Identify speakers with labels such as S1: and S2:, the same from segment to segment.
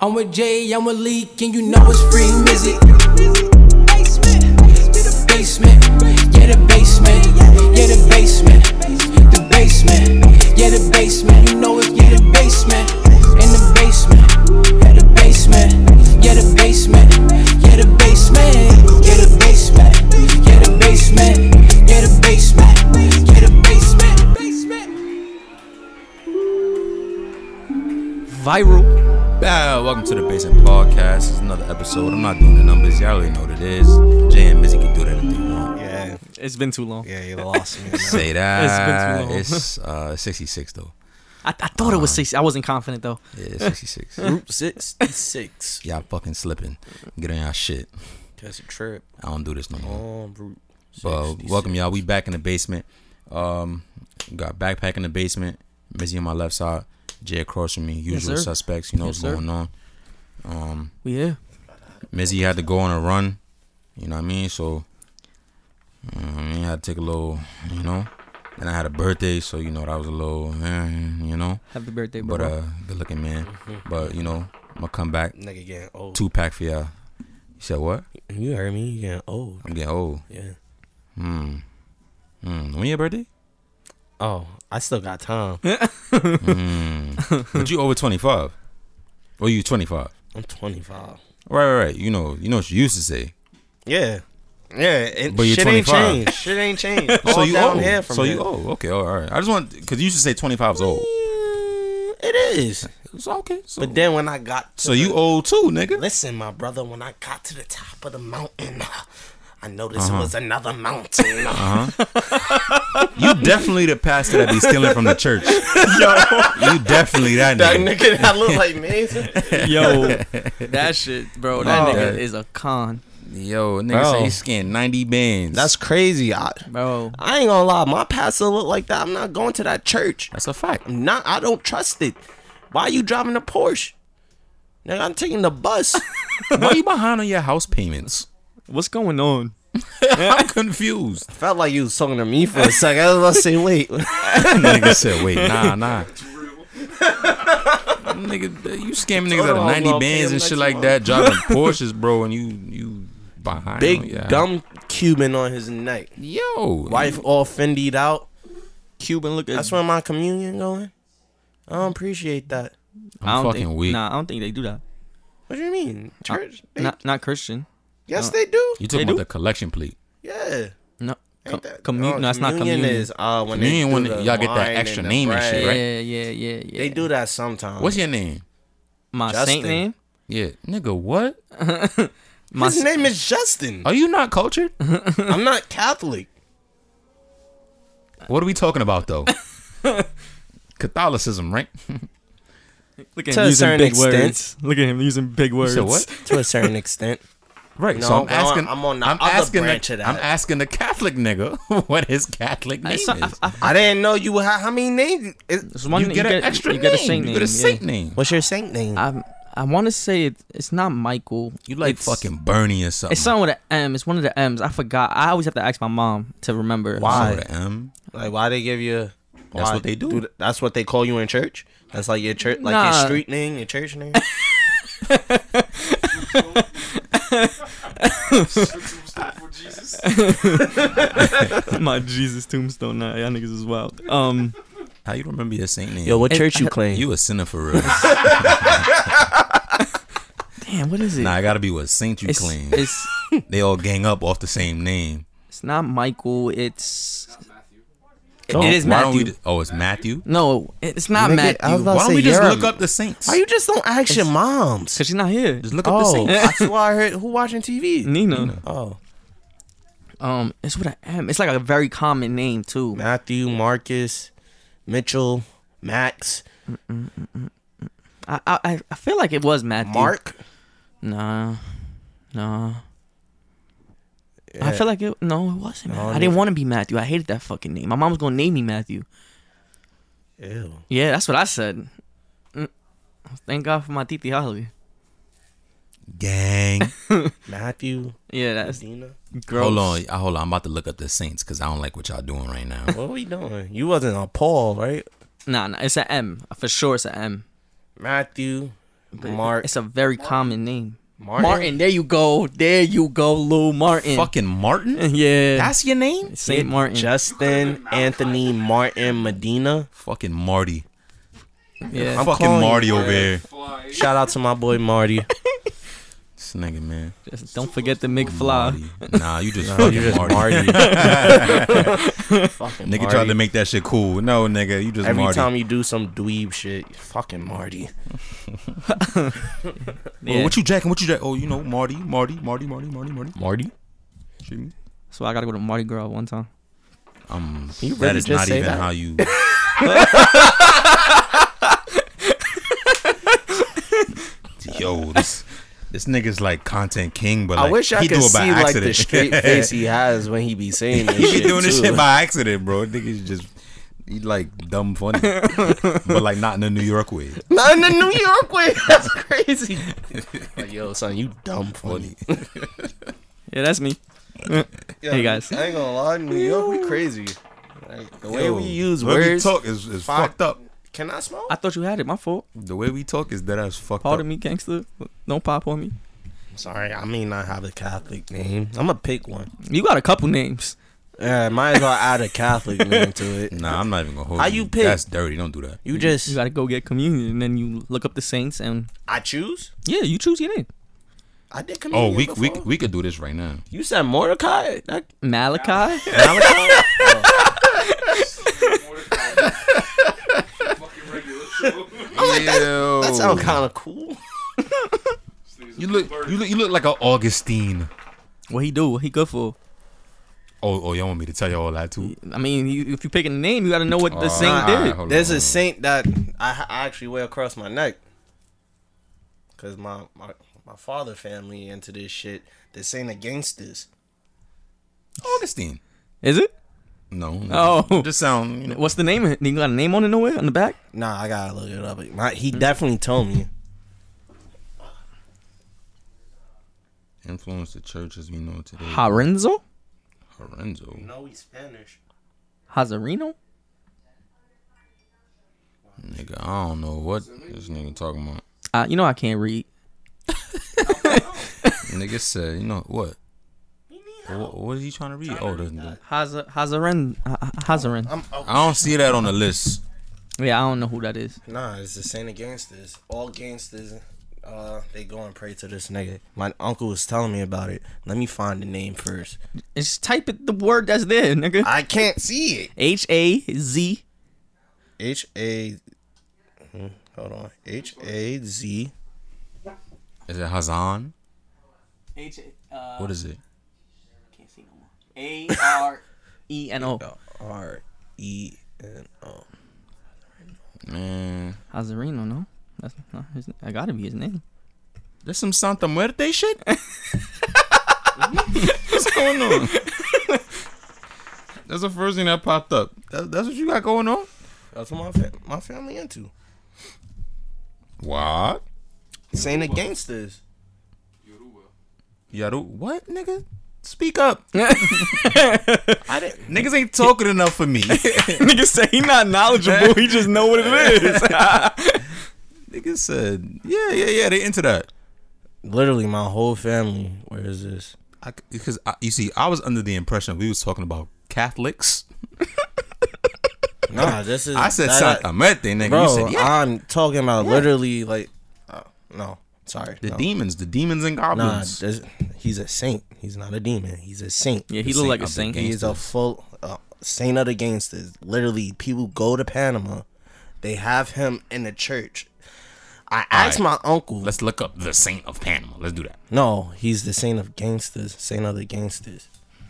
S1: I'm with Jay, I'm with Leak, and you know it's free music. Basement, yeah the basement, yeah the basement, the basement, yeah the basement. You know it's yeah the basement, in the basement, yeah the basement, yeah the basement, yeah the basement, yeah the basement, yeah the basement, yeah the basement, yeah the basement, basement.
S2: Viral.
S3: Bow. Welcome to the Basement Podcast. It's another episode. I'm not doing the numbers. Y'all already know what it is. Jay and Mizzy can do that if they want.
S2: Yeah, it's been too long.
S4: Yeah, you lost me.
S3: Say that.
S2: It's been too long.
S3: It's uh, 66 though.
S2: I, I thought it was six. I wasn't confident though.
S3: Yeah, it's 66.
S4: Group 66.
S3: y'all fucking slipping. Get on y'all shit.
S4: That's a trip.
S3: I don't do this no more.
S4: On Um, route.
S3: But
S4: 66.
S3: welcome y'all. We back in the basement. Um, got backpack in the basement. Mizzy on my left side. Jay across from me. Usual
S2: sir.
S3: suspects. You know
S2: Yes,
S3: what's
S2: sir.
S3: going on. Um,
S2: We here.
S3: Mizzy had to go on a run. You know what I mean? So, you know what I mean, I had to take a little, you know. And I had a birthday, so you know that was a little, eh, you know.
S2: Happy birthday, bro.
S3: But uh, good looking man.
S4: Mm-hmm.
S3: But you know, I'm gonna come back
S4: Nigga getting old.
S3: two pack for y'all. You said what?
S4: You heard me. You getting old.
S3: I'm getting old.
S4: Yeah.
S3: Hmm. Hmm. When your birthday?
S4: Oh, I still got time.
S3: but you over 25. Or you 25.
S4: I'm 25.
S3: Right, right, right. You know, you know what she used to say.
S4: Yeah. Yeah. And
S3: But you're
S4: shit ain't
S3: 25.
S4: changed. Shit ain't changed. All
S3: you
S4: down
S3: old.
S4: here from
S3: so
S4: here.
S3: you old. Okay, all right. I just want because you used to say 25 is old.
S4: Mm, It is.
S3: So okay. So,
S4: But then when I got to
S3: so you old too, nigga.
S4: Listen, my brother, when I got to the top of the mountain, I noticed it was another mountain.
S3: You definitely the pastor that be stealing from the church. Yo, you definitely that
S4: That
S3: nigga.
S4: nigga that look like Mason.
S2: Yo, that shit, bro. That
S4: Oh.
S2: nigga is a con,
S3: Yo, nigga
S4: Bro.
S3: say he skinned ninety bands.
S4: Oh. That's crazy. I,
S2: bro.
S4: I ain't gonna lie, my pastor look like that. I'm not going to that church.
S3: that's a fact.
S4: I'm not. I don't trust it. Why you driving a Porsche? Nigga, I'm taking the bus.
S3: Why you behind on your house payments?
S2: What's going on?
S3: I'm confused.
S4: Felt like you was talking to me for a second. I was about to say, wait.
S3: nigga said, "Wait, nah, nah." nigga, you scamming niggas out
S4: Hold
S3: of
S4: on,
S3: ninety
S4: I'll pay
S3: bands
S4: him
S3: and shit
S4: next
S3: like
S4: month.
S3: that, driving Porsches, bro, and you you behind on
S4: Big
S3: your-
S4: dumb Cuban on his neck.
S3: Yo,
S4: Wife all fendied out.
S2: Cuban, look at
S4: That's where my communion going. I don't appreciate that.
S2: I
S3: I'm
S2: don't
S3: fucking
S2: think,
S3: weak.
S2: Nah, I don't think they do that.
S4: What do you mean? Church? They-
S2: Not not Christian.
S4: yes, they do.
S3: Uh, You talking
S2: They
S3: about
S2: do?
S3: the collection plate?
S4: Yeah.
S2: No, com-
S4: Ain't that-
S2: commu-
S4: oh,
S2: no, that's not
S4: communion
S2: communion.
S4: Is, uh, when
S3: Communion
S4: they
S3: when
S4: do the
S3: y'all get that
S4: wine
S3: extra
S4: the
S3: name and
S4: bread.
S3: shit, right?
S2: Yeah, yeah, yeah, yeah.
S4: They do that sometimes.
S3: What's your name?
S2: my
S4: Justin.
S2: saint name.
S3: Yeah, nigga, what?
S2: My
S4: His
S2: s-
S4: name is Justin.
S3: Are you not cultured?
S4: I'm not Catholic.
S3: What are we talking about though? Catholicism, right?
S2: Look at
S4: To
S2: him
S4: a
S2: using
S4: certain
S2: big
S4: extent.
S2: words. Look at him using big words.
S3: said what?
S4: to a certain extent.
S3: Right.
S4: No,
S3: so I'm
S4: but I'm-
S3: asking.
S4: I'm on the
S3: I'm
S4: other
S3: asking
S4: branch
S3: the,
S4: of that.
S3: I'm asking the Catholic nigga what his Catholic name
S2: I, saw- I-
S3: is.
S2: I-
S4: I didn't know you had how many names.
S2: there's uh, one
S3: you
S2: name-
S3: get an extra
S2: you
S3: name.
S2: Get a saint
S3: you
S2: name.
S3: get
S2: yeah.
S3: a saint name.
S4: What's your saint name?
S2: I I want to say it, it's not Michael.
S3: You like
S2: It's-
S3: fucking Bernie or something?
S2: It's something with an M. It's one of the M's. I forgot. I always have to ask my mom to remember.
S4: Wow.
S3: Something with an M.
S4: like why they give you?
S3: That's
S4: why-
S3: what they do.
S4: th- That's what they call you in church. That's like your church, like
S2: Nah.
S4: your street name, your church name.
S2: my Jesus tombstone. Nah, y'all niggas is wild. Um,
S3: How you remember your saint name?
S4: Yo, what
S2: It-
S4: church you claim?
S3: you a sinner for real?
S2: damn, what is it?
S3: nah, I gotta be what saint you
S2: it's,
S3: claim.
S2: it's
S3: they all gang up off the same name.
S2: it's not Michael. It's it,
S3: Oh,
S2: it is
S3: why
S2: Matthew.
S3: don't we d- oh, it's Matthew.
S2: no, it's not
S4: Nigga, I
S2: Matthew.
S4: was about- I'll
S3: Why don't
S4: say
S3: we just
S4: you're a-
S3: look up the saints?
S4: why you just don't ask your moms?
S2: Cause she's not here.
S3: just look up the
S4: Oh,
S3: saints.
S4: that's why I heard who watching TV.
S2: Nina.
S4: Oh,
S2: Um, it's with an M. It's like a very common name too.
S4: Matthew, Marcus, Mitchell, Max,
S2: I I, I feel like it was Matthew.
S4: Mark.
S2: Nah, nah.
S4: Yeah.
S2: I feel like it. No, it wasn't.
S4: No,
S2: Matthew. I
S4: neither.
S2: didn't want to be Matthew. I hated that fucking name. My mom was gonna name me Matthew.
S4: Ew.
S2: Yeah, that's what I said. Mm. Thank God for my Titi Holly.
S3: Gang.
S4: Matthew,
S2: Yeah, that's
S4: Dina.
S2: gross.
S3: Hold on, I- hold on. I'm about to look up the saints because I don't like what y'all doing right now.
S4: What are we doing? You wasn't on Paul, right?
S2: Nah, nah, it's an M for sure. It's an M.
S4: Matthew,
S2: But
S4: Mar-
S2: It's a very common name.
S4: Martin?
S2: Martin. There you go. There you go, Lou Martin.
S3: Fucking Martin?
S2: yeah.
S4: That's your name?
S2: Saint
S4: Yeah,
S2: Martin.
S4: Justin Anthony Martin Medina.
S3: Fucking Marty.
S2: yeah.
S4: I'm
S3: Fucking
S4: calling
S3: Marty
S4: you,
S3: over here.
S4: Shout out to my boy Marty.
S3: This nigga, man.
S2: Just don't forget the McFly.
S3: Marty. Nah, you just fucking
S4: you just
S3: Marty.
S4: fucking
S3: nigga
S4: Marty.
S3: tried to make that shit cool. No, nigga, you just
S4: Every
S3: Marty.
S4: time you do some dweeb shit, you're fucking Marty.
S3: Bro,
S2: Yeah.
S3: What you jacking? What you jacking? Oh, you know, Marty, Marty, Marty, Marty, Marty, Marty.
S4: Marty?
S3: See me?
S2: So I gotta go to Mardi Gras one time.
S3: Um,
S4: You
S3: that
S4: really
S3: is
S4: just
S3: not
S4: say
S3: even
S4: that?
S3: how you. Yo, this this nigga's like content king, but like,
S4: I wish I
S3: he
S4: could
S3: do it by
S4: see
S3: accident.
S4: like the straight face he has when he be saying this
S3: he
S4: shit
S3: be doing this
S4: too.
S3: shit by accident, bro. Niggas just he like dumb funny, but like not in a New York way.
S4: Not in the New York way. That's crazy. Like, yo, son, you dumb funny.
S2: Yeah, that's me. hey guys.
S4: I ain't gonna lie, New York, we crazy. Like, the way
S3: Yo,
S4: we use
S3: the way
S4: words.
S3: we talk is, is
S4: Fuck.
S3: fucked up.
S4: Can I smoke?
S2: I thought you had it. My fault.
S3: The way we talk is that ass fucked
S2: Pardon
S3: up.
S2: me, gangster. Don't pop on me.
S4: Sorry, I may not have a Catholic name. I'm gonna pick one.
S2: You got a couple names.
S4: Yeah, might as well add a Catholic name to it.
S3: Nah, I'm not even gonna hold
S4: How
S3: you.
S4: you pick?
S3: That's dirty. Don't do that.
S4: You
S2: You
S4: just
S2: gotta go get communion, and then you look up the saints, and
S4: I choose.
S2: yeah, you choose your name.
S4: I did
S3: Oh,
S4: communion.
S3: we we
S4: before.
S3: we could do this right now.
S4: You said Mordecai. That,
S2: Malachi.
S4: that
S3: That
S4: sounds kind of cool.
S3: You look, you look, you look like an Augustine.
S2: what he do? What he good for?
S3: Oh, oh, y'all want me to tell you all that too?
S2: I mean, you, if you pick a name, you gotta know what the
S3: Alright,
S2: saint
S3: alright,
S2: did.
S3: hold on,
S4: There's
S3: hold
S4: a
S3: on.
S4: saint that I, I actually wear across my neck. Cause my, my my father family into this shit. This ain't against this.
S3: Augustine.
S2: Is it?
S3: No, no.
S2: Oh.
S3: just sound. You know,
S2: What's the name? of it? You got a name on it nowhere on the back?
S4: Nah, I gotta look it up. My, he
S3: Hmm.
S4: definitely told me.
S3: influence the church as we know it today.
S2: Harenzo?
S3: Lorenzo.
S4: No, he's Spanish.
S2: Hazarino?
S3: Nigga, I don't know what this nigga talking about.
S2: Uh, you know I can't read.
S3: Nigga said, you know what? What, what is he trying to read? Oh, the, the,
S2: Hazar Hazaren Ha- Ha- uh, Hazarin.
S3: I don't see that on the list.
S2: Yeah, I don't know who that is.
S4: Nah, it's the same gangsters. All gangsters, uh, they go and pray to this nigga. My uncle was telling me about it. Let me find the name first.
S2: Just type it the word that's there, nigga.
S4: I can't see it.
S2: H A Z.
S4: H A. hmm, Hold on. H A Z.
S3: Is it Hazan?
S2: H uh
S3: What is it?
S2: can't see no more. A R E N O.
S4: R E N O.
S3: Man,
S2: Hazarino, no? That's not his I gotta be his name.
S3: there's some Santa Muerte shit. What's going on? That's the first thing that popped up. That, that's what you got going on.
S4: That's what my fa- my family into.
S3: What?
S4: Saint of gangsters.
S3: Yaru, what nigga? Speak up. I didn't. Niggas ain't talking enough for me.
S2: Nigga say he not knowledgeable, he just know what it is.
S3: Niggas said, yeah, yeah, yeah. They into that.
S4: Literally, my whole family. Where is this?
S3: I, because I, you see, I was under the impression we was talking about Catholics.
S4: Nah, this is.
S3: I said
S4: that-
S3: Santa Muerte, nigga.
S4: Bro,
S3: you said, yeah.
S4: I'm talking about literally like. Uh, no, sorry.
S3: the
S4: no.
S3: demons, the demons and
S4: Nah,
S3: goblins.
S4: there's- he's a saint. He's not a demon. He's a saint.
S2: Yeah, he
S3: The
S2: look
S3: saint
S2: like a
S3: of the
S2: saint.
S3: game.
S4: He's a full uh, saint of the gangsters. Literally, people go to Panama. They have him in the church. I asked my uncle.
S3: Let's look up the Saint of Panama. Let's do that.
S4: no, he's the saint of gangsters. Saint of the gangsters.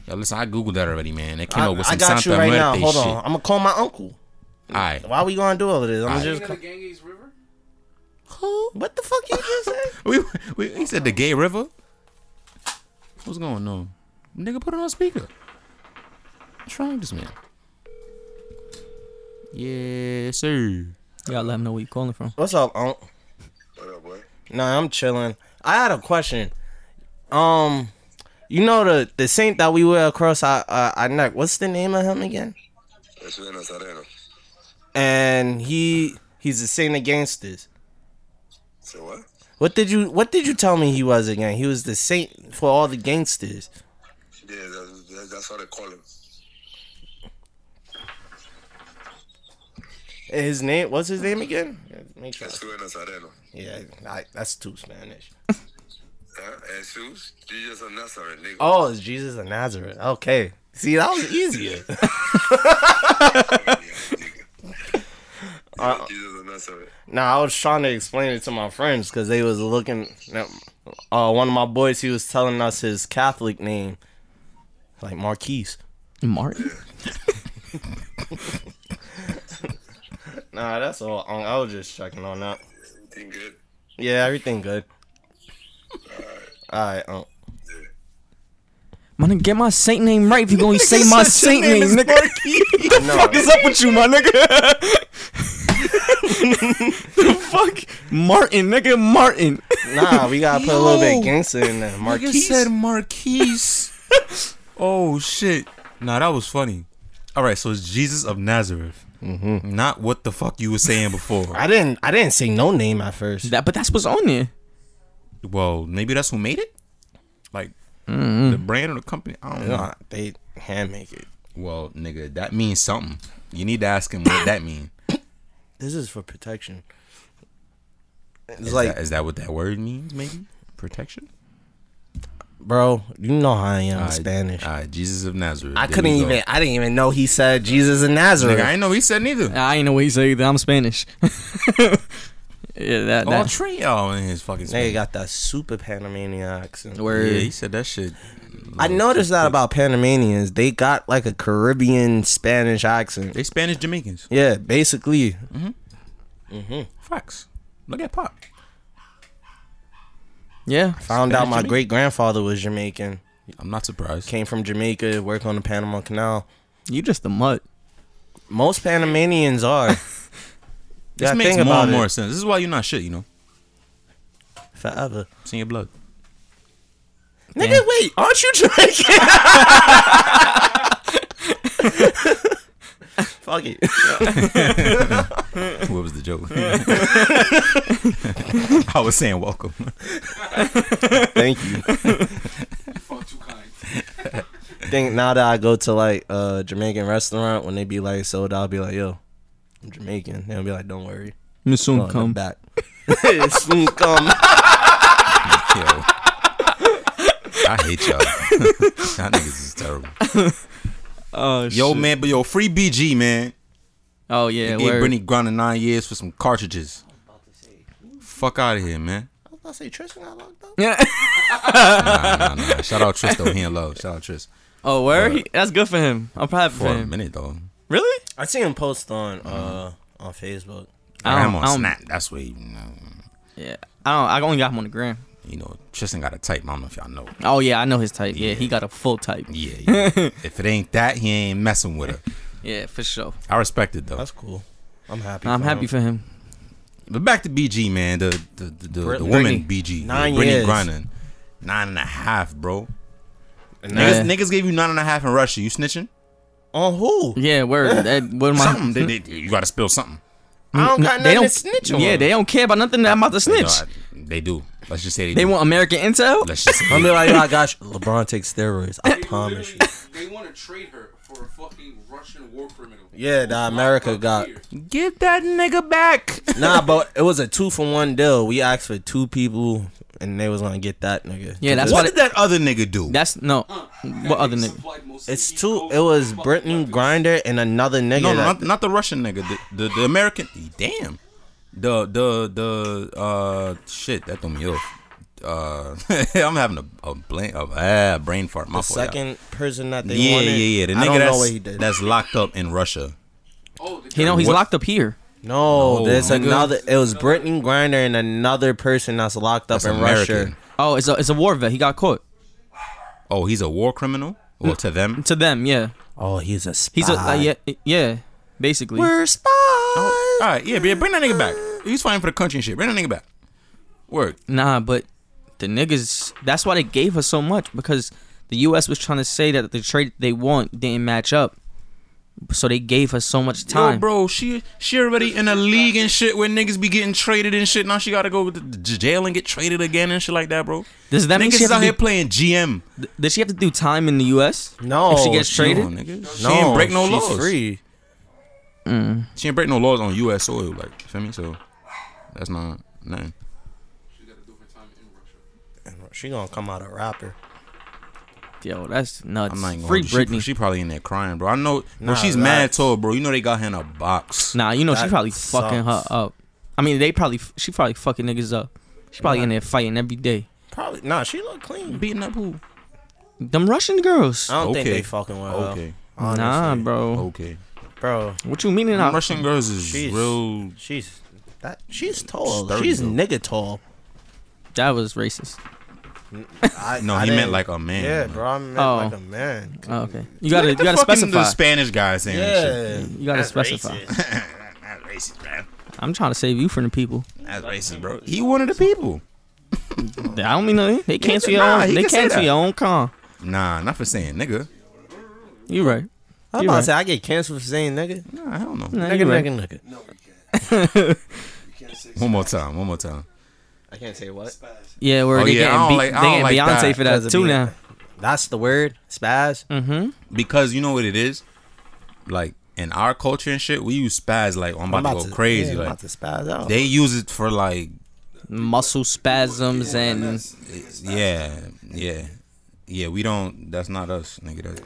S3: Yo, listen, I googled that already, man. It came
S4: I,
S3: up with
S4: I
S3: some
S4: got
S3: Santa
S4: you right
S3: Muerte
S4: now. Hold
S3: shit.
S4: on. I'm gonna call my uncle.
S3: All right.
S4: Why we gonna do all of this? I'm
S3: Aight.
S4: just.
S5: the
S4: Call-
S5: Ganges River?
S4: who? What the fuck you just said?
S3: We, we, he said the gay river. What's going on? Nigga, put it on speaker. What's wrong with this man? Yeah, sir.
S2: You gotta let him know where you calling from.
S4: What's up, Unc?
S5: What up, boy?
S4: Nah, I'm chilling. I had a question. Um, you know the the saint that we wear across our uh, our neck. What's the name of him again?
S5: Jesús de Nazareno.
S4: And he he's a saint of gangsters.
S5: Say what?
S4: What did you What did you tell me he was again? He was the saint for all the gangsters.
S5: Yeah, that's, that's, that's how they call him.
S4: And His name what's his name again? Make sure.
S5: Jesús de Nazareno.
S4: Yeah, I, that's too Spanish.
S5: Huh? Jesus, Jesus of Nazareth, nigga.
S4: Oh, it's Jesus of Nazareth. Okay, see that was easier.
S5: nigga. Yeah, Jesus of Nazareth.
S4: Nah, I was trying to explain it to my friends because they was looking. Uh, one of my boys, he was telling us his Catholic name, like Marquise.
S2: Martin?
S4: Nah, that's all. um, I was just checking on that.
S5: Everything good?
S4: Yeah, everything good. All right, um,
S2: My nigga, get my saint name right if you gonna say my saint name, nigga. the
S4: No.
S2: fuck is up with you, my nigga? the fuck? Martin, nigga, Martin.
S4: nah, we gotta put a little
S3: Yo.
S4: bit gangster in there. Marquise.
S3: Marquise. oh shit. Nah, that was funny. All right, so it's Jesus of Nazareth,
S4: Mm-hmm.
S3: not what the fuck you were saying before.
S4: I didn't. I didn't say no name at first.
S2: That, but that's what's on there.
S3: well, maybe that's who made it. Like
S4: Mm-hmm.
S3: the brand or the company. I don't know.
S4: Nah, they hand make it.
S3: Well, nigga, that means something. You need to ask him what that means.
S4: This is for protection. It's
S3: Is,
S4: like,
S3: that, is that what that word means? Maybe protection.
S4: bro, you know how I am in
S3: Alright,
S4: Spanish.
S3: alright, Jesus of Nazareth.
S4: I
S3: There
S4: couldn't
S3: we go.
S4: even. I didn't even know he said Jesus in Nazareth.
S3: Nigga, I ain't know he said neither.
S2: I ain't know what you say either. I'm Spanish. yeah, that.
S3: All
S2: that.
S3: three y'all in his fucking.
S4: Nigga
S3: Spain.
S4: got that super Panamanian accent.
S3: Yeah,
S2: Word.
S3: he said that shit.
S4: I noticed that about Panamanians. They got like a Caribbean Spanish accent.
S3: They Spanish Jamaicans.
S4: Yeah, basically.
S3: Facts. Look at Pop.
S2: Yeah.
S4: Found out
S3: Spanish
S4: my
S3: Jamaican?
S4: great grandfather was Jamaican.
S3: I'm not surprised.
S4: Came from Jamaica, worked on the Panama Canal.
S2: You just a mutt.
S4: Most Panamanians are.
S3: this
S4: Yeah,
S3: makes
S4: think
S3: more
S4: about
S3: and
S4: it.
S3: more sense. This is why you're not shit, you know.
S4: Forever.
S3: It's in your blood.
S4: Nigga, wait, aren't you Jamaican? Fuck it.
S3: what was the joke? I was saying welcome.
S4: Thank you. Think now that I go to like a Jamaican restaurant when they be like sold, I'll be like, yo, I'm Jamaican. They'll be like, don't worry.
S2: You soon
S4: Oh, they're
S2: come.
S4: back. Soon come.
S3: Yo. I hate y'all. y'all niggas is terrible.
S2: Oh,
S3: Yo,
S2: shit.
S3: man, but yo, free BG, man.
S2: Oh, yeah.
S3: Gave
S2: word.
S3: Brittany Griner nine years for some cartridges. Fuck out of here, man.
S4: I say Tristan got locked up.
S2: Yeah.
S3: Nah, nah, nah. Shout out Tris though. He in love. Shout out Tris.
S2: Oh, where? He, that's good for him. I'm proud
S3: For
S2: for
S3: a
S2: him.
S3: minute though.
S2: Really?
S4: I seen him post on uh on Facebook.
S3: I am
S2: I
S3: on
S2: don't-
S3: Snap. That's where you know.
S2: Yeah. I don't. I only got him on the gram.
S3: You know, Tristan got a type. I don't know if y'all know.
S2: Oh yeah, I know his type. Yeah, he got a full type.
S3: Yeah, yeah. if it ain't that, he ain't messing with her.
S2: Yeah, for sure.
S3: I respect it though.
S4: That's cool. I'm happy.
S2: I'm
S4: for
S2: happy
S4: him.
S2: for him.
S3: But back to BG, man. The the the, the, the
S4: Brittany.
S3: woman BG,
S4: Nine
S3: Brittany
S4: years.
S3: Griner, nine and a half, bro.
S2: Yeah.
S3: Niggas, niggas gave you nine and a half in Russia. You snitching?
S4: On who?
S2: Yeah, word. That, what am I?
S3: Something. They, they, you got to spill something.
S4: I don't
S2: N-
S4: got
S2: they
S4: nothing
S2: don't.
S4: to snitch on.
S2: yeah, they don't care about nothing that I'm about to
S3: You know,
S2: snitch.
S3: I- they do. Let's just say they,
S2: they
S3: do.
S2: want American intel.
S3: Let's just say
S4: I'm
S3: they
S4: be
S3: do.
S4: like, yo, I got you. LeBron takes steroids. I promise you.
S6: They want to trade her for a fucking Russian war criminal.
S4: Yeah, the America got.
S3: Get that nigga back.
S4: Nah, but it was a two for one deal. We asked for two people, and they was gonna get that nigga.
S2: Yeah, that's
S3: what
S2: what.
S3: did
S2: It,
S3: that other nigga do?
S2: that's no. What other nigga?
S4: It's two. It was Britton Grinder and another nigga.
S3: no, no,
S4: that-
S3: not, not the Russian nigga. The, the the American. Damn. The the the uh shit that threw me off. Uh, I'm having a a, blank, a, a brain fart. My
S4: the
S3: fault, y'all.
S4: second person that they
S3: yeah,
S4: wanted.
S3: yeah, yeah. The
S4: I
S3: nigga
S4: don't know
S3: that's,
S4: what he did.
S3: that's locked up in Russia.
S2: You know he's
S3: What-
S2: locked up here.
S4: no,
S3: No,
S4: there's
S3: nigga.
S4: another. It was Britton Grinder and another person that's locked up
S3: That's
S4: in
S3: American.
S4: Russia.
S2: Oh, it's a it's a war vet. He got caught.
S3: Oh, he's a war criminal? Well,
S4: Mm.
S3: to them.
S2: To them, yeah.
S4: Oh, he's a spy.
S2: He's a
S3: Ah.
S2: uh, yeah yeah. Basically,
S4: We're spies.
S3: All right, yeah, yeah, bring that nigga back. He's fighting for the country and shit. Bring that nigga back. Word.
S2: nah. But the niggas. That's why they gave her so much because the U.S. was trying to say that the trade they want didn't match up. so they gave her so much
S3: Yo,
S2: time.
S3: bro, she she already in a league and shit where niggas be getting traded and shit. Now she gotta go to j- jail and get traded again and shit like that, bro.
S2: Does that
S3: niggas
S2: mean she have
S3: is out
S2: to
S3: here
S2: be-
S3: playing GM?
S2: Th- Does she have to do time in the U.S.?
S4: No,
S2: if she gets
S4: she
S3: Come
S2: traded.
S3: on, nigga. she ain't break no
S4: she's
S3: laws.
S4: free.
S3: She ain't break no laws on U.S. soil, like you feel me? So that's not nothing.
S6: She got to do her time in Russia.
S4: She gonna come out a rapper.
S2: Yo, that's nuts.
S3: I'm not even
S2: Free
S3: gonna hold you.
S2: Britney.
S3: She, she probably in there crying, bro. I know.
S4: Nah,
S3: well, she's mad
S4: that's-
S3: tall, bro. You know they got her in a box.
S2: nah, you know she
S4: That
S2: probably fucking her
S4: sucks.
S2: up. I mean, they probably f- she probably fucking niggas up. She probably in there fighting every day.
S4: Probably nah. She look clean.
S3: Beating up who?
S2: Them Russian girls.
S4: I don't think
S3: Okay.
S4: they fucking with her.
S3: Okay,
S4: honestly.
S2: nah, bro.
S3: okay.
S4: bro.
S2: What you meaning? I,
S3: Oh. Russian girls is
S4: She's
S3: real.
S4: She's that. She's tall.
S3: sturdy,
S4: she's
S3: though.
S4: nigga tall.
S2: that was racist.
S4: I,
S3: No,
S4: I
S3: he meant
S4: didn't-
S3: like a man.
S4: Yeah,
S3: Like,
S4: bro. I meant
S2: Oh.
S4: like a man.
S2: Oh, okay, you gotta you gotta
S3: fucking
S2: specify.
S3: The Spanish guy saying that shit.
S4: Yeah.
S2: you gotta specify.
S3: That's racist, man.
S2: I'm trying to save you from the people.
S3: That's racist, bro. He one of the people.
S2: I don't mean nothing. They cancel your
S3: nah,
S2: own.
S3: he
S2: They
S3: can say
S2: cancel
S3: that.
S2: your own con.
S3: Nah, not for saying nigga.
S2: You right.
S4: I'm
S2: You
S4: about
S2: right.
S4: to say I get canceled for saying nigga.
S3: Nah, hell no.
S2: Nah,
S4: Nigga,
S2: you right.
S4: nigga, nigga.
S3: One more time. One more time.
S4: I can't say what.
S2: Yeah, where
S3: Oh,
S2: they
S3: yeah, I
S2: getting
S3: don't
S2: beat,
S3: like-
S2: they
S3: I don't
S2: getting
S3: like
S2: Beyonce
S3: that.
S2: for that
S4: Because of
S2: too
S4: Beyonce.
S2: now.
S4: That's the word. Spaz.
S3: Because you know what it is. Like in our culture and shit, we use spaz. Like I'm about,
S4: I'm
S3: to go crazy.
S4: yeah, I'm
S3: like
S4: about to spaz out.
S3: they use it for like
S2: Muscle spasms and
S3: Yeah, yeah, yeah. We don't. That's not us, nigga. That,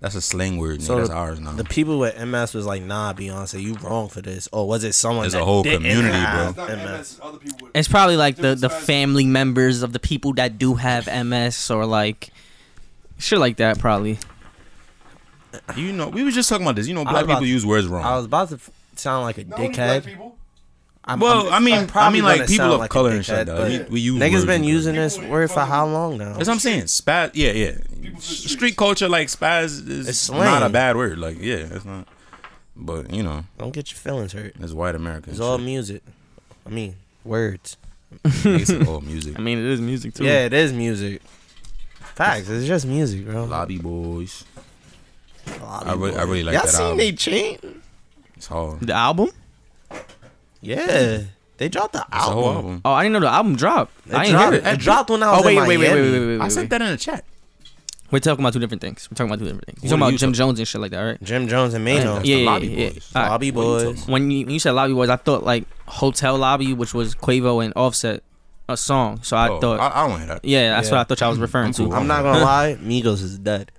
S3: that's a slang word. Nigga.
S4: So
S3: that's
S4: the-
S3: ours now.
S4: The people with MS was like, nah, Beyonce, you wrong for this. Or was it someone?
S3: There's
S4: that
S3: a whole
S4: didn't
S3: community,
S4: have
S6: It's not
S4: MS.
S6: MS. Other people would.
S2: it's probably like the the family members of the people that do have MS or like shit like that probably.
S3: you know, we was just talking about this. You know,
S4: I was
S3: black
S4: about
S3: people
S4: to-
S3: use words
S4: I
S3: wrong.
S4: was about to f- sound like a
S6: Not only black
S4: dickhead.
S6: people.
S4: I'm,
S3: Well, I mean- I
S4: probably
S3: mean, like,
S4: gonna
S3: people
S4: sound
S3: of
S4: like a
S3: color and shit,
S4: dickhead,
S3: though. We-
S4: but
S3: we use
S4: niggas
S3: words
S4: been
S3: and
S4: using
S6: shit.
S4: this word for how long now?
S3: That's what I'm saying. Spaz. Yeah, yeah.
S6: from the streets.
S3: Street culture, like spaz, is
S4: It's slang.
S3: not a bad word. Like, yeah, it's not. But you know,
S4: Don't get your feelings hurt.
S3: it's white America.
S4: It's all music. I mean, words.
S3: it's all music.
S2: I mean, it is music too.
S4: Yeah, it is music. Facts. It's just music, bro.
S3: Lobby boys.
S4: Lobby
S3: I really, I
S4: boy.
S3: really like
S4: Y'all
S3: that
S4: seen
S3: album.
S4: they chain?
S3: It's hard. It's
S2: The album?
S4: Yeah, they dropped the
S3: a whole
S4: album.
S3: album.
S2: Oh, I didn't know the album dropped.
S4: It
S2: I ain't
S4: dropped,
S2: hear it.
S4: It dropped when I was
S2: Oh wait,
S4: in
S2: wait, wait, wait,
S4: Miami.
S2: wait, wait, wait,
S3: I
S2: wait,
S3: sent that in the chat.
S2: We're talking about two different things. We're talking about two different things. You're
S3: What
S2: talking
S3: are
S2: about
S3: you
S2: Jim
S3: talking-
S2: Jones and shit like that, right?
S4: Jim Jones and Mano.
S3: That's
S2: yeah,
S3: the
S2: yeah,
S3: lobby
S2: yeah, yeah.
S3: boys.
S2: All right.
S4: Lobby
S3: What you talking
S4: boys.
S3: about?
S2: when you, when you said lobby boys, I thought like hotel lobby, which was Quavo and Offset, a song. So I
S3: Oh,
S2: thought,
S3: I, I don't hear that.
S2: yeah, that's
S4: Yeah. Mm-hmm.
S2: what I thought y'all was referring
S3: I'm
S2: to.
S3: cool.
S4: I'm not gonna lie, Migos is dead.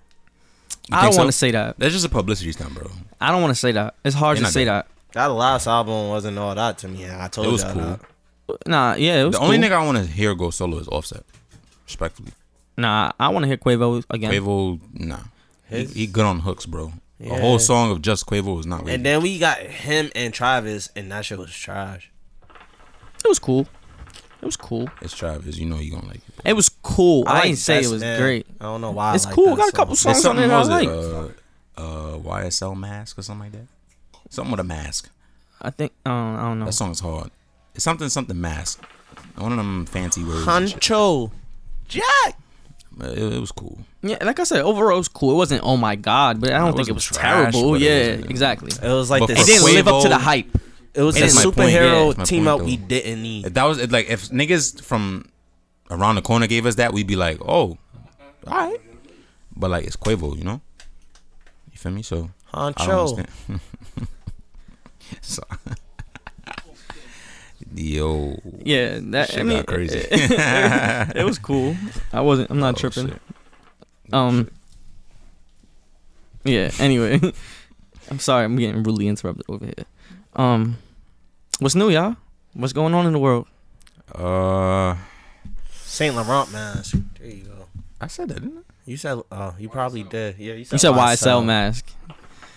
S3: You
S2: I
S3: think
S2: don't
S3: so?
S2: want to say that.
S3: That's just a publicity stunt, bro.
S2: I don't want to say that. It's hard
S3: They're
S2: to
S3: not
S2: say
S3: good.
S2: that.
S4: That last album wasn't all that to me. and I told
S3: It
S4: you.
S3: was cool.
S2: Nah, yeah, it was
S3: The only
S2: cool.
S3: nigga I want to hear go solo is Offset, respectfully.
S2: Nah, I want to hear Quavo again.
S3: Quavo, nah, he,
S4: His-
S3: he good on hooks, bro.
S4: Yeah.
S3: A whole song of just Quavo is not.
S4: And
S3: Really.
S4: then we got him and Travis, and that shit was trash.
S2: It was cool. It was cool.
S3: it's Travis. You know you gonna like it.
S2: It was cool. I,
S4: like
S2: didn't say it
S4: Best
S2: was
S4: Man.
S2: great.
S4: I don't know why.
S2: It's
S4: I like
S2: cool.
S4: that
S2: Got a couple
S4: song.
S2: songs on it I
S3: what
S2: like.
S3: it? Uh, uh, YSL mask or something like that. Something with a mask.
S2: I think. Um, I don't know.
S3: That song is hard. It's something something mask. One of them fancy words. and shit.
S4: Huncho, Jack.
S3: But It, it was cool.
S2: Yeah, like I said, overall it was cool. It wasn't oh my god, but I don't think it
S3: wasn't
S2: was
S3: trash,
S2: terrible.
S3: but it
S2: Yeah,
S3: wasn't-
S2: exactly.
S4: It was like
S3: But
S4: the
S3: for
S2: It didn't live up to the
S3: Quavo-
S2: hype.
S4: It was the
S3: It is my point, yeah,
S4: superhero
S3: it's my
S4: team
S3: point,
S4: up
S3: though.
S4: we didn't need.
S3: If that was it, like if niggas from around the corner gave us that, we'd be like, oh, all right. But like it's Quavo, you know. You feel me? So I don't
S4: Honcho.
S3: understand. so, yo,
S2: Yeah, that
S3: shit
S2: I mean,
S3: got crazy.
S2: It was cool. I wasn't. I'm not
S3: Oh,
S2: tripping.
S3: shit. Oh,
S2: Um. Yeah. Anyway, I'm sorry. I'm getting really interrupted over here. Um, what's new, y'all? What's going on in the world?
S3: Uh,
S4: Saint Laurent mask. There you go.
S3: I said that, didn't
S4: You said, oh, you probably did. Yeah, you said,
S2: You said YSL mask.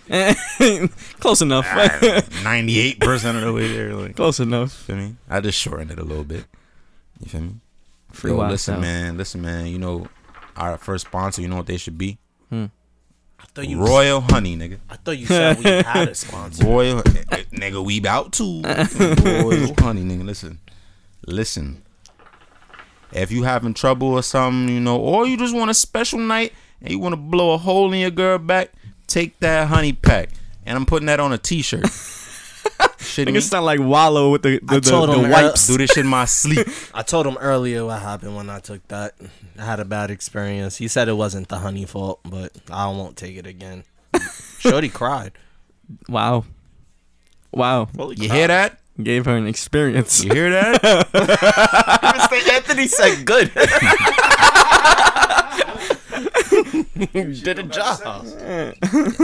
S2: Close enough.
S3: I? Ninety-eight percent of the way there. Like,
S2: Close enough.
S3: feel me? I just shortened it a little bit. You feel me?
S2: Free
S3: Yo,
S2: YSL.
S3: listen, man. Listen, man. You know, our first sponsor. You know what they should be?
S4: I thought you,
S3: Royal Honey, nigga.
S4: I thought you said we had a sponsor.
S3: Royal, eh, nigga. We out too. Royal Honey, nigga. Listen, listen. If you having trouble or something, you know, or you just want a special night and you want to blow a hole in your girl back, Take that honey pack, and I'm putting that on a t-shirt. Shitting me.
S2: Niggas sound like Wallow with the the, the,
S4: told
S2: the
S4: him,
S2: white.
S4: uh,
S3: Wipes. Do this shit in my sleep.
S4: I told him earlier what happened when I took that. I had a bad experience. He said it wasn't the honey fault, but I won't take it again. Shorty cried.
S2: Wow. Wow.
S3: You hear that?
S2: Gave her an experience.
S3: You hear that?
S4: Anthony said good. Did a job.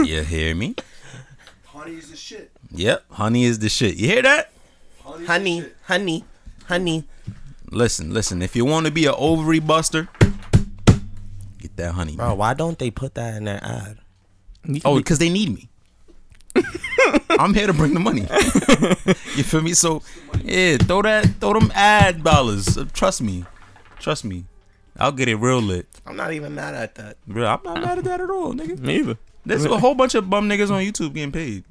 S3: you hear me?
S6: Honey is the shit.
S3: Yep. Honey is the shit. You hear that?
S6: Honey.
S4: Honey, honey, honey.
S3: Listen, listen. If you want to be an ovary buster, get that honey.
S4: Bro, why don't they put that in their ad?
S3: Oh, because they need me. I'm here to bring the money. you feel me? So, yeah, throw that, throw them ad dollars. Uh, Trust me, trust me. I'll get it real lit.
S4: I'm not even mad at that.
S3: Real. I'm not mad at that at all, nigga.
S2: Neither.
S3: There's a whole bunch of bum niggas on YouTube getting paid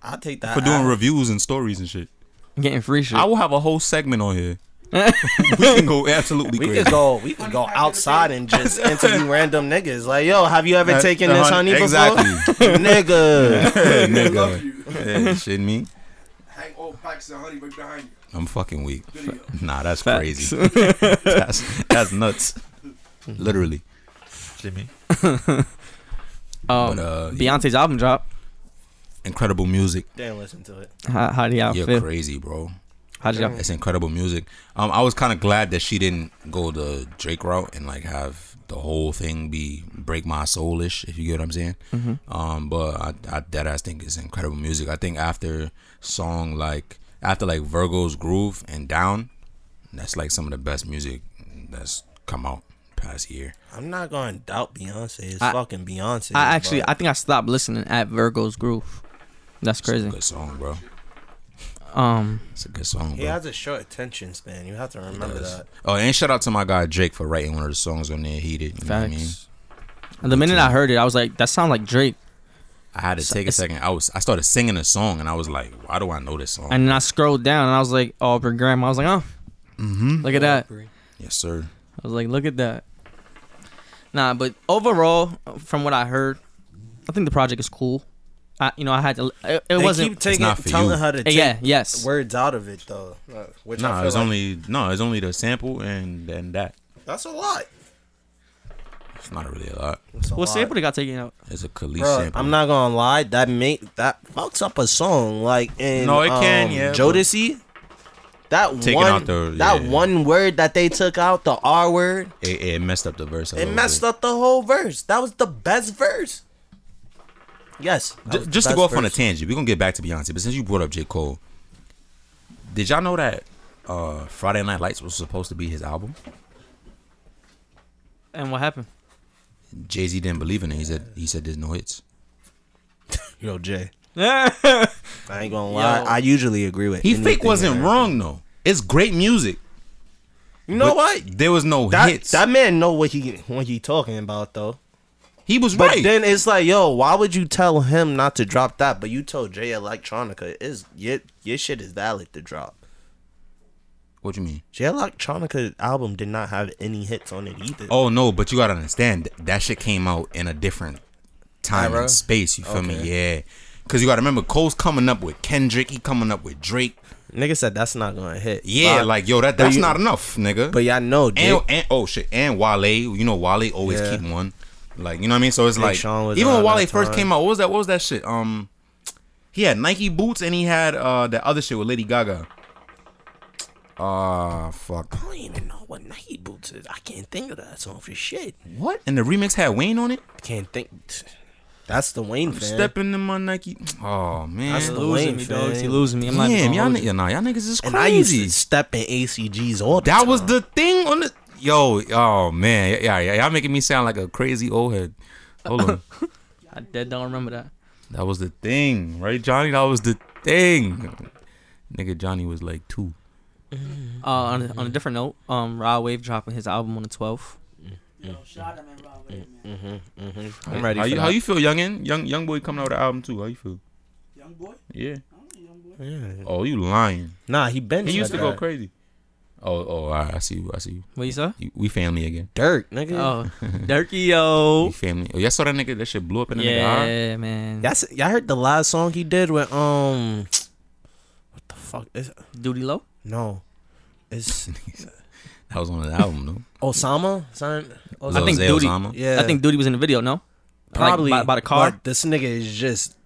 S4: I'll take that.
S3: for doing
S4: ad.
S3: reviews and stories and shit.
S2: Getting free shit.
S3: I will have a whole segment on here. we can go absolutely
S4: we
S3: crazy.
S4: could go we could go outside and just interview random niggas. Like, yo, have you ever
S3: That-
S4: taken
S3: the
S4: this
S3: honey-
S4: honey before?
S3: exactly.
S4: Nigga.
S3: Hey,
S6: I love
S3: nigga.
S6: you.
S3: Hey, shit me.
S6: Hang all packs of honey right behind you.
S3: I'm fucking weak.
S6: Video.
S3: Nah, that's
S2: Facts.
S3: crazy. that's that's nuts. Literally.
S7: Jimmy.
S2: um,
S3: But, uh, yeah.
S2: Beyonce's album drop.
S3: Incredible music.
S4: Didn't listen to it.
S2: How, how do y'all
S3: You're
S2: feel?
S3: crazy, bro.
S2: How do y'all?
S3: It's incredible music. Um, I was kind of glad that she didn't go the Drake route and like have the whole thing be break my soulish. If you get what I'm saying.
S2: Mm-hmm.
S3: Um, but I, I that I think it's incredible music. I think after song like after like Virgo's Groove and Down, that's like some of the best music that's come out past year.
S4: I'm not gonna doubt Beyonce. It's
S2: I-
S4: fucking Beyonce.
S2: I actually,
S4: but
S2: I think I stopped listening at Virgo's Groove. That's crazy.
S3: Good song, bro.
S2: Um,
S3: It's a good song,
S4: he
S3: bro.
S4: has a short attention span. You have to remember
S3: Yes.
S4: that.
S3: Oh, and shout out to my guy Drake for writing one of the songs on there. He did. You know what I mean? uh,
S2: facts. The minute I heard it, I was like, "That sound like Drake,"
S3: I had to take a
S2: it's-
S3: second. I was I started singing a song and I was like, why do I know this song?
S2: and
S4: uh,
S2: then I scrolled down and I was like, "Aubrey Graham." I was like, "Oh,
S3: Mm-hmm.
S2: look at that."
S3: yes, sir.
S2: I was like, "Look at that." Nah, but overall, from what I heard, I think the project is cool. I, you know, I had to. It, it
S4: They
S2: wasn't.
S4: keep taking
S3: not for
S4: telling
S3: you.
S4: her to
S2: Eh,
S4: take
S2: yeah, yes.
S4: words out of it though. uh, Which
S3: No,
S4: I
S3: nah,
S4: feel
S3: it's
S4: like-
S3: only no, it's only the sample and and that.
S4: that's a lot.
S3: It's not really a lot.
S4: It's a
S2: well,
S4: lot.
S2: sample that got taken out.
S3: It's a Khalees
S4: Bruh,
S3: sample.
S4: I'm not gonna lie, that make that fucks up a song. Like in
S3: No, it can,
S4: um,
S3: yeah, but-
S4: Jodeci. That
S3: Taking
S4: one,
S3: out the-
S4: that
S3: yeah.
S4: one word that they took out, the R word,
S3: It, it messed up the verse.
S4: it messed up the whole verse. That was the best verse. Yes, that was
S3: Just,
S4: the
S3: just to
S4: best
S3: go off on a
S4: verse.
S3: tangent, we're gonna get back to Beyonce. But since you brought up J Cole, did y'all know that uh, Friday Night Lights was supposed to be his album?
S2: And what happened?
S3: Jay Z didn't believe in it. He said he said there's no hits.
S4: Yo, Jay,
S2: Yeah.
S4: I ain't gonna lie,
S2: Yo.
S4: I usually agree with.
S3: He fake
S4: anything
S3: wasn't
S4: there.
S3: wrong though. It's great music.
S4: You know
S3: but
S4: what?
S3: There was no
S4: That
S3: hits.
S4: that man know what he what he talking about though.
S3: he was
S4: But
S3: right.
S4: then it's like, yo, why would you tell him not to drop that? But you told Jay Electronica is your your shit is valid to drop.
S3: what you mean?
S4: Jay Electronica album did not have any hits on it either.
S3: Oh no, but you gotta understand th- that shit came out in a different time
S4: Era?
S3: and space. You feel me? Yeah. Cause you gotta remember Cole's coming up with Kendrick, he coming up with Drake.
S4: nigga said that's not gonna hit.
S3: Yeah,
S4: But-
S3: like yo, that that's
S4: you-
S3: not enough, nigga.
S4: but y'all know Jay.
S3: and, and oh shit, and Wale, you know Wale always
S4: Yeah.
S3: keep one. Like you know what I mean? So it's like
S4: Sean was
S3: even when
S4: around
S3: Wale
S4: that
S3: first
S4: time.
S3: came out, what was that? What was that shit? Um, he had Nike boots and he had uh that other shit with Lady Gaga. Ah fuck.
S4: I don't even know what Nike Boots is. I can't think of that song for shit.
S3: What? And the remix had Wayne on it.
S4: Can't think. That's the Wayne fan.
S3: Stepping in my Nike. Oh man,
S4: That's the
S2: losing
S4: Wayne
S2: me,
S4: fan.
S2: dogs. You losing me. I'm not.
S3: Damn,
S2: even gonna
S3: y'all,
S2: hold
S3: ni-
S2: you.
S3: nah, y'all niggas is
S4: and I used
S3: crazy.
S4: to step in ACGs all the
S3: that was
S4: time.
S3: the thing on the. Yo, oh man, yeah, yeah, y'all making me sound like a crazy old head. Hold on,
S2: I dead don't remember that.
S3: that was the thing, right, Johnny? That was the thing. Nigga, Johnny was like two.
S2: Uh, on, a, on
S3: Mm-hmm.
S2: a different note, um, Rod Wave dropping his album on the 12th.
S4: I'm ready.
S3: How
S4: for
S3: you,
S4: that.
S3: how you feel, youngin? Young young boy coming out with an album too. How you feel?
S6: Young boy? I
S3: Yeah.
S6: don't know, young boy.
S3: Oh, you lying?
S4: Nah, he been.
S3: He used to
S4: like
S3: go
S4: that.
S3: crazy. Oh, oh, all right, I see you. I see you.
S2: What you saw?
S3: You- We family again.
S4: Dirt, nigga.
S2: Oh,
S3: We
S2: Durkio.
S3: family. Oh, y'all saw that nigga? That shit blew up in the nigga eye.
S2: Yeah, man.
S4: That's y'all heard the last song he did with um what the fuck is
S2: Duty low.
S4: no. It's
S3: That was on his album, though.
S4: Osama? Son?
S3: Lil
S2: I think
S3: Zay
S2: Duty.
S3: Ozama.
S4: Yeah.
S2: I think Duty was in the video. No, Like,
S4: probably
S2: by, by the car.
S4: but this nigga is just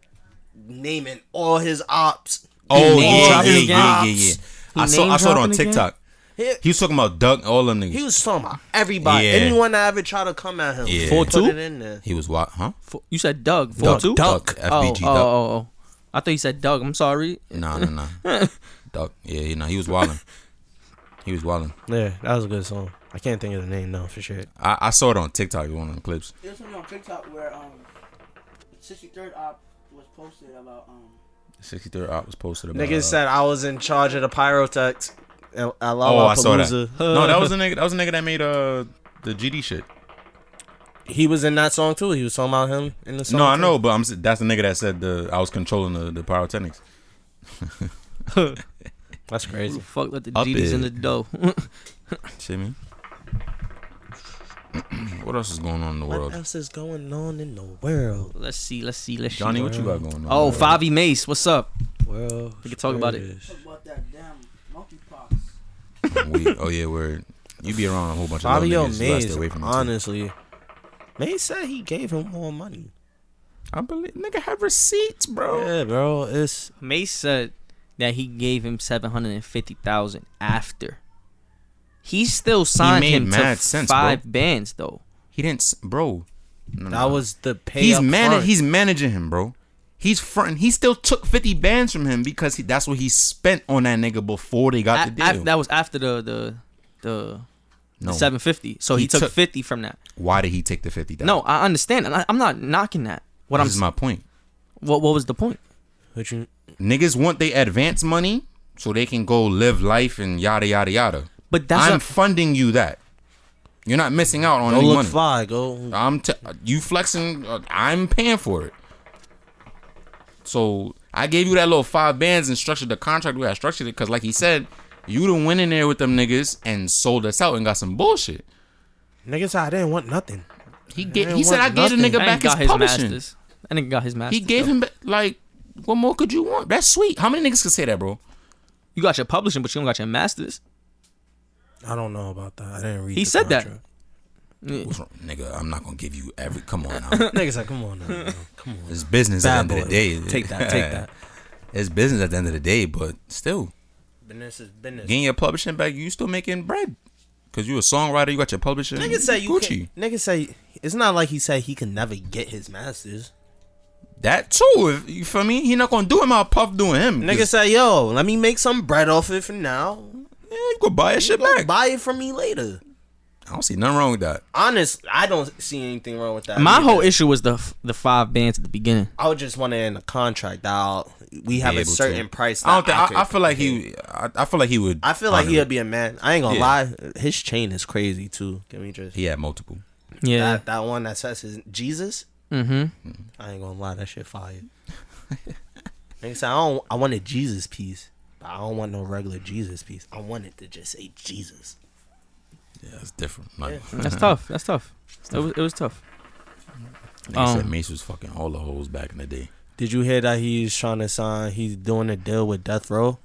S4: naming all his ops.
S3: Oh
S2: name
S3: yeah, yeah,
S2: dropping
S3: yeah,
S2: again?
S3: yeah, yeah. I saw.
S2: name
S3: I saw it on
S2: dropping again?
S3: TikTok.
S4: He,
S3: He was talking about Doug. All them niggas.
S4: he was talking about everybody.
S3: Yeah.
S4: Anyone that ever tried to come at him.
S3: Yeah.
S4: Put
S2: 4-2?
S4: it in there.
S3: He was what? Huh?
S2: Fo- you said Doug. Four
S3: Duck,
S2: two.
S3: Duck,
S2: Oh,
S3: FBG,
S2: oh,
S3: Duck.
S2: oh, oh. I thought you said Doug. I'm sorry.
S3: Nah, nah, nah. Duck. Yeah, you know, he was wilding. He was wilding.
S4: Yeah, that was a good song. I can't think of the name now for sure.
S3: I, I saw it on TikTok. One of the clips.
S7: There's something on TikTok where um, 63rd op was posted about um.
S3: Sixty third op was posted about.
S4: Nigga
S3: uh,
S4: said I was in charge of the pyrotechs. at
S3: Oh, I saw that.
S4: Lollapalooza.
S3: no, that was the nigga. That was the nigga that made uh the GD shit.
S4: He was in that song too. He was talking about him in the song.
S3: no, I
S4: too.
S3: know, but I'm s- that's the nigga that said the I was controlling the, the pyrotechnics.
S4: That's
S2: Who
S4: crazy.
S2: the fuck let the
S3: Up
S2: GDs in
S3: it.
S2: the dough?
S3: See me. what else is going on in the
S4: What
S3: world?
S4: else is going on in the world?
S2: let's see. Let's see. Let's see.
S3: Johnny, what you got going on?
S2: Oh,
S3: bro?
S2: Favi Mace, what's up?
S4: World.
S2: We can talk about it.
S4: is-
S7: What about that damn monkeypox?
S3: We- oh yeah, we're you be around a whole bunch of
S4: Fabio
S3: little niggas. You gotta
S4: Mays,
S3: stay away from them, too.
S4: honestly. Mays said he gave him more money.
S3: I believe nigga have receipts, bro.
S4: Yeah, bro. It's
S2: Mace said that he gave him seven hundred and fifty thousand after. He still signed
S3: made
S2: him to
S3: mad sense, bro.
S2: five bands though.
S3: He didn't, s- bro. No, no,
S4: that
S3: no.
S4: was the pay.
S3: he's
S4: up
S3: man.
S4: front.
S3: He's managing him, bro. He's fronting. He still took fifty bands from him because he, that's what he spent on that nigga before they got
S2: A-
S3: the
S2: af-
S3: deal.
S2: that was after the the the,
S3: no,
S2: seven fifty. So he,
S3: He
S2: took,
S3: took-
S2: fifty from that.
S3: why did he take the fifty?
S2: No, I understand, and I, I'm not knocking that. What
S3: this
S2: I'm
S3: is my point.
S2: what what was the point?
S4: What you-
S3: Niggas want they advance money so they can go live life and yada yada yada.
S2: But that's
S3: I'm
S2: not-
S3: funding you that. You're not missing out on
S4: go
S3: any
S4: look
S3: money.
S4: fly. Go.
S3: I'm t- you flexing. uh, I'm paying for it. So I gave you that little five bands and structured the contract the way I structured it because, like he said, you done went in there with them niggas and sold us out and got some bullshit.
S4: Niggas, said I didn't want nothing.
S3: He gave.
S4: didn't
S3: He said I
S4: want
S3: gave the
S4: nothing.
S3: nigga
S2: I
S3: back
S2: ain't
S3: his
S2: got his
S3: publishing.
S2: masters. I think got his masters.
S3: He gave
S2: though.
S3: him ba- like, what more could you want? That's sweet. How many niggas could say that, bro?
S2: You got your publishing, but you don't got your masters.
S4: I don't know about that. I didn't read.
S2: He
S4: the
S2: said that.
S4: contract.
S3: What's wrong? Nigga, I'm not gonna give you every. Come on, now.
S4: Niggas, like, come on, now, bro. come on.
S3: it's business at the end of the day.
S4: Take that. Take that.
S3: it's business at the end of the day, but still.
S4: Business is business.
S3: getting your publishing back, you still making bread. Cause you a songwriter, you got your publishing.
S4: Nigga say you
S3: Gucci.
S4: can, Nigga say it's not like he said he can never get his masters.
S3: That too, if you feel me? He not gonna do him out Puff doing him.
S4: Nigga
S3: 'Cause,
S4: say, yo, let me make some bread off it for now.
S3: yeah, you could buy his shit
S4: Go
S3: back.
S4: buy it from me later.
S3: I don't see nothing wrong with that.
S4: Honest, I don't see anything wrong with that.
S2: My
S4: either.
S2: whole issue was the f- the five bands at the beginning.
S4: I would just want to end a contract that I'll, we have
S3: Be
S4: a
S3: able
S4: certain
S3: to.
S4: price.
S3: I don't
S4: that
S3: think. I, I
S4: could-
S3: feel like he. I, I feel like he would.
S4: I feel like
S3: honor
S4: he'd
S3: it.
S4: be a man. I ain't gonna
S3: Yeah.
S4: lie, his chain is crazy too. Can we just
S3: He had multiple.
S2: Yeah,
S4: that, that one that says his Jesus? Mm-hmm. I ain't gonna lie, that shit fire. Nigga said, I don't. I wanted Jesus piece, but I don't want no regular Jesus piece. I wanted to just say Jesus.
S3: Yeah, it's different. Like
S2: that's tough. That's tough. It was it was tough.
S3: nigga said,
S2: Um,
S3: Mace was fucking all the hoes back in the day.
S4: Did you hear that he's trying to sign? He's doing a deal with Death Row.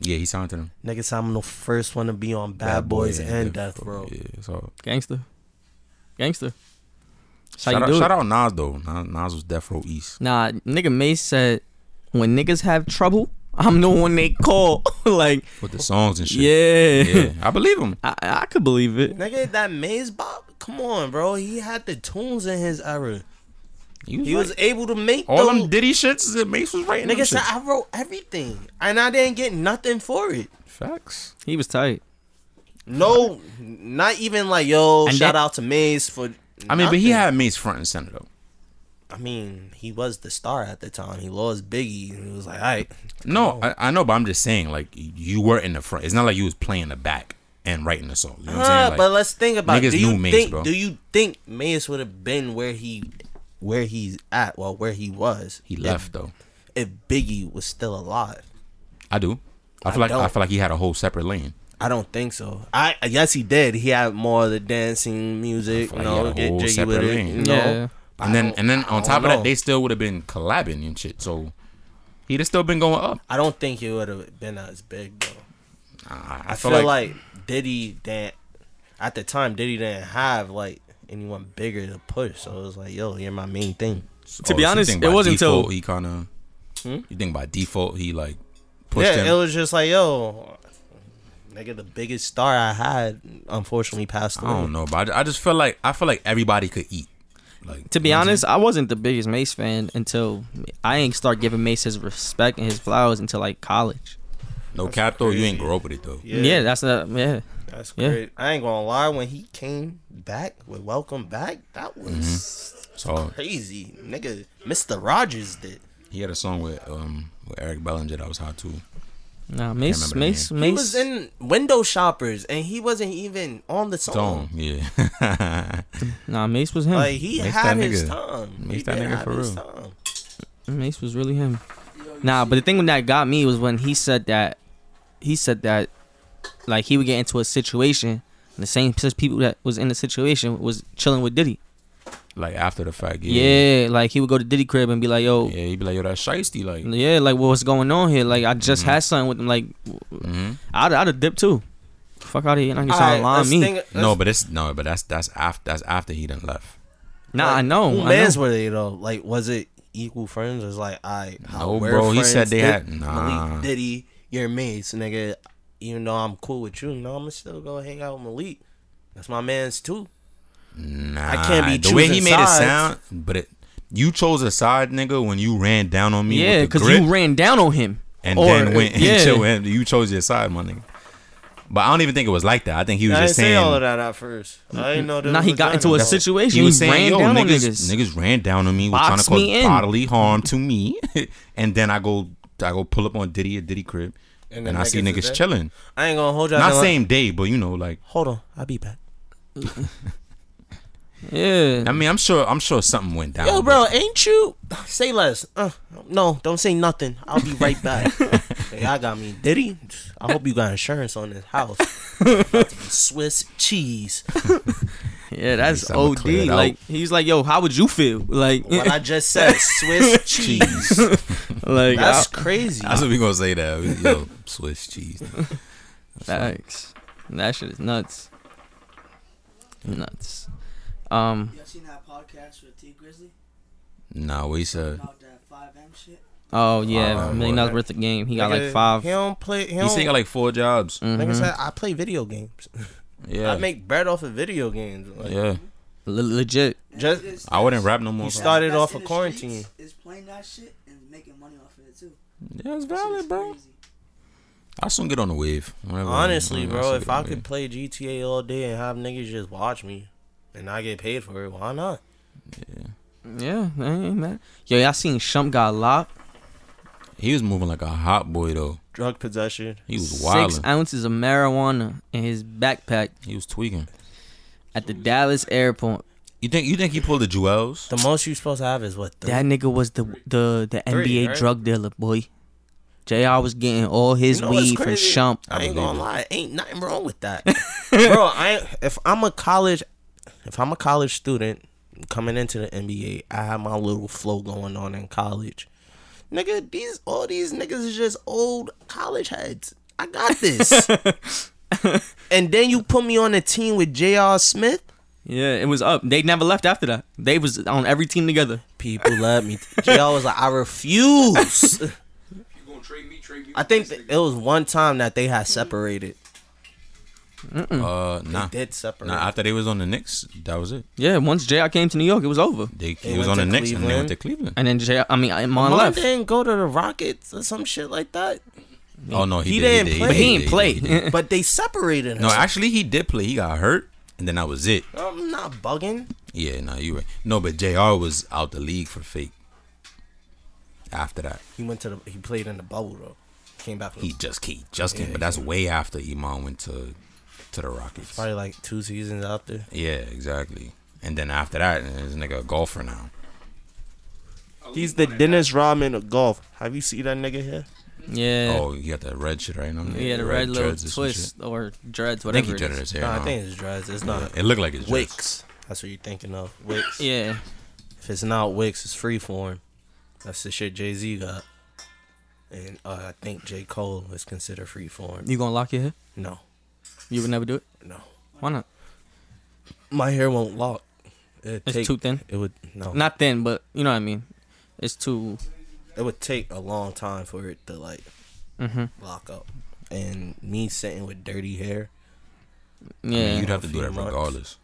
S3: Yeah, he signed to them.
S4: Nigga said, I'm the first one to be on Bad, Boys and Death Row.
S3: Yeah, so
S2: Gangster, gangster. That's how
S3: shout
S2: you
S3: out,
S2: do it.
S3: shout out Nas though. Nas, Nas was Death Row East.
S2: Nah, nigga Mace said, when niggas have trouble, I'm the one they call. like,
S3: With
S4: Oh.
S3: the songs and shit.
S2: yeah,
S3: Yeah. I believe him.
S2: I, I could believe it.
S4: Nigga, that Maze Bob, come on, bro. He had the tunes in his era.
S3: He was,
S4: He was
S3: right.
S4: able to make
S3: all
S4: those-
S3: them Diddy shits that Mace was writing. them
S4: Nigga said
S3: shits.
S4: I wrote everything, and I didn't get nothing for it.
S3: Facts.
S2: He was tight.
S4: No, not even like yo.
S2: And
S4: shout
S2: that-
S4: out to Maze for.
S3: I mean, but he
S4: nothing.
S3: had Mace front and center though.
S4: I mean, he was the star at the time. He lost Biggie, and he was like, "All right,
S3: No,
S4: Oh.
S3: I, I know, but I'm just saying, like you were in the front. It's not like you was playing the back and writing the song. You know what I'm saying?
S4: huh,
S3: Like,
S4: but let's think about. it.
S3: niggas
S4: Do you
S3: knew Mace,
S4: think?
S3: bro.
S4: Do you think Maze would have been where he, where he's at? Well, where he was.
S3: he left though.
S4: If, if Biggie was still alive,
S3: I do. I feel like I
S4: don't.
S3: feel like he had a whole separate lane.
S4: I don't think so. I yes, he did. He had more of the dancing music. You
S3: like
S4: know,
S3: he had a
S4: get
S3: whole
S4: jiggy
S3: separate
S4: with it.
S3: lane.
S4: You know,
S2: Yeah.
S4: But
S3: and
S4: I
S3: then
S4: don't-
S3: and then
S4: I
S3: on
S4: don't
S3: top of that,
S4: know.
S3: they still would have been collabing and shit. So he'd have still been going up.
S4: I don't think he would have been as big though.
S3: I,
S4: I feel, like, Diddy didn't at the time Diddy didn't have like anyone bigger to push, so it was like, yo, you're my main thing.
S3: oh,
S2: To be honest, it wasn't
S3: default,
S2: till-
S3: he kind of. You think by default he like pushed
S4: Hmm? Yeah, it
S3: him.
S4: was just like, yo, nigga, the biggest star I had unfortunately passed away.
S3: I don't know, but I, I just feel like I feel like everybody could eat. Like
S2: To be honest, I wasn't the biggest Mace fan until I ain't start giving Mace his respect and his flowers until like college.
S3: no cap though, you ain't grow up with it though.
S2: Yeah, that's the yeah.
S4: That's
S2: Yeah.
S4: great. I ain't gonna lie, when he came back with Welcome Back, that was
S3: So
S4: crazy. Nigga, Mr. Rogers did.
S3: he had a song with um with Eric Bellinger that was hot too.
S2: Nah, Mace,
S3: remember the
S2: Mace,
S4: He
S2: Mace.
S4: was in window shoppers and he wasn't even on the song.
S3: Song, yeah.
S2: nah, Mace was him.
S4: Like he
S3: Mace
S4: had
S3: that
S4: his
S3: nigga.
S4: time. He
S3: Mace that
S4: did
S3: nigga
S4: have
S3: for
S4: his
S3: real.
S4: time.
S2: Mace Mm, was really him.
S6: Yo, you
S2: Nah,
S6: see-
S2: but the thing that got me was when he said that he said that like he would get into a situation and the same s- people that was in the situation was chilling with Diddy.
S3: like after the fact, yeah.
S2: Yeah, like he would go to Diddy crib and be like, "Yo, yeah,
S3: Yeah, he'd be like, yo, that's shiesty, like
S2: like what's going on here? Like I just
S3: Mm-hmm.
S2: had something with him. Like
S3: mhm.
S2: I'd I'd have dipped too. Fuck out of here, you're not gonna
S4: Alright,
S2: sound lying
S4: let's
S2: to me.
S4: think- let's-
S3: No, but it's no, but that's that's after that's after he done left.
S2: nah, I know.
S4: Who
S2: I
S4: mans
S2: know.
S4: were they though? Like, was it equal friends? It was like, I
S3: No, bro, he said they had- nah.
S4: Malik Diddy, your mates, nigga. Even though I'm cool with you, no, I'ma still go hang out with Malik. That's my man's too.
S3: Nah,
S4: can't be
S3: the way he
S4: choosing
S3: made it
S4: sides.
S3: sound, but it, you chose a side, nigga, when you ran down on me.
S2: Yeah,
S3: with the
S2: because
S3: grip
S2: you ran down on him
S3: and
S2: Or-
S3: then went and
S2: yeah.
S3: chilled with him. You chose your side, my nigga. But I don't even think it was like that. I think he was
S4: I didn't
S3: just
S4: say
S3: saying.
S4: all of that at first. I didn't know. there
S2: Nah,
S4: was
S2: he got into a
S4: vagina.
S2: situation.
S3: He was saying,
S2: ran
S3: "Yo,
S2: down on
S3: niggas, niggas ran down on me, was trying to
S2: Box
S3: cause
S2: me in.
S3: bodily harm to me." and then I go, I go pull up on Diddy at Diddy crib, and,
S4: then
S3: I see
S4: niggas is
S3: niggas
S4: there.
S3: chilling.
S4: I ain't gonna hold y'all.
S3: Not
S4: down.
S3: same day, but you know, like
S4: Hold on, I'll be back.
S2: Yeah,
S3: I mean, I'm sure, I'm sure something went down.
S4: Yo,
S3: but-
S4: bro, ain't you? Say less. Uh, no, don't say nothing. I'll be right back. hey, I got me Diddy. I hope you got insurance on this house. Swiss cheese.
S2: yeah, that's
S3: least I'ma
S2: OD.
S3: clear it out.
S2: Like he's like, "Yo, how would you feel?" Like,
S4: What I just said, Swiss cheese.
S2: like
S4: That's crazy.
S3: That's what we gonna say that. We- Yo, Swiss cheese.
S2: Facts. That shit is nuts. Nuts. Um.
S7: Y'all seen that podcast with T Grizzly
S3: Nah, what he said.
S7: about that five M shit?
S2: Oh yeah,
S3: Uh,
S2: million
S3: what?
S2: dollars worth of game. He got like
S4: Nigga,
S2: five.
S4: He don't play. He,
S3: He
S4: don't.
S3: said he got like four jobs.
S4: nigga said, I play video games.
S3: Yeah,
S4: I Mm. make bread off of video games. Like,
S3: yeah.
S2: Le- legit.
S4: Just
S3: I wouldn't rap no more.
S4: You
S3: bro.
S4: started- off
S7: in
S4: of
S7: the
S4: quarantine.
S7: streets Is playing that shit and making money off of it too.
S3: Yeah, it's
S7: That shit is
S3: valid, bro.
S7: crazy.
S3: I soon get on the wave. Whenever I-
S4: honestly,
S3: whenever
S4: bro,
S3: soon
S4: if
S3: get on
S4: I
S3: the
S4: could play GTA all day and have niggas just watch me, and I get paid for it, why not?
S2: Yeah, man. Yo, y'all seen Shump got locked?
S3: wave. he was moving like a hot boy though.
S4: Drug possession.
S3: He was
S2: Six
S3: wild.
S2: ounces of marijuana in his backpack
S3: He was tweaking.
S2: at the Dallas airport.
S3: You think you think he pulled the jewels?
S4: The most you supposed to have is what? Three?
S2: That nigga was the the the
S4: Three,
S2: NBA
S4: right?
S2: drug dealer boy. Jr. was getting all his
S4: You know what's
S2: weed from
S4: crazy?
S2: Shump.
S4: I
S3: believe
S4: ain't gonna
S3: it.
S4: lie, ain't nothing wrong with that, bro. I if I'm a college, if I'm a college student coming into the NBA, I have my little flow going on in college. Nigga, these all these niggas is just old college heads. I got this. and then you put me on a team with J.R. Smith.
S2: Yeah, it was up. They never left after that. They was on every team together.
S4: People love me. J.R. was like, I refuse.
S6: You gonna trade me? Trade me?
S4: I
S6: with
S4: think
S6: this
S4: that
S6: nigga.
S4: it was one time that they had separated.
S3: Uh, nah.
S4: Hmm. Did separate.
S3: Nah, after they was on the Knicks, that was it.
S2: Yeah, once Jr. came to New York, it was over.
S3: They, he
S4: They
S3: was on
S4: went
S3: the
S4: to
S3: Knicks and they went
S4: Cleveland.
S3: to Cleveland.
S2: And then J. I mean, uh, Mon
S4: Mom
S2: left.
S4: didn't go to the Rockets or some shit like that.
S3: Oh no, he,
S4: He
S3: did,
S4: didn't
S3: he did,
S4: play. But he
S3: did,
S2: ain't
S3: did,
S2: play.
S3: did.
S4: But they separated us.
S3: No, actually, he did play. He got hurt, and then that was it.
S4: I'm not bugging.
S3: Yeah, no, you right. No, but Jr. was out the league for fake. After that,
S4: He went to the. He played in the bubble though. Came back. From
S3: he just he just came, but that's way after Iman went to to the Rockets.
S4: probably like two seasons after.
S3: Yeah, exactly. And then after that, and this nigga a golfer now.
S4: He's the Dennis Rodman of golf. Have you seen that nigga here?
S2: Yeah.
S3: Oh, you got that red shit right now.
S2: yeah, the red, little
S3: dreads and some shit.
S2: twist or dreads,
S3: I
S2: whatever.
S3: think he dreaded
S2: it is.
S3: his hair.
S4: No, I
S3: huh?
S4: think it's dreads. It's not
S3: it looked like it's dreads.
S4: wicks. That's what you're thinking of. Wicks.
S2: Yeah.
S4: If it's not Wicks, it's Freeform. That's the shit Jay Z got. And uh, I think J Cole is considered Freeform.
S2: You gonna lock your hair?
S4: No,
S2: You would never do it.
S4: no,
S2: Why not?
S4: my hair won't lock. It'd
S2: It's
S4: take-
S2: too thin?
S4: It would no.
S2: Not thin, but you know what I mean. It's too.
S4: it would take a long time for it to like lock up. And me sitting with dirty hair,
S2: Yeah.
S3: I mean, you'd have to
S4: A
S3: do
S4: few
S3: that
S4: months.
S3: regardless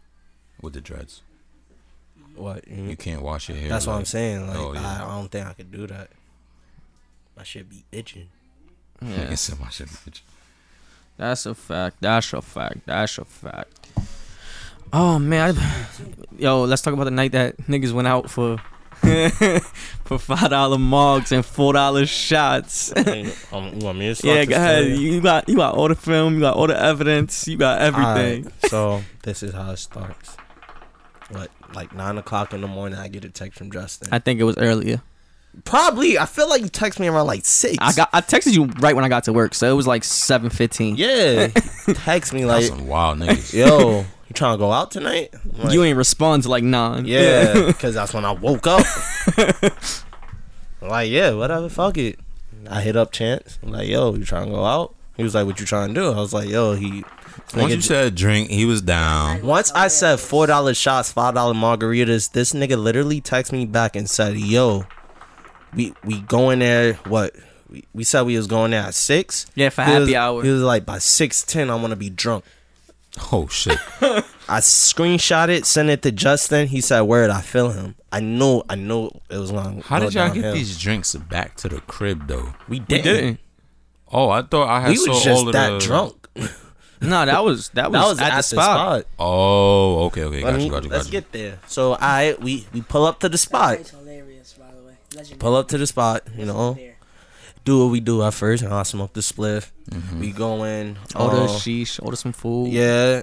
S3: with the dreads.
S4: what?
S3: You can't wash your hair.
S4: That's what
S3: like-
S4: I'm saying. Like
S3: oh, yeah.
S4: I, I don't think I could do that. I should be itching.
S3: I
S2: yeah.
S3: can send my shit, bitch.
S2: That's a fact. That's a fact. That's a fact. Oh man, I, yo, let's talk about the night that niggas went out for for five dollar mugs and four dollar shots.
S4: um, you want me to start
S2: yeah,
S4: the
S2: go ahead.
S4: story?
S2: You got you got all the film. You got all the evidence. You got everything.
S4: Alright, so this is how it starts. What, like nine o'clock in the morning? I get a text from Justin.
S2: I think it was earlier.
S4: Probably. I feel like you text me around like six.
S2: I got I texted you right when I got to work, so it was like seven fifteen.
S4: Yeah, text me
S3: That's
S4: like,
S3: some wild niggas.
S4: yo, you trying to go out tonight? I'm like,
S2: you ain't respond to like nine.
S4: Yeah, because that's when I woke up. like, yeah, whatever, fuck it. I hit up Chance. I'm like, yo, you trying to go out? He was like, what you trying to do? I was like, yo, he.
S3: Once
S4: this nigga
S3: you
S4: j-
S3: said drink, he was down.
S4: Once I said four dollar shots, five dollar margaritas, this nigga literally texted me back and said, "Yo, we we going there? What? We, we said we was going there at six.
S2: Yeah, for
S4: He
S2: happy
S4: was-
S2: hour.
S4: He was like, by six ten, I want to be drunk.
S3: Oh shit.
S4: I screenshot it, sent it to Justin. He said, "Word, I feel him. I knew, I knew it was going."
S3: How did y'all get these drinks back to the crib though?
S4: We didn't.
S2: didn't.
S3: Oh, I thought I had
S4: We
S3: saw
S4: was
S3: all
S4: just
S3: of
S4: that
S3: the...
S4: drunk.
S2: No, that was that was,
S4: That was
S2: at, the, spot.
S3: Oh, okay, okay,
S4: Let
S3: got
S4: me-
S3: you, got you,
S4: let's
S3: got you.
S4: get there. So I we we pull up to the spot.
S8: It's hilarious, by the way. Legendary.
S4: pull up to the spot, you know,
S8: There.
S4: do what we do at first, and I smoke the spliff. We go in.
S2: Order
S4: uh,
S2: sheesh. Order some food.
S4: Yeah,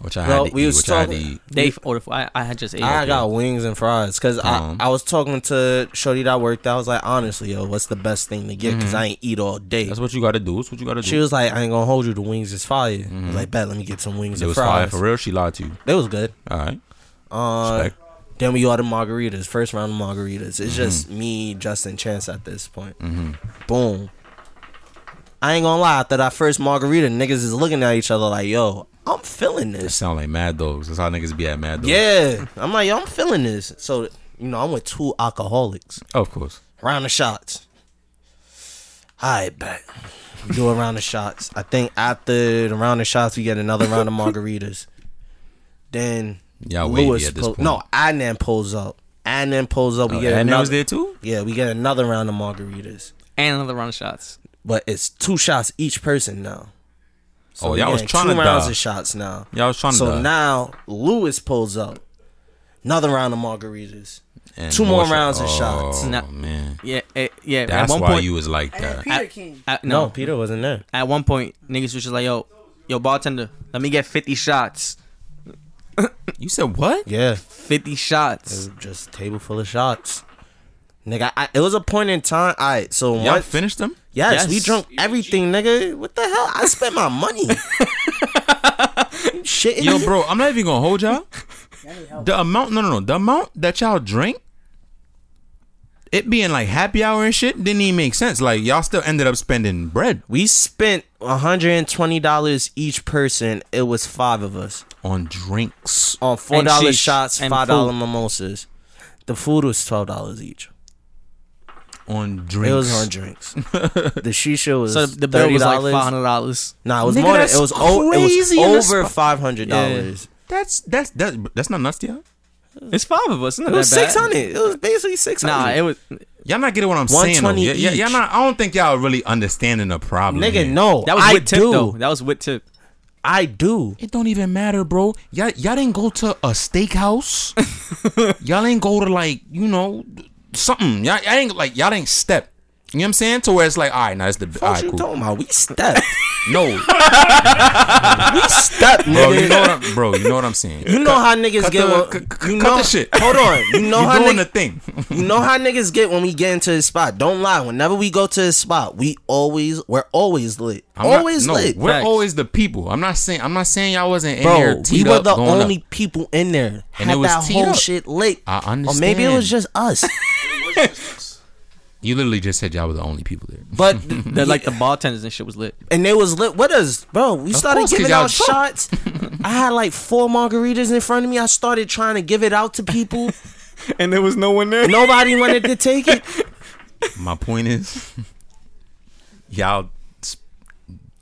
S3: Which I
S4: Well,
S3: had to
S4: we
S3: eat.
S4: was
S3: Which I had to
S4: talking-
S3: eat.
S2: They ordered. I I had just ate.
S4: I got wings and fries because
S3: Um.
S4: I, I was talking to Shorty that worked. I was like, honestly, yo, what's the best thing to get? Because I ain't eat all day.
S3: That's what you got to do. That's what you got to do.
S4: she was like, I ain't gonna hold you. The wings is fire. I was like, bet. Let me get some wings
S3: Mm-hmm. it was
S4: and
S3: fire
S4: fries.
S3: for real. She lied to you.
S4: It was good.
S3: All right.
S4: Uh,
S3: Respect.
S4: Then we ordered margaritas. First round of margaritas. It's
S3: Mm-hmm.
S4: just me, Justin, Chance at this point. Boom. I ain't gonna lie. After that first margarita, niggas is looking at each other like, "Yo, I'm feeling
S3: It
S4: this."
S3: sound like Mad Dogs. That's how niggas be at Mad Dogs.
S4: Yeah, I'm like, "Yo, I'm feeling this." So you know, I'm with two alcoholics.
S3: Oh, Of course.
S4: Round of shots. I bet. We do a round of shots. I think after the round of shots, we get another round of margaritas. Then
S3: Y'all wavy
S4: Lewis
S3: at this
S4: pull-
S3: point.
S4: no Adnan pulls up. Adnan pulls up. We
S3: Oh,
S4: get
S3: and that
S4: another.
S3: was there too.
S4: Yeah, we get another round of margaritas,
S2: and another round of shots.
S4: but it's two shots each person now.
S3: oh,
S4: we
S3: y'all was
S4: getting
S3: trying
S4: two
S3: to
S4: rounds
S3: die.
S4: of shots now.
S3: Y'all was trying to
S4: So
S3: die.
S4: now Lewis pulls up. Another round of margaritas.
S3: And
S4: two more
S3: shot-
S4: rounds of
S3: oh,
S4: shots.
S2: Nah.
S3: man.
S2: Yeah, it, yeah.
S3: That's
S2: at one
S3: why
S2: point,
S3: you was like
S8: And then
S3: that.
S8: Peter King.
S2: at, no,
S4: Peter wasn't there.
S2: At one point, niggas was just like, "Yo, yo, bartender, let me get fifty shots,
S3: You said what?
S4: Yeah,
S2: fifty
S4: it
S2: shots."
S4: was just a table full of shots. Nigga, I, it was a point in time. All right, so
S3: Y'all
S4: once-
S3: finished them?
S4: Yes,
S2: Yes.
S4: we drunk everything, nigga. What the hell? I spent my money. Shit,
S3: Yo, bro, I'm not even gonna hold y'all. The amount, no, no, no, the amount that y'all drink, it being like happy hour and shit, didn't even make sense. Like y'all still ended up spending bread
S4: We spent hundred and twenty dollars each person. It was five of us
S3: on drinks.
S4: on four dollar
S2: sheesh,
S4: shots,
S2: and
S4: five dollar mimosas. The food was twelve dollars each.
S3: On
S4: It
S3: drinks.
S4: was on drinks. the shisha was
S2: So the bill
S4: thirty
S2: was like
S4: dollars.
S2: five hundred dollars.
S4: nah, it was
S3: Nigga,
S4: more. Than,
S3: that's
S4: it was o-
S3: crazy in
S4: It
S3: this
S4: was over
S3: spot.
S4: five hundred dollars.
S3: That's that's that, that's not nuts, to y'all.
S2: It's five of us. It's not
S4: It was
S2: that bad.
S4: six hundred. It was basically six hundred.
S2: Nah, it was.
S3: Y'all not getting what I'm saying. Though.
S4: 120
S3: Y- y- y'all
S4: each.
S3: not. I don't think y'all really understanding the problem.
S4: nigga,
S3: here.
S4: no.
S2: That was
S4: I
S2: with tip
S4: do.
S2: though. That was with tip.
S4: I do.
S3: It don't even matter, bro. Y'all, y'all didn't go to a steakhouse. y'all ain't go to like you know something. Y'all, y'all ain't like y'all ain't step. You know what I'm saying? To where it's like, all right, now it's the all
S4: What
S3: right,
S4: you
S3: cool.
S4: talking about? We stepped.
S3: No,
S4: we stepped,
S3: bro, you
S4: nigga.
S3: know what I'm, bro, you know what I'm saying.
S4: You know how niggas
S3: cut
S4: get
S3: the-
S4: when,
S3: c- c-
S4: you
S3: cut
S4: know,
S3: the shit.
S4: Hold on. You know
S3: you
S4: how
S3: doing
S4: nigg-
S3: the thing.
S4: you know how niggas get when we get into his spot. Don't lie. Whenever we go to his spot, we always we're always lit.
S3: I'm not-
S4: always
S3: no,
S4: lit.
S3: We're
S2: Facts.
S3: always the people. I'm not saying I'm not saying y'all wasn't in there.
S4: Bro, we
S3: teed
S4: were
S3: up,
S4: the
S3: going up.
S4: only people in there.
S3: And it
S4: had
S3: was
S4: that
S3: teed
S4: whole
S3: up.
S4: shit lit.
S3: I
S4: Or maybe it
S3: understand.
S4: was just us.
S3: You literally just said y'all were the only people there.
S4: But
S2: That like the bartenders and shit was lit.
S4: and they was lit with us, bro. We started
S3: course, 'cause
S4: giving
S3: y'all
S4: out
S3: drunk.
S4: shots. I had like four margaritas in front of me. I started trying to give it out to people.
S2: And there was no one there.
S4: Nobody wanted to take it.
S3: My point is, y'all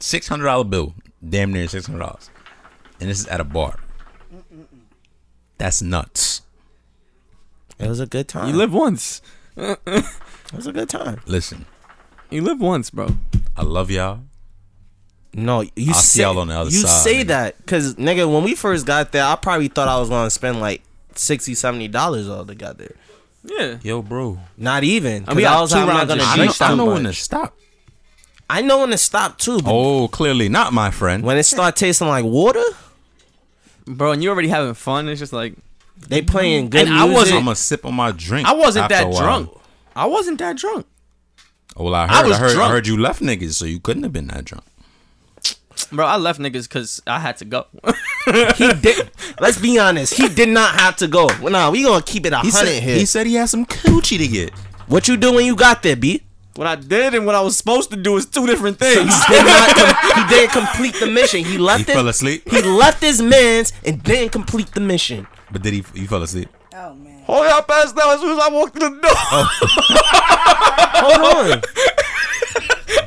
S3: six hundred dollar bill, damn near six hundred dollars, and this is at a bar. That's nuts.
S4: It was a good time.
S2: You live once.
S4: it was a good time.
S3: Listen,
S2: You live once, bro.
S3: I love y'all.
S4: No, you
S3: I'll see
S4: say,
S3: y'all on the other
S4: you
S3: side,
S4: say
S3: nigga.
S4: that because nigga, when we first got there, I probably thought I was gonna spend like 60 dollars all together.
S2: Yeah.
S3: Yo, bro.
S4: Not even.
S2: mean,
S4: mean,
S2: I
S4: I was
S2: two
S4: like, I'm not
S2: rounds of
S4: gonna
S2: shots.
S3: I know,
S4: drink
S3: I
S4: that
S3: know when to
S4: much.
S3: stop.
S4: I know when to stop too, but
S3: Oh, clearly not, my friend.
S4: when it start tasting like water,
S2: Bro, and you already having fun. It's just like
S4: they playing good
S2: And I
S4: music.
S2: wasn't-
S3: I'm gonna sip on my drink.
S2: I wasn't
S3: after a
S2: that
S3: while.
S2: drunk. I wasn't that drunk.
S3: Oh, well, I heard.
S2: I
S3: I,
S2: was
S3: heard
S2: drunk.
S3: I heard you left niggas, so you couldn't have been that drunk.
S2: Bro, I left niggas because I had to go.
S4: he did. Let's be honest. He did not have to go. Well, nah, we gonna keep it a
S3: He
S4: hundred
S3: said,
S4: here.
S3: he said he had some coochie to get.
S4: what you do when you got there, B?
S2: what I did and what I was supposed to do is two different things.
S4: Did not com- he didn't complete the mission. He
S3: He
S4: left
S3: fell
S4: it.
S3: asleep.
S4: He left his man's and didn't complete the mission.
S3: But did he? He fell asleep.
S8: Oh man.
S2: Oh, y'all passed out as soon as I walked through the door.
S4: Hold on.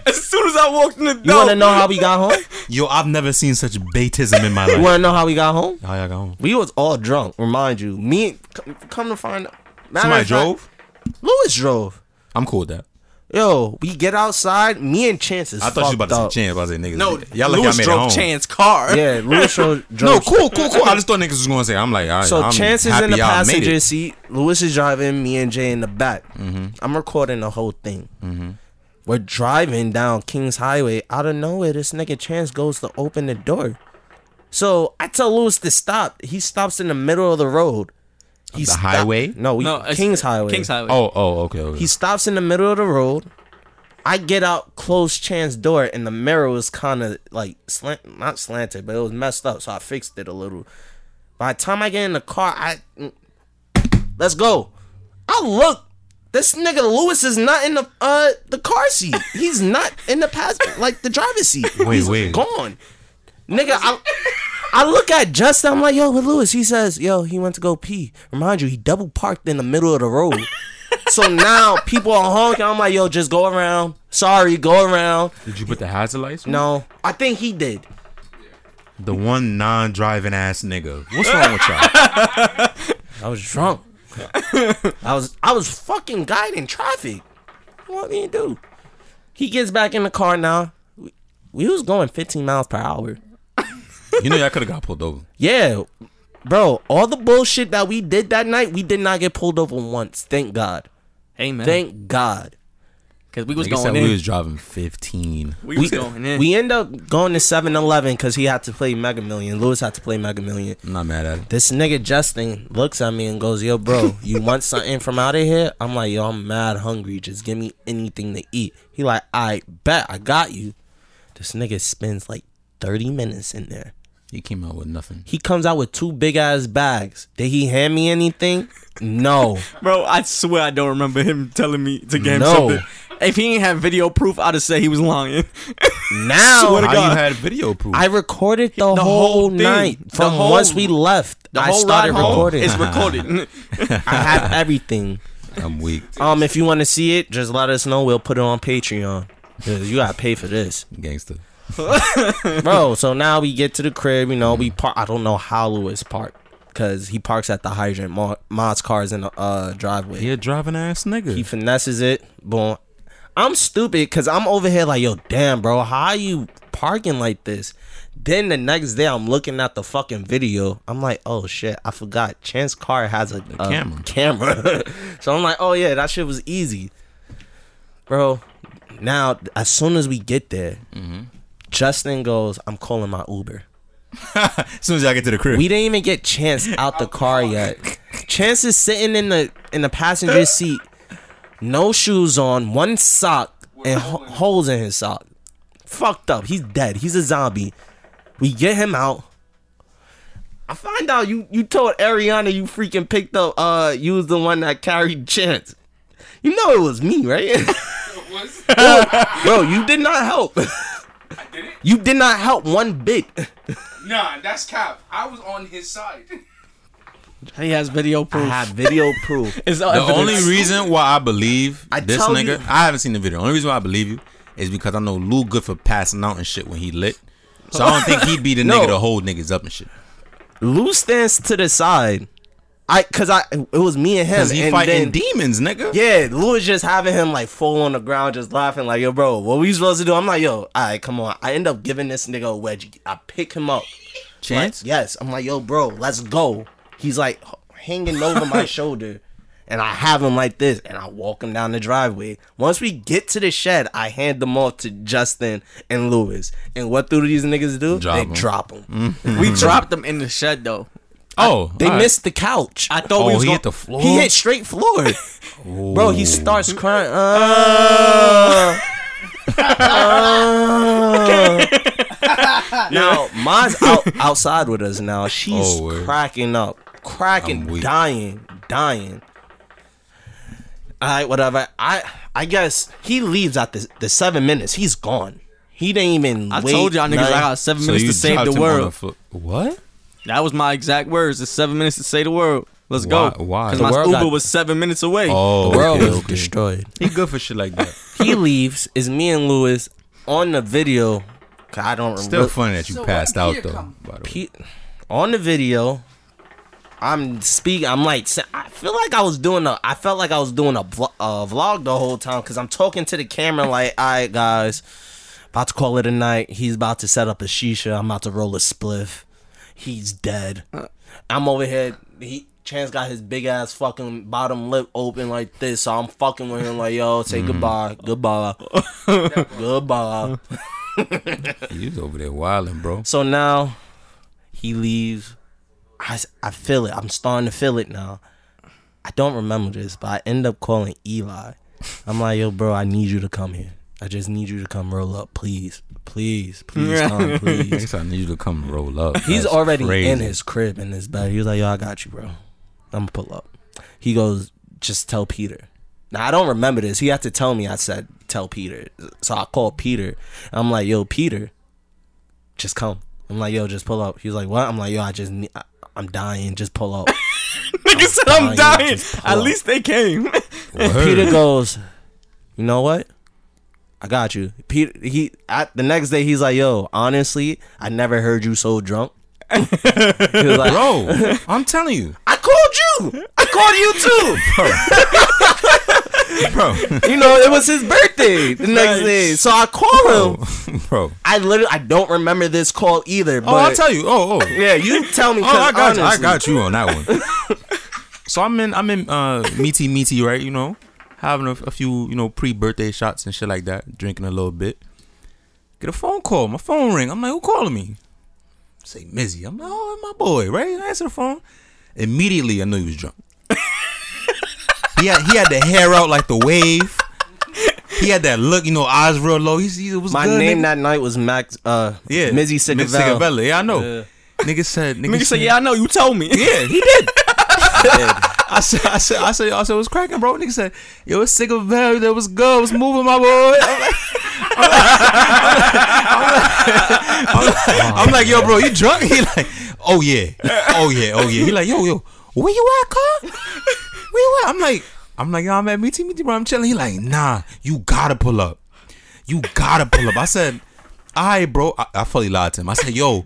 S2: as soon as I walked in the door.
S4: You want to know how we got home?
S3: Yo, I've never seen such baitism in my
S4: You
S3: life.
S4: want to know how we got home?
S3: How y'all got home?
S4: We was all drunk. Remind you, me and- c- come to find out. matter
S3: Somebody
S4: of fact,
S3: drove.
S4: Louis drove.
S3: I'm cool with that.
S4: Yo, we get outside. Me and Chance is
S3: I thought you was about
S4: fucked
S3: to say
S4: up.
S3: chance. I was like, niggas.
S2: No,
S3: y'all like y'all made it home.
S2: Chance car.
S4: Yeah, Louis dro- drove.
S3: No, cool, cool, cool. I just thought niggas was gonna say. I'm like, all right.
S4: So
S3: I'm
S4: Chance is
S3: happy
S4: in the
S3: y'all made it. Mm-hmm.
S4: passenger seat. Louis is driving. Me and Jay in the back. I'm recording the whole thing. We're driving down Kings Highway. Out of nowhere, this nigga Chance goes to open the door. So I tell Louis to stop. He stops in the middle of the road. He
S3: the
S4: stop-
S3: highway?
S4: No, we,
S2: No, it's-
S4: Kings Highway.
S2: Kings Highway.
S3: Oh, oh, okay. okay.
S4: He stops in the middle of the road. I get out, close Chance's door, and the mirror was kind of like slant, not slanted, but it was messed up. So I fixed it a little. By the time I get in the car, I mm, let's go. I look. This nigga Lewis is not in the uh the car seat. He's not in the pass like the driver's seat.
S3: Wait,
S4: He's
S3: wait.
S4: gone. Nigga, I I look at Justin. I'm like, yo, with Lewis. He says, yo, he went to go pee. Remind you, he double parked in the middle of the road. so now people are honking. I'm like, yo, just go around. Sorry, go around.
S3: did you put the hazard lights? on?
S4: No, I think he did.
S3: The one non-driving ass nigga. What's wrong with y'all?
S4: I was drunk. I was I was fucking guiding traffic. What me to do? He gets back in the car now. We, we was going 15 miles per hour.
S3: you know y'all could have got pulled over.
S4: Yeah, bro. All the bullshit that we did that night, we did not get pulled over once. Thank God.
S2: Hey, man.
S4: Thank God.
S2: Because we was
S3: Niggas said
S2: going in.
S3: we was driving 15.
S2: We was going in.
S4: We end up going to 7-Eleven because he had to play Mega Million. Lewis had to play Mega Million.
S3: I'm not mad at it.
S4: This nigga Justin looks at me and goes, "Yo, bro, you want something from out of here?" I'm like, "Yo, I'm mad hungry. Just give me anything to eat." He like, "I bet I got you." This nigga spends like 30 minutes in there.
S3: He came out with nothing.
S4: He comes out with two big ass bags. Did he hand me anything? No.
S2: Bro, I swear I don't remember him telling me to get him
S4: No.
S2: something. If he didn't have video proof, I'd have said he was lying. Swear to
S4: Now
S3: How you
S2: God.
S3: had video proof?
S4: I recorded the,
S2: The whole
S4: whole,
S2: thing.
S4: night
S2: The
S4: from
S2: whole-
S4: once we left.
S2: The
S4: I
S2: whole ride
S4: started
S2: home
S4: recording.
S2: is recorded.
S4: I have everything.
S3: I'm weak.
S4: Um, if you want to see it, just let us know. We'll put it on Patreon. 'Cause You gotta pay for this.
S3: Gangster.
S4: bro. So now we get to the crib. You know, we park. I don't know how Lewis parked because he parks at the hydrant. Mo- Mod's car is in the uh, driveway.
S3: He a driving ass nigga.
S4: He finesses it. Boom. I'm stupid because I'm over here like, yo, damn, bro, how you parking like this? Then the next day, I'm looking at the fucking video. I'm like, oh shit, I forgot. Chance car has a, a
S3: camera.
S4: camera. so I'm like, oh yeah, that shit was easy, bro. Now, as soon as we get there, Justin goes, "I'm calling my Uber."
S3: As soon as I get to the crib,
S4: We didn't even get Chance out the car yet. Chance is sitting in the in the passenger seat, no shoes on, one sock, and ho- holes in his sock. Fucked up. He's dead. He's a zombie. We get him out. I find out you you told Ariana you freaking picked up. Uh, you was the one that carried Chance. You know it was me, right?
S6: Was,
S4: Bro, you did not help.
S6: I did it?
S4: You did not help one bit.
S6: Nah, that's cap. I was on his side.
S2: He has video
S4: I
S2: proof.
S4: have video proof.
S2: It's all
S3: The
S2: evidence.
S3: only reason why I believe
S4: I
S3: this
S4: tell
S3: nigga,
S4: you-
S3: I haven't seen the video. The only reason why I believe you is because I know Lou good for passing out and shit when he lit. So I don't think he be the
S4: No.
S3: nigga to hold niggas up and shit.
S4: Lou stands to the side. I cause I it was me and him.
S3: Cause he
S4: and
S3: fighting
S4: then,
S3: demons, nigga.
S4: Yeah, Lou is just having him like fall on the ground, just laughing, like, yo, bro, what we supposed to do? I'm like, yo, alright, come on. I end up giving this nigga a wedgie. I pick him up.
S3: Chance.
S4: Yes. I'm like, yo, bro, let's go. He's like h- hanging over my shoulder. And I have him like this, and I walk him down the driveway. Once we get to the shed, I hand them off to Justin and Lewis. And what do these niggas do?
S3: Drop
S4: they
S3: 'em.
S4: drop them.
S2: we dropped them in the shed though.
S3: Oh,
S4: They
S3: all right.
S4: missed the couch.
S2: I thought
S3: Oh,
S2: we was
S3: he
S2: gonna,
S3: hit the floor.
S4: He hit straight floor. Bro, he starts crying. Uh, uh. now, Ma's out outside with us now. She's
S3: Oh, word.
S4: cracking up,
S3: I'm
S4: cracking,
S3: weak.
S4: dying, dying. All right, whatever. I I guess he leaves at the, the seven minutes. He's gone. He didn't even.
S2: I
S4: wait,
S2: told y'all niggas I
S4: nothing.
S2: got seven
S3: So
S2: minutes
S3: you
S2: to save
S3: dropped
S2: the
S3: him on
S2: world.
S3: flo- what?
S2: that was my exact words. It's seven minutes to save the world. Let's go.
S3: Why- why?
S2: Because
S3: The
S2: my
S4: world
S2: Uber
S4: got-
S2: was seven minutes away.
S3: Oh,
S4: The world
S3: okay,
S4: was
S3: okay.
S4: destroyed.
S3: He good for shit like that.
S4: he leaves. Is me and Lewis on the video. 'cause I don't
S3: Still
S4: remember.
S3: funny that you
S7: So
S3: passed
S7: what
S3: out
S7: year
S3: though.
S7: come-
S3: By the way.
S4: Pe- on the video. I'm speaking. I'm like, sa- I feel like I was doing a. I felt like I was doing a, vlo- a vlog the whole time because I'm talking to the camera like, all right, guys, about to call it a night. He's about to set up a shisha. I'm about to roll a spliff. He's dead. I'm over here. He Chance got his big ass fucking bottom lip open like this, so I'm fucking with him like, yo, say goodbye, goodbye, goodbye.
S3: He was over there wilding, bro.
S4: So now he leaves. I, s- I feel it. I'm starting to feel it now. I don't remember this, but I end up calling Eli. I'm like, yo, bro, I need you to come here. I just need you to come roll up, please. Please, please come, please.
S3: Next time I need you to come roll up.
S4: He's
S3: That's
S4: already in
S3: crazy.
S4: his crib in his bed. He was like, "Yo, I got you, bro. I'm gonna pull up." He goes, "Just tell Peter." Now I don't remember this. He had to tell me. I said, "Tell Peter." So I called Peter. I'm like, "Yo, Peter, just come." I'm like, "Yo, just pull up." He's like, "What?" I'm like, "Yo, I just, need, I, I'm dying. Just pull up."
S2: Nigga said I'm
S4: dying.
S2: dying.
S4: Just pull
S2: At
S4: up.
S2: least they came.
S3: Word.
S4: Peter goes, "You know what?" I got you. Peter he at the next day he's like, "Yo, honestly, I never heard you so drunk." he was like,
S3: bro. I'm telling you,
S4: I called you. I called you
S3: bro,
S4: too. You know, it was his birthday the next day, so I call
S3: Oh.
S4: him.
S3: bro.
S4: I literally, I don't remember this call either. But
S3: Oh, I'll tell you. Oh, oh,
S4: Yeah, you tell me.
S3: Oh, I got
S4: honestly,
S3: you. I got you on that one. so I'm in I'm in uh meaty meaty, right? You know, having a, a few, you know, pre-birthday shots and shit like that, drinking a little bit. Get a phone call. My phone ring. I'm like, who calling me? Say Mizzy. I'm like, oh, my boy, right? I answer the phone. Immediately, I knew he was drunk. he had he had the hair out like the wave. He had that look, you know, eyes real low. He, he was
S4: My
S3: good,
S4: name
S3: nigga.
S4: that night was Max. Uh,
S3: yeah,
S4: Mizzy Cigavell.
S3: Cigavella. Yeah, I know. Nigga said, nigga,
S2: Nigga said, yeah, I know. You told me.
S3: yeah, he did. I said, I said, I said, I said, it was cracking, bro. Nigga said, yo, it's sick of value. That was good. It was moving, my boy. I'm like, I'm like- I'm like, yo, bro, you drunk? He like, oh yeah, oh yeah, oh yeah. He like, yo, yo, where you at, car? Where you at? I'm like, I'm like, yo, I'm at meeting, meeting, bro. I'm chilling. He like, nah, you gotta pull up. You gotta pull up. I said, all right, bro. I, I fully lied to him. I said, yo,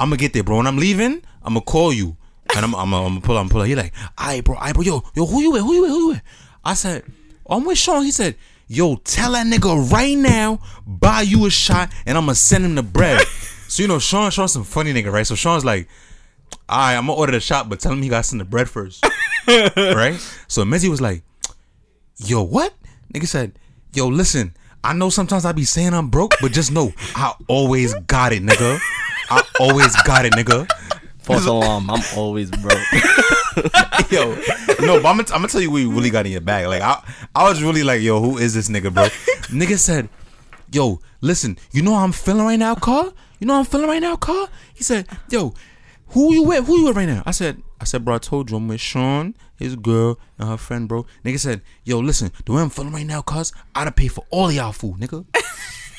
S3: I'm gonna get there, bro. When I'm leaving, I'm gonna call you, and I'm I'm I'm gonna pull up, pull up. He like, alright, bro, alright, bro, yo, yo, who you with, who you with, who you with? I said, "Oh, I'm with Sean. He said, yo, tell that nigga right now, buy you a shot, and I'm gonna send him the bread. so you know, Sean, Sean's some funny nigga, right? So Sean's like, alright, I'm gonna order the shot, but tell him he got to send the bread first, right? So Mizzy was like, yo, what? Nigga said, yo, listen, I know sometimes I be saying I'm broke, but just know I always got it, nigga. I always got it, nigga.
S4: False alarm. I'm always broke.
S3: Yo, no, but I'm gonna, I'm gonna tell you what you really got in your bag. Like I, I was really like, yo, who is this nigga, bro? nigga said, yo, listen, you know how I'm feeling right now, car. You know how I'm feeling right now, car. He said, yo, who you with? Who you with right now? I said, I said, bro, I told you I'm with Sean, his girl, and her friend, bro. Nigga said, yo, listen, the way I'm feeling right now, cuz I'd have paid for all of y'all food, nigga.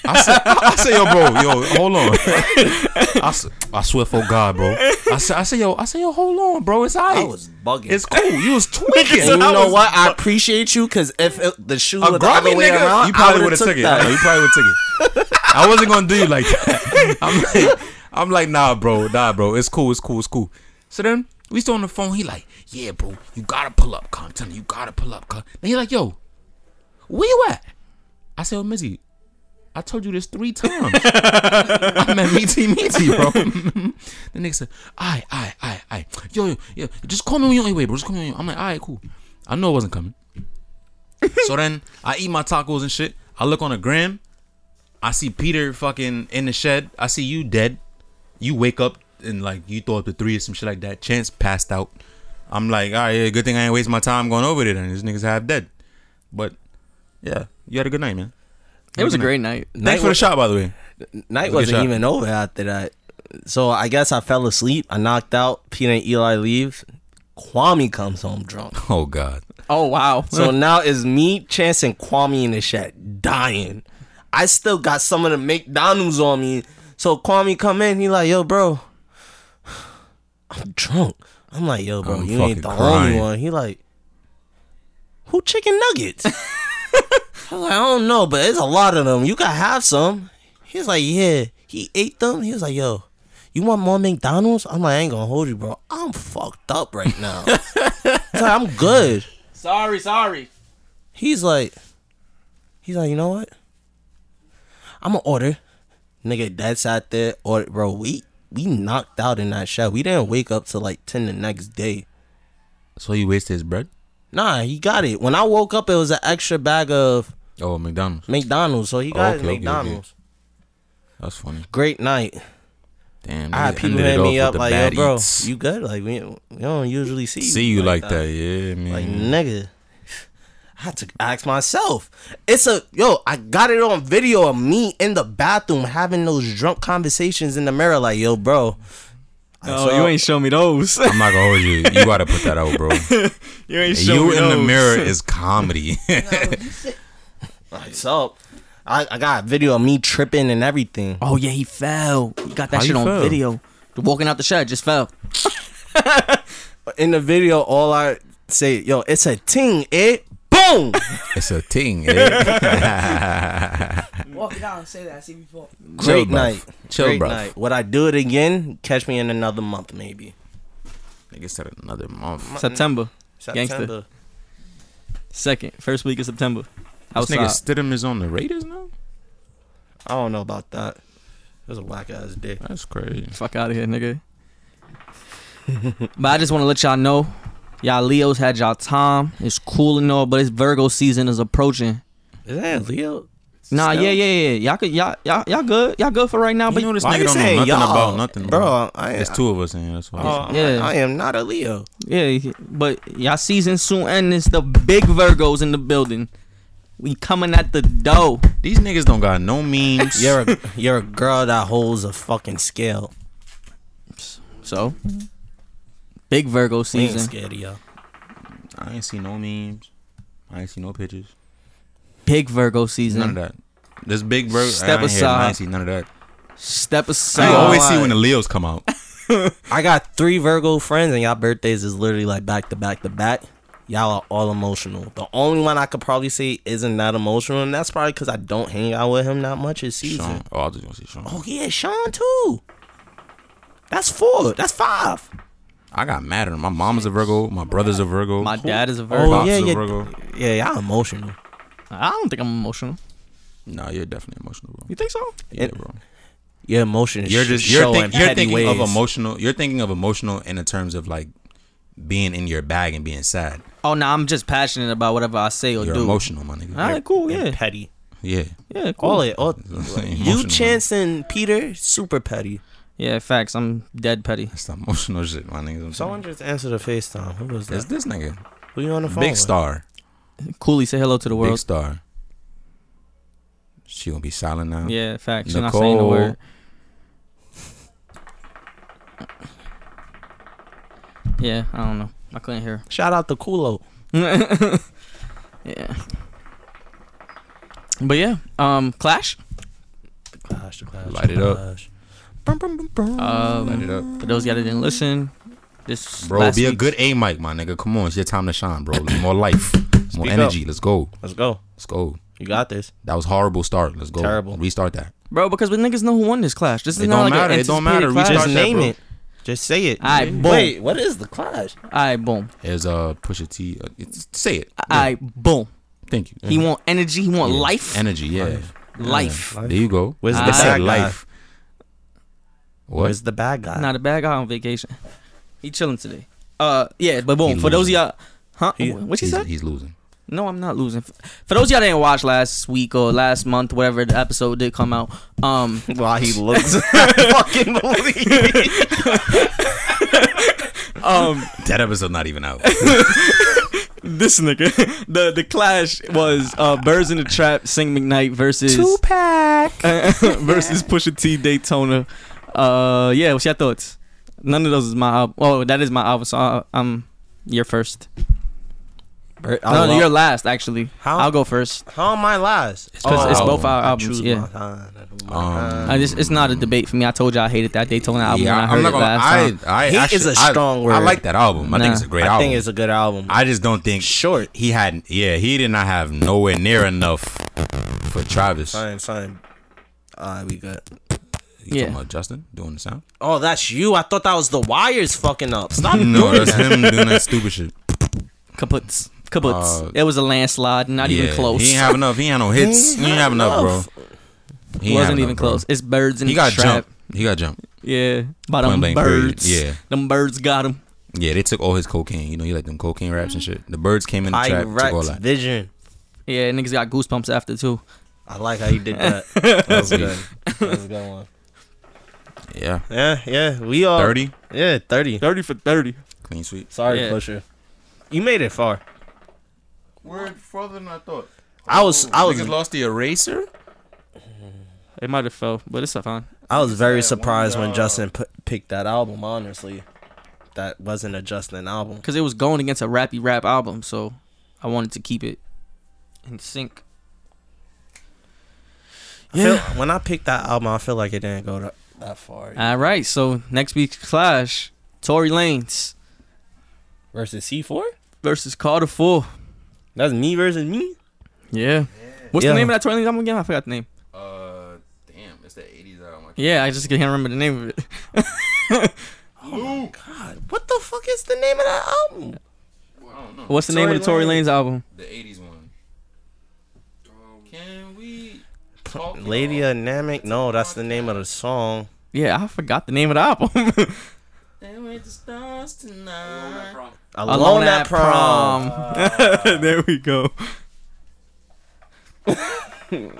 S3: I said, I said, yo, bro, yo, hold on. I, s- I swear for God, bro. I said, I said, yo, I said, yo, hold on, bro. It's all right.
S4: I was bugging.
S3: It's cool. You was tweaking.
S4: And you know what? I appreciate you because if it, the shoe
S3: A
S4: was the
S3: grubby
S4: other way
S3: nigga,
S4: around,
S3: you probably would have
S4: would've
S3: took, it. I know,
S4: that.
S3: you probably would have took it. I wasn't gonna do you like that. I'm like, I'm like, nah, bro, nah, bro. It's cool, it's cool, it's cool. So then we still on the phone. He like, yeah, bro, you gotta pull up, con. I'm telling you, you gotta pull up, con. And he like, yo, where you at? I said, oh, Mizzy, I told you this three times. I'm at meaty meaty, bro. the nigga said, I, I, I, I, yo, yo, yo, just call me when you're on your way, bro. Just call me. When you're... I'm like, all right, cool. I know it wasn't coming. so then I eat my tacos and shit. I look on the gram. I see Peter fucking in the shed. I see you dead. You wake up and like you throw up the three or some shit like that. Chance passed out. I'm like, all right, yeah, good thing I ain't waste my time going over there. Then this niggas half dead. But yeah, you had a good night, man.
S2: It was a great night.
S3: Thanks for the shot, by the way.
S4: Night
S3: Good shot.
S4: wasn't even over after that. So I guess I fell asleep. I knocked out. Peter and Eli leave. Kwame comes home drunk.
S3: Oh God.
S2: Oh wow.
S4: So now it's me, Chance, and Kwame in the shed dying. I still got some of the McDonald's on me. So Kwame come in, he like, yo, bro, I'm drunk. I'm like, yo, bro,
S3: I'm
S4: you
S3: fucking
S4: ain't the only
S3: crying.
S4: one. He like, who chicken nuggets? I'm like, I don't know, but it's a lot of them. You gotta have some. He's like, yeah. He ate them. He was like, yo, you want more McDonald's? I'm like, I ain't gonna hold you, bro. I'm fucked up right now. He's like, I'm good.
S7: Sorry, sorry.
S4: He's like, he's like, you know what? I'm gonna order. Nigga, that's out there. Or bro, we we knocked out in that shot. We didn't wake up till like ten the next day.
S3: So you wasted his bread?
S4: Nah, he got it. When I woke up, it was an extra bag of
S3: Oh, McDonald's.
S4: McDonald's. So he got
S3: Okay, okay,
S4: his McDonald's.
S3: That's funny.
S4: Great night.
S3: Damn.
S4: I had
S3: nigga
S4: Ah, people
S3: ended it
S4: hit
S3: off
S4: me
S3: with
S4: up
S3: the
S4: like, yo,
S3: bad
S4: bro,
S3: eats.
S4: you good? Like we, we don't usually see
S3: see you like, that. yeah, man.
S4: Like nigga, I had to ask myself. It's a yo. I got it on video of me in the bathroom having those drunk conversations in the mirror. Like yo, bro. I
S2: oh,
S4: saw-
S2: you ain't show me those.
S3: I'm not gonna hold you. You gotta put that out, bro.
S2: you ain't show
S3: you
S2: me
S3: in
S2: those.
S3: the mirror is comedy.
S4: I saw. I, I got a video of me tripping and everything.
S2: Oh yeah, he fell. He got that
S3: How you
S2: shit on
S3: fell?
S2: video. Walking out the shed, just fell.
S4: In the video, all I say, yo, it's a ting, eh? Boom.
S3: it's a thing. Eh?
S8: Walk it down and say that. I see before.
S4: Great
S3: bruv.
S4: night.
S3: Chill,
S4: Great
S3: bruv.
S4: night. Would I do it again? Catch me in another month, maybe.
S3: Nigga said another month.
S2: September Gangster.
S4: September.
S2: second, first week of September.
S3: This nigga
S2: Outside.
S3: Stidham is on the Raiders now.
S4: I don't know about that. That's a whack ass dick.
S3: That's crazy.
S2: Fuck out of here, nigga. but I just want to let y'all know, y'all Leos had y'all time. It's cool and all, but it's Virgo season is approaching.
S4: Is that Leo?
S2: Nah,
S4: Still?
S2: yeah, yeah, yeah. Y'all could, y'all, y'all, y'all good. Y'all good for right now.
S3: You
S2: But
S3: know this
S4: Why
S3: nigga
S4: you
S3: don't know
S4: saying
S3: nothing
S4: y'all?
S3: about nothing, bro.
S4: Bro, I-
S3: It's two of us in here. That's why.
S4: Oh,
S2: Yeah.
S4: I am not a Leo.
S2: yeah, but y'all season soon and it's the big Virgos in the building. We coming at the dough.
S3: These niggas don't got no memes.
S4: You're a you're a girl that holds a fucking scale.
S2: So, big Virgo
S4: We ain't
S2: season.
S4: scared of y'all.
S3: I ain't see no memes. I ain't see no pictures.
S2: Big Virgo season.
S3: None of that. This big bro.
S2: Mm-hmm. Step
S3: I ain't here. I
S2: aside.
S3: ain't see none of that.
S2: Step
S3: I
S2: aside.
S4: Oh,
S3: always see
S4: I-
S3: when the Leos come out.
S4: I got three Virgo friends, and y'all birthdays is literally like back to back to back. Y'all are all emotional. The only one I could probably say isn't that emotional, and that's probably because I don't hang out with him that much this season.
S3: Sean. Oh, I was just gonna say Sean.
S4: Oh yeah, Sean too. That's four. That's five.
S3: I got mad at him. My mom's a Virgo. My brother's a Virgo.
S2: My dad is a
S4: Oh
S2: Virgo.
S3: Pops
S4: yeah,
S3: a
S4: yeah,
S3: Virgo.
S4: yeah. Y'all emotional.
S2: I don't think I'm emotional.
S3: Nah, you're definitely emotional, bro.
S2: You think so?
S3: Yeah,
S4: it-
S3: bro.
S4: Your emotions.
S3: You're just you're,
S4: show
S3: think,
S4: in
S3: you're
S4: petty
S3: thinking of
S4: ways.
S3: emotional. You're thinking of emotional in the terms of like being in your bag and being sad.
S2: Oh no, I'm just passionate about whatever I say or
S3: You're
S2: do.
S3: emotional, my nigga.
S2: All right, cool,
S4: and
S2: yeah.
S4: petty.
S3: Yeah.
S2: Yeah, cool.
S4: All it. All,
S3: Emotional.
S4: you, Chance, and Peter, super petty.
S2: Yeah, facts. I'm dead petty.
S3: That's the emotional shit, my niggas. I'm
S4: Someone
S3: saying.
S4: just answered the FaceTime. Who was
S3: It's
S4: that?
S3: this nigga.
S4: Who you on the phone?
S3: Big
S4: with?
S3: star.
S2: Cooley, say hello to the
S3: Big
S2: world.
S3: star. She gonna be silent now.
S2: Yeah, facts. You're not saying the word. Yeah, I don't know. I couldn't hear.
S4: Shout out to Kulo.
S2: yeah. But yeah, um, Clash.
S4: Clash, the clash,
S3: Light it up.
S4: clash. Brum, brum, brum, brum.
S3: Light it
S2: Um,
S3: up.
S2: for those y'all that didn't listen, this
S3: Bro,
S2: last
S3: be a
S2: week's-
S3: good A mic, my nigga. Come on, it's your time to shine, bro. More life, more
S4: Speak up.
S3: energy. Let's go.
S4: Let's go.
S3: Let's go.
S4: You got this.
S3: That was horrible start. Let's go.
S4: Terrible.
S3: Restart that.
S2: bro because we niggas know who won this Clash. This is
S3: It
S2: not
S3: don't
S2: like
S3: matter,
S2: An
S3: it don't
S2: anticipated
S3: matter. We
S2: Clash.
S4: Just
S3: Start that,
S4: name
S3: bro.
S4: it. Just say it.
S2: Aight, boom.
S4: Wait, what is the clash?
S2: All right, boom.
S3: There's a Pusha T. Uh, it's, say it.
S2: All right, boom.
S3: Thank you.
S2: He want energy. He want
S3: Mm. Yeah.
S2: life.
S3: Energy. Yeah.
S2: life.
S3: There you go.
S4: Where's
S2: the
S3: It said
S4: bad guy?
S3: life? What?
S4: Where's the bad guy?
S2: Not a bad guy on vacation. He chilling today. Uh, yeah, but boom.
S3: He
S2: for those of
S3: losing.
S2: y'all, huh?
S4: He-
S2: what you
S3: he's,
S2: said?
S3: he's losing.
S2: No, I'm not losing. For those of y'all that didn't watch last week or last month, whatever the episode did come out, um,
S4: Why he looks fucking believe.
S2: um,
S3: That episode not even out.
S2: this nigga, the the clash was uh, Birds in the Trap, Sing McKnight versus
S4: pack.
S2: versus Pusha T Daytona. Uh, yeah, what's your thoughts? None of those is my album. Oh, that is my album. So I, I'm your first. no, you're last actually.
S4: How-
S2: I'll go first.
S4: How am I lies? It's
S2: 'cause
S3: it's both
S2: our
S4: I
S2: albums,
S4: choose
S2: yeah.
S4: my time. My
S3: Um,
S4: time.
S2: I just, Uh, it's not a debate for me. I told you I hated that Daytona album.
S3: yeah,
S2: when I heard
S3: I'm not
S2: it
S3: gonna.
S2: last
S3: I,
S2: time.
S3: I
S4: Hate
S3: actually,
S4: is a
S3: I-
S4: strong
S3: I
S4: word.
S3: like that album. I
S2: Nah.
S3: think it's a great
S4: I
S3: album.
S4: think it's a good album.
S3: I just don't think
S4: Short.
S3: He had yeah, he did not have nowhere near enough for Travis. You
S4: Fine, fine. Alright, we good.
S2: Yeah.
S3: talking about Justin doing the sound?
S4: Oh, that's you. I thought that was the wires fucking up. Stop
S3: No,
S4: doing
S3: that's
S4: that.
S3: him doing that stupid shit.
S2: Kaputs. Kaputs.
S3: Uh,
S2: it was a landslide. Not
S3: Yeah,
S2: even close.
S3: He ain't have enough. He ain't no hits. He ain't have enough, bro. He ain't
S2: wasn't
S3: have enough,
S2: even
S3: bro.
S2: close. It's birds in the
S3: He got
S2: trap.
S3: jumped. He got jumped.
S2: Yeah, by them
S3: Point blank period.
S2: birds.
S3: Yeah.
S2: them birds got him.
S3: Yeah, they took all his cocaine. You know, he like them cocaine raps and shit. The birds came in the trap, took all
S4: Pyrex
S3: that.
S4: vision.
S2: Yeah, niggas got goosebumps after too.
S4: I like how you did that. that was good. That was a good one.
S3: Yeah,
S4: Yeah, yeah. We all
S3: thirty
S4: Yeah, thirty.
S2: Thirty for thirty.
S3: clean sweep.
S4: Sorry,
S2: Yeah.
S4: Pusher. You made it far.
S3: We're further than I thought.
S4: I was I was
S3: lost the eraser.
S2: It might have fell, but it's fine.
S4: I was very
S3: that
S4: surprised
S3: one,
S4: when
S3: uh,
S4: Justin p- picked that album. Honestly, that wasn't a Justin album.
S2: Cause it was going against a rappy rap album, so I wanted to keep it in sync.
S4: I feel- when I picked that album, I feel like it didn't go that, that far.
S2: All right, so next week's clash: Tory Lanez
S4: versus C four?
S2: versus Carter Four.
S4: That's me versus me.
S2: Yeah. What's
S4: Yeah.
S2: the name of that Tory Lanez album again? I forgot the name.
S3: Uh, damn, it's the '80s album.
S2: Yeah, I just can't remember the name of it.
S4: God, what the fuck is the name of that album?
S3: I don't
S4: Hmm.
S3: know.
S2: What's the name of the Tory
S4: Tory
S2: Lanez album?
S3: The '80s one. Can we?
S4: Lady Dynamic. No, that's the name of the song.
S2: Yeah, I forgot the name of the album.
S4: Alone, at, prom.
S2: prom. there we go.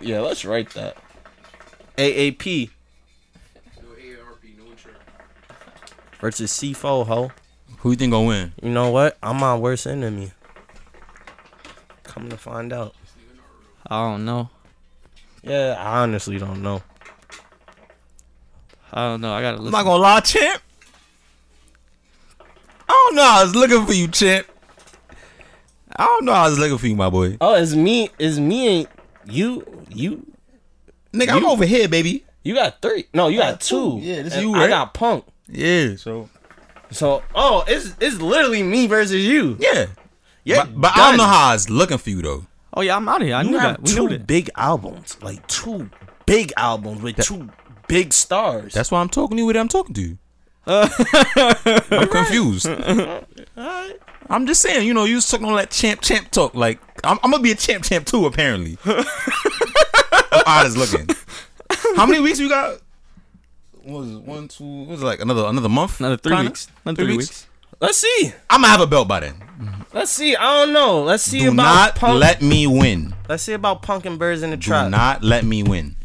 S4: Yeah, let's write that. AAP versus C4, ho.
S3: Who you think gonna win?
S4: You know what? I'm my worst enemy. Come to find out.
S2: I don't know.
S4: Yeah, I honestly don't know.
S2: I don't know. I gotta listen.
S3: gonna lie, champ. I don't know. I was looking for you, champ. I don't know. I was looking for you, my boy.
S4: Oh, it's me. It's me and you. You.
S3: Nigga, I'm over here, baby.
S4: You got three. No, you got two.
S3: Yeah, this
S4: And
S3: you,
S4: I
S3: right?
S4: got Punk.
S3: Yeah. So
S4: So, oh, it's it's literally me versus you.
S3: yeah,
S4: Yeah,
S3: But, but I don't
S4: done.
S3: know how I was looking for you though.
S2: oh yeah, I'm out of here. I
S4: You
S2: knew
S4: have
S2: that. We
S4: two
S2: knew that.
S4: big albums, like two big albums with two big stars.
S3: That's why I'm talking to you. What I'm talking to you. I'm confused. I'm just saying, you know, you was talking all that champ champ talk. Like, I'm, I'm gonna be a champ champ too, apparently. I'm odd as looking. How many weeks we got? What was it? One, two. What was it like another another month?
S2: Another three
S3: Kinda?
S2: weeks. Another three, weeks.
S4: Let's see.
S3: I'm gonna have a belt by then.
S4: Let's see. I don't know. Let's see
S3: Do
S4: about
S3: not
S4: punk.
S3: let me win.
S4: Let's see about punk and birds in the
S3: Do
S4: trap.
S3: not let me win.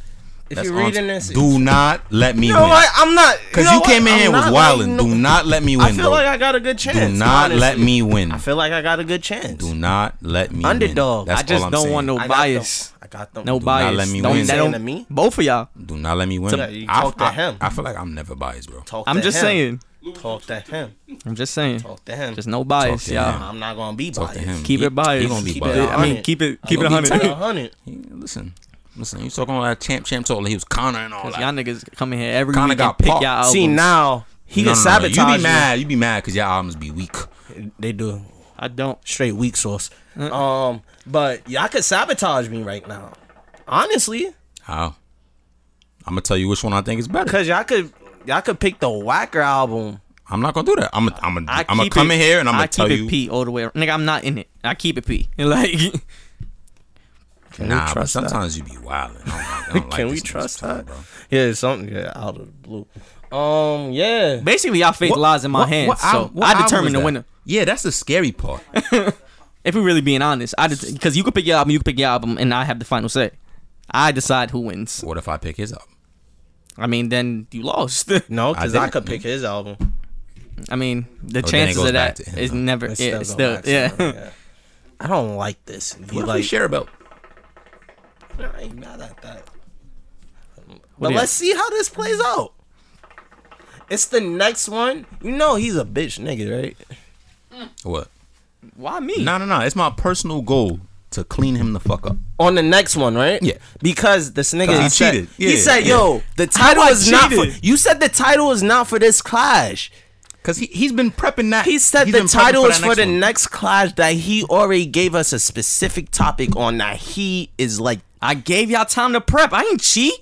S4: if
S3: That's
S4: you're
S3: all I'm
S4: reading
S3: saying.
S4: this,
S3: do not let me
S4: you know
S3: win.
S4: what? I'm not.
S3: Because
S4: know
S3: you, came
S4: what?
S3: in
S4: I'm
S3: here was
S4: not letting
S3: wilding.
S4: no-
S3: Do not let me win,
S4: I feel
S3: bro.
S4: like I got a good chance.
S3: do not let
S4: honestly.
S3: me win.
S4: I feel like I got a good chance.
S3: Do not let me
S4: Underdog.
S3: Win. That's
S2: I just
S3: all I'm
S2: don't
S3: saying.
S2: want no
S4: I got
S2: bias.
S4: them. I got them.
S2: No
S3: Do not
S2: bias.
S3: let me
S2: don't,
S3: win.
S2: that
S4: Saying
S2: don't,
S4: to me?
S2: Both of y'all.
S3: Do not let me win.
S4: Yeah, you
S3: I,
S4: talk to
S3: I-
S4: him.
S3: I feel like I'm never biased, bro.
S4: Talk
S2: I'm
S4: to
S2: just
S4: him.
S2: saying.
S4: Talk to him.
S2: I'm just saying.
S4: Talk to him.
S2: Just no bias,
S3: Talk to
S2: y'all.
S3: him.
S4: I'm not gonna be
S3: Talk to him.
S4: biased.
S2: Keep
S3: He-
S2: it biased.
S3: He gonna be
S4: Keep it
S3: biased.
S4: a
S2: I mean,
S4: hundred.
S2: keep it keep it
S3: gonna be
S2: 100.
S4: Keep it
S2: Y'all
S4: a hundred.
S3: He- listen, listen. You talking all that champ champ talk? He was Connor and all that.
S2: niggas come in here every
S3: Kinda
S2: week and
S3: got
S2: pick y'all
S3: popped.
S2: albums.
S4: See now he
S3: No, no,
S4: can
S3: no, no.
S4: sabotage
S3: You be mad. You be mad because your albums be weak.
S4: They do
S2: I don't.
S4: straight weak sauce.
S3: Uh.
S4: Um, but y'all could sabotage me right now. Honestly,
S3: How? I'm gonna tell you which one I think is better.
S4: cause y'all could y'all could pick the whacker album.
S3: I'm not gonna do that. I'm gonna I'm
S2: I
S3: gonna I'm gonna
S2: keep
S3: come
S2: it-
S3: in here and I'm
S2: I
S3: gonna
S2: keep
S3: tell
S2: it
S3: you.
S2: P all the way. around. Nigga, I'm not in it. I keep it P. Like,
S3: Nah, but sometimes you be wilding. I don't like- I don't like
S4: Can we
S3: this music
S4: trust
S3: style,
S4: that? Yeah, it's something yeah, out of the blue. Um, yeah.
S2: basically, y'all fate
S3: What-
S2: lies in my
S3: what-
S2: hands.
S3: what
S2: so
S3: al- what
S2: I
S3: album
S2: determine
S3: is
S2: the
S3: that?
S2: winner.
S3: Yeah, that's the scary part.
S2: If we're really being honest, I because you could pick your album, you could pick your album, and I have the final say. I decide who wins.
S3: what if I pick his up?
S2: I mean, then you lost.
S4: No,
S3: I
S4: cause I,
S3: didn't.
S4: could pick his album.
S2: I mean, the
S3: Oh, it
S2: chances
S3: goes
S2: of
S3: back
S2: that
S3: to him,
S2: is
S3: though.
S2: never.
S4: It's
S2: yeah, still,
S4: still going
S2: yeah.
S4: back to him, I don't like this. You
S3: What if we
S4: like
S3: share a belt?
S4: I ain't mad at that.
S2: What
S4: But
S2: do
S4: let's see how this plays out. It's the next one. You know he's a bitch nigga, right?
S3: What?
S2: Why me?
S3: No, no, no. It's my personal goal to clean him the fuck up.
S4: On the next one, right?
S3: Yeah.
S4: Because this nigga
S3: 'Cause he
S4: he said,
S3: cheated.
S4: He
S3: Yeah,
S4: said,
S3: yeah.
S4: "Yo, the title
S2: I
S4: is not for."
S2: cheated?
S4: You said the title is not for this clash.
S3: Cause he he's been prepping that.
S4: He said
S3: he's
S4: the
S3: been prepping
S4: title
S3: that
S4: is for the
S3: one.
S4: next clash that he already gave us a specific topic on that he is like
S2: I gave y'all time to prep. I ain't cheat.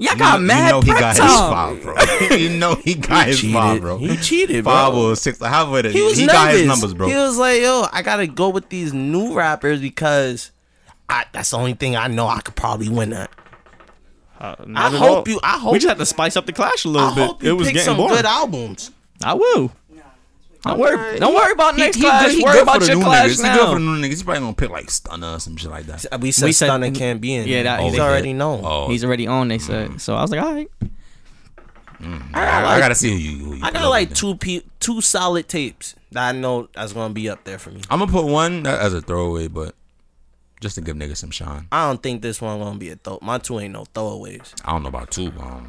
S2: Y'all
S3: You
S2: got
S3: know-
S2: mad
S3: You know he
S2: prep
S3: got his
S2: time.
S3: file, bro. you know he got his file,
S4: cheated.
S3: bro.
S4: He cheated, bro.
S3: Five or six, however it is.
S4: He was nervous.
S3: got his numbers, bro.
S4: He was like, "Yo, I gotta go with these new rappers because I, that's the only thing I know I could probably win at." I hope you. I hope.
S2: We just had to spice up the clash a little
S4: I
S2: bit.
S4: hope you
S2: it was
S4: pick
S2: getting
S4: some
S2: boring.
S4: good albums.
S2: I will. Don't worry. Don't worry about next
S3: he
S2: clash.
S3: good, he
S2: worry
S3: good
S2: about
S3: for the
S2: your
S3: new
S2: clash
S3: niggas. He good for the
S2: now.
S3: new niggas. He's probably gonna pick like Stunner or some shit like that.
S4: We said,
S2: We said-
S4: Stunner can't be in.
S2: Yeah,
S4: there.
S2: that-
S4: he's
S2: Oh,
S4: already known.
S3: Oh,
S2: He's already on. They
S4: Mm.
S2: said. So I was like, all right.
S3: I, gotta- I gotta see who you. Who you
S4: I got like two pe- two solid tapes that I know that's gonna be up there for me.
S3: I'm gonna put one that- as a throwaway, but just to give niggas some shine.
S4: I don't think this one gonna be a throw. My two ain't no throwaways.
S3: I don't know about two. But I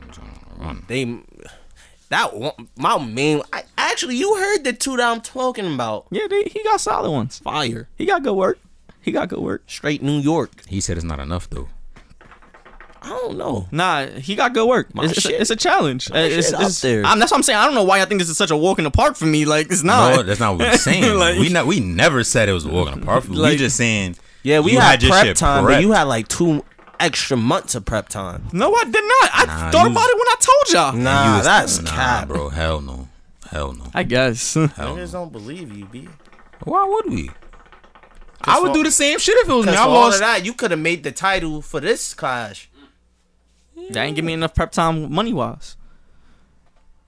S3: don't,
S4: They that one, my main. I, actually, you heard the two that I'm talking about.
S2: Yeah, they, he got solid ones.
S4: Fire,
S2: He got good work. He got good work.
S4: straight New York.
S3: he said it's not enough though.
S4: I don't know.
S2: Nah, he got good work. It's, it's,
S4: shit-
S2: a, it's a challenge.
S4: my
S2: it's,
S4: shit
S2: it's-
S4: out there.
S2: I'm- that's what I'm saying. I don't know why I think this is such a walk in the park for me. Like it's
S4: Oh.
S2: not.
S3: No, that's not what we're saying.
S2: Like-
S3: we not, we never said it was walking apart. from- we
S2: Like-
S3: just saying.
S4: Yeah, we
S3: you
S4: had,
S3: your
S4: prep
S3: shit
S4: time, but you
S3: prepped.
S4: had like two extra months of prep time.
S2: No, I did not. I
S3: Nah,
S2: thought
S3: you-
S2: about it when I told y'all.
S4: Nah,
S3: You was-
S4: that's
S3: nah,
S4: cap.
S3: bro. Hell no. Hell no.
S2: I guess.
S3: Hell no.
S4: don't believe you, B.
S3: Why would we? I would
S4: for-
S3: do the same shit if it was me.
S4: Because
S3: I
S4: all of
S3: lost.
S4: that, you could have made the title for this clash.
S2: That ain't give me enough prep time money wise.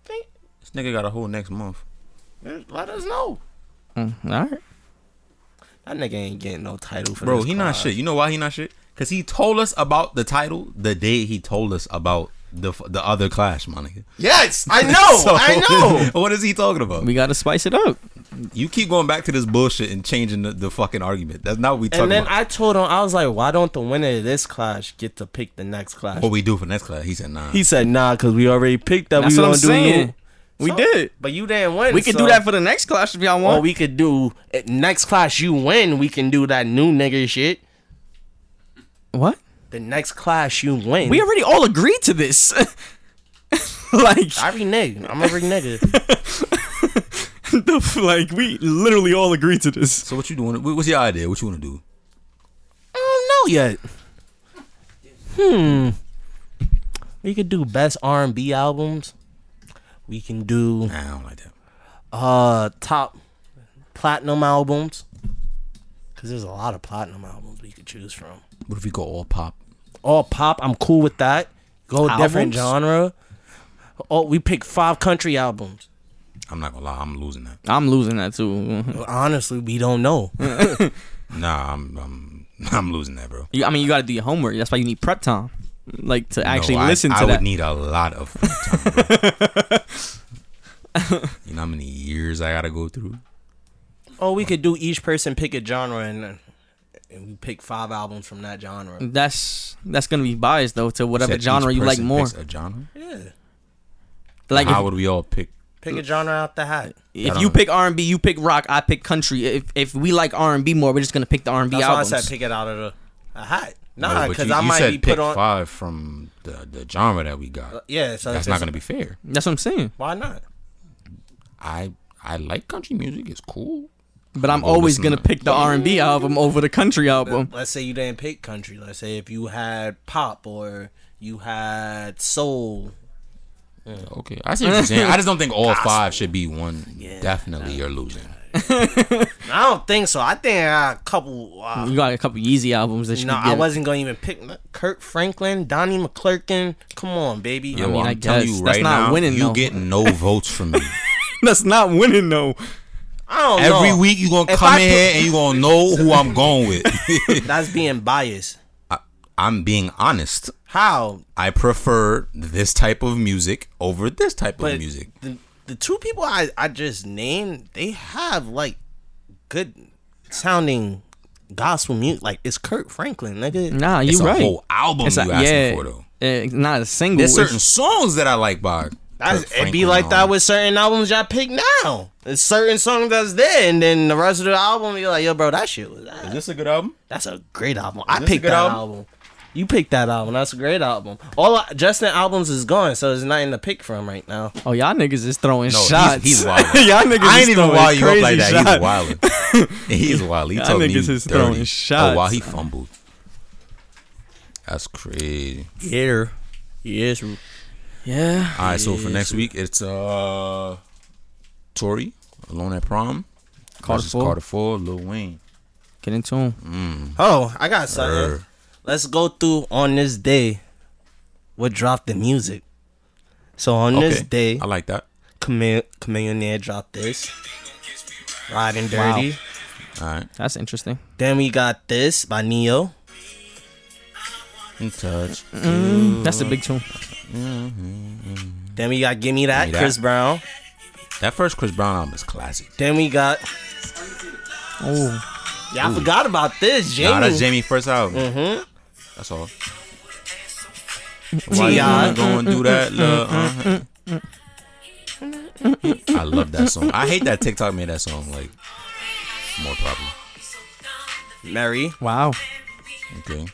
S3: This nigga got a whole next month.
S4: Let us know.
S2: All right.
S4: That nigga ain't getting no title for
S3: Bro,
S4: this
S3: he not
S4: clash.
S3: shit. You know why he not shit? Cause he told us about the title the day he told us about the f- the other clash, my nigga.
S4: Yes, I know.
S3: So,
S4: I know.
S3: what is he talking about?
S2: We gotta spice it up.
S3: You keep going back to this bullshit and changing the, the fucking argument. That's not what we talking
S4: And then
S3: about.
S4: I told him, I was like, why don't the winner of this clash get to pick the next clash?
S3: what we do for next class? He said nah.
S4: He said, nah, because we already picked that.
S2: That's
S4: we
S2: what I'm
S4: gonna do
S2: saying.
S4: new-
S2: we
S4: So-
S2: did.
S4: But you didn't win.
S2: We could
S4: so- Oh,
S2: do that for the next clash if y'all want.
S4: Or we could do eh, next clash you win, we can do that new nigga shit.
S2: what?
S4: The next clash you win.
S2: We already all agreed to this. like,
S4: I renege. I'm a renege.
S2: the f- like we literally all agreed to this.
S3: so what you doing? What's your idea? What you want to do?
S4: I don't know yet. Hmm. We could do best R&B albums. We can do
S3: Nah, I don't like that.
S4: uh top platinum albums. Cause there's a lot of platinum albums we could choose from.
S3: What if we go all pop?
S4: All pop, I'm cool with that. Go
S2: Albums?
S4: different genre. Oh, we pick five country albums.
S3: I'm not gonna lie, I'm losing that.
S2: I'm losing that too.
S4: Honestly, we don't know.
S3: Mm. Nah, I'm I'm I'm losing that, bro.
S2: You, I mean, you got to do your homework. That's why you need prep time, like to actually
S3: No, I-
S2: listen
S3: I,
S2: to
S3: would
S2: that.
S3: need a lot of free time. Bro. you know how many years I gotta go through?
S4: Oh, we could do each person pick a genre and, and we pick five albums from that genre.
S2: that's that's gonna be biased though to whatever
S3: Said each
S2: genre you like
S3: person
S2: more.
S3: picks A genre?
S4: Yeah.
S2: Like
S3: how
S2: if,
S3: would we all pick?
S4: Pick
S3: Mm.
S4: a genre out the hat.
S2: if
S3: I
S2: you
S3: don't-
S2: pick R and B, you pick rock. I pick country. If if we like R and B more, we're just gonna pick the R and B
S4: That's
S2: albums.
S4: why I said pick it out of the a hat. Nah,
S3: No, but
S4: because
S3: you-
S4: I
S3: you
S4: might
S3: said
S4: be
S3: pick
S4: put on.
S3: five from the the genre that we got.
S4: Yeah, so
S3: That's
S4: if
S3: not
S4: it's-
S3: gonna be fair.
S2: that's what I'm saying.
S4: Why not?
S3: I I like country music. It's cool.
S2: But I'm
S3: I'm
S2: always
S3: listening.
S2: gonna pick the R and B album over the country album.
S4: Let's say you didn't pick country. Let's say if you had pop or you had soul.
S3: Okay, I see what you're saying. I just don't think all five should be one. Definitely, you're losing.
S4: I don't think so. I think I got a couple. Uh,
S2: You got a couple Yeezy albums that you
S4: no,
S2: could get.
S4: I wasn't gonna even pick n- Kurt Franklin, Donnie McClurkin. Come on, baby.
S3: Yo, I
S2: mean,
S3: am
S2: I
S3: telling
S2: guess.
S3: you
S2: That's
S3: right
S2: not
S3: now,
S2: winning,
S3: you
S2: though.
S3: get no votes from me.
S2: That's not winning though.
S4: I don't know.
S3: Every week you gonna
S4: Oh, If
S3: come
S4: I
S3: in
S4: put-
S3: here and you gonna know who I'm going with.
S4: That's being biased.
S3: I'm being honest.
S4: How?
S3: I prefer this type of music over this type of
S4: But
S3: music.
S4: The, the two people I, I just named, they have like good sounding gospel music. Like it's Kurt Franklin, nigga.
S2: Nah,
S3: It's
S2: you
S3: a
S2: right.
S3: whole album
S2: It's
S3: you
S2: a,
S3: asking
S2: yeah,
S3: for though.
S2: eh, not a single.
S3: There's
S2: It's-
S3: certain songs that I like by.
S4: That's,
S3: Kurt
S4: it be
S3: Franklin
S4: like that
S3: on.
S4: with certain albums y'all pick now. It's certain songs that's there, and then the rest of the album you're like, yo, bro, that shit was.
S3: Is this a good album?
S4: That's a great album. I
S3: this a
S4: picked
S3: good
S4: that album?
S3: album?
S4: You picked that album. That's a great album. All I, Justin albums is gone, so there's nothing to pick from right now.
S2: Oh, y'all niggas is throwing
S3: No, he's-
S2: shots.
S3: he's wild.
S2: y'all niggas
S3: I
S2: is
S3: ain't even
S2: throwing
S3: wild you up like
S2: crazy
S3: that.
S2: shots.
S3: He's wilding. He's wild. He
S2: Y'all
S3: told me
S2: niggas
S3: he's
S2: is throwing
S3: dirty.
S2: shots.
S3: Oh wow, he fumbled. That's crazy.
S4: Yeah. Yes.
S2: Yeah.
S3: All right, so for next week it's uh, Tori alone at prom.
S2: Carter
S3: versus
S2: Four.
S3: Carter Four, Lil Wayne.
S2: Get into him.
S4: Oh, I got something.
S3: Er,
S4: Let's go through on this day what dropped the music. So on this
S3: okay.
S4: day,
S3: I like that.
S4: Chamele- Chameleonaire dropped this. Riding Dirty.
S3: All right.
S2: That's interesting.
S4: Then we got this by Neo.
S3: In touch.
S2: That's a big tune.
S4: Then we got Gimme That,
S3: Gimme That.
S4: Chris Brown.
S3: That first Chris Brown album is classic.
S4: Then we got,
S2: Oh,
S4: yeah, I forgot about this, Jamie.
S3: Nah, that's Jamie first album. Mm-hmm. That's all. Why
S4: Yeah.
S3: y'all going do that? love? Uh-huh. I love that song. I hate that TikTok made that song like more popular.
S4: Mary.
S2: wow.
S3: Okay.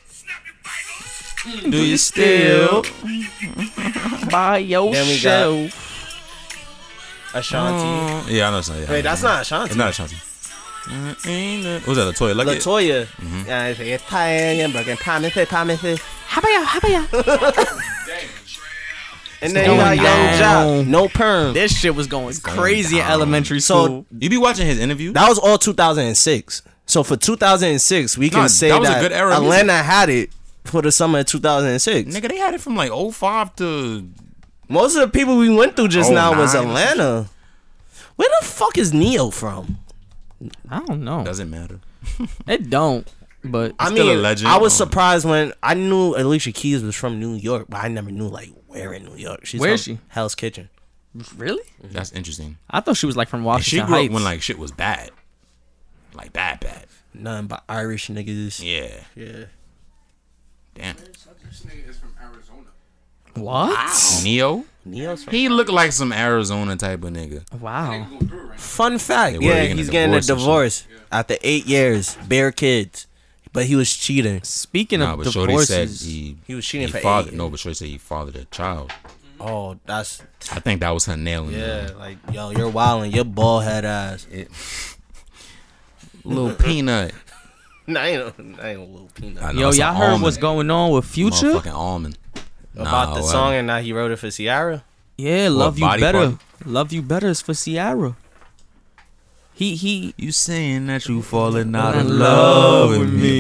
S3: Do you still?
S2: By yourself.
S4: Then we got- Ashanti.
S3: Yeah, I know it's not. Yeah,
S4: Wait, that's not Ashanti.
S3: It's not a Chauncey. What was that? Latoya Luckett.
S4: Latoya. Yeah, it's- it's pie and broken promises, promises. And then you got
S2: going
S4: Young
S2: down.
S4: Jock, no perm.
S2: this shit was going crazy in
S3: down.
S2: elementary
S4: So-
S2: school.
S3: you be watching his interview?
S4: That was all 2006. So for 2006, we can
S3: Nah,
S4: say
S3: that
S4: that,
S3: was a good era of music.
S4: Atlanta had it for the summer of 2006.
S3: Nigga, they had it from like 05 to.
S4: Most of the people we went through just
S3: Oh,
S4: now was
S3: nine.
S4: Atlanta. Where the fuck is Neo from?
S2: I don't know.
S3: Doesn't matter.
S2: It don't. But
S4: I
S3: Still a
S4: mean,
S3: legend.
S4: I was
S3: Oh.
S4: surprised when I knew Alicia Keys was from New York, but I never knew like where in New York. She's
S2: Where
S4: from
S2: is she?
S4: Hell's Kitchen.
S2: really,
S3: That's interesting.
S2: I thought she was like from
S3: And she
S2: Washington
S3: grew up
S2: Heights.
S3: when like shit was bad. Like bad, bad.
S4: Nothing but Irish niggas.
S3: Yeah.
S4: Yeah.
S3: Damn.
S6: This nigga is from Arizona.
S2: what?
S3: Neo?
S4: Neo's from.
S3: He looked like some Arizona type of nigga.
S2: Wow.
S6: Going through it right now.
S4: Fun fact.
S3: They were
S4: Yeah,
S3: getting a
S4: he's getting a
S3: divorce
S4: divorce after eight years, bare kids, but he was cheating.
S2: Speaking
S3: Nah,
S2: of
S3: but Shorty said
S2: divorces,
S3: he
S4: He was cheating for eight
S3: fathered,
S4: years.
S3: No, but Shorty said he fathered a child.
S4: Oh, that's
S3: I think that was her nailing.
S4: yeah. Like yo, you're wilding. Your bald head ass.
S3: Little peanut.
S4: Nah, I ain't, I ain't a little peanut.
S3: I know
S2: yo,
S3: it's an
S2: y'all heard what's
S3: uh, almond.
S2: going on with Future?
S3: Motherfucking almond. Nah,
S4: About the
S3: well,
S4: song, and now he wrote it for Ciara.
S2: Yeah, love you
S3: body
S2: better.
S3: part?
S2: Love you better is for Ciara. He he.
S3: You saying that you falling out
S2: in
S3: in
S2: love
S3: love with me?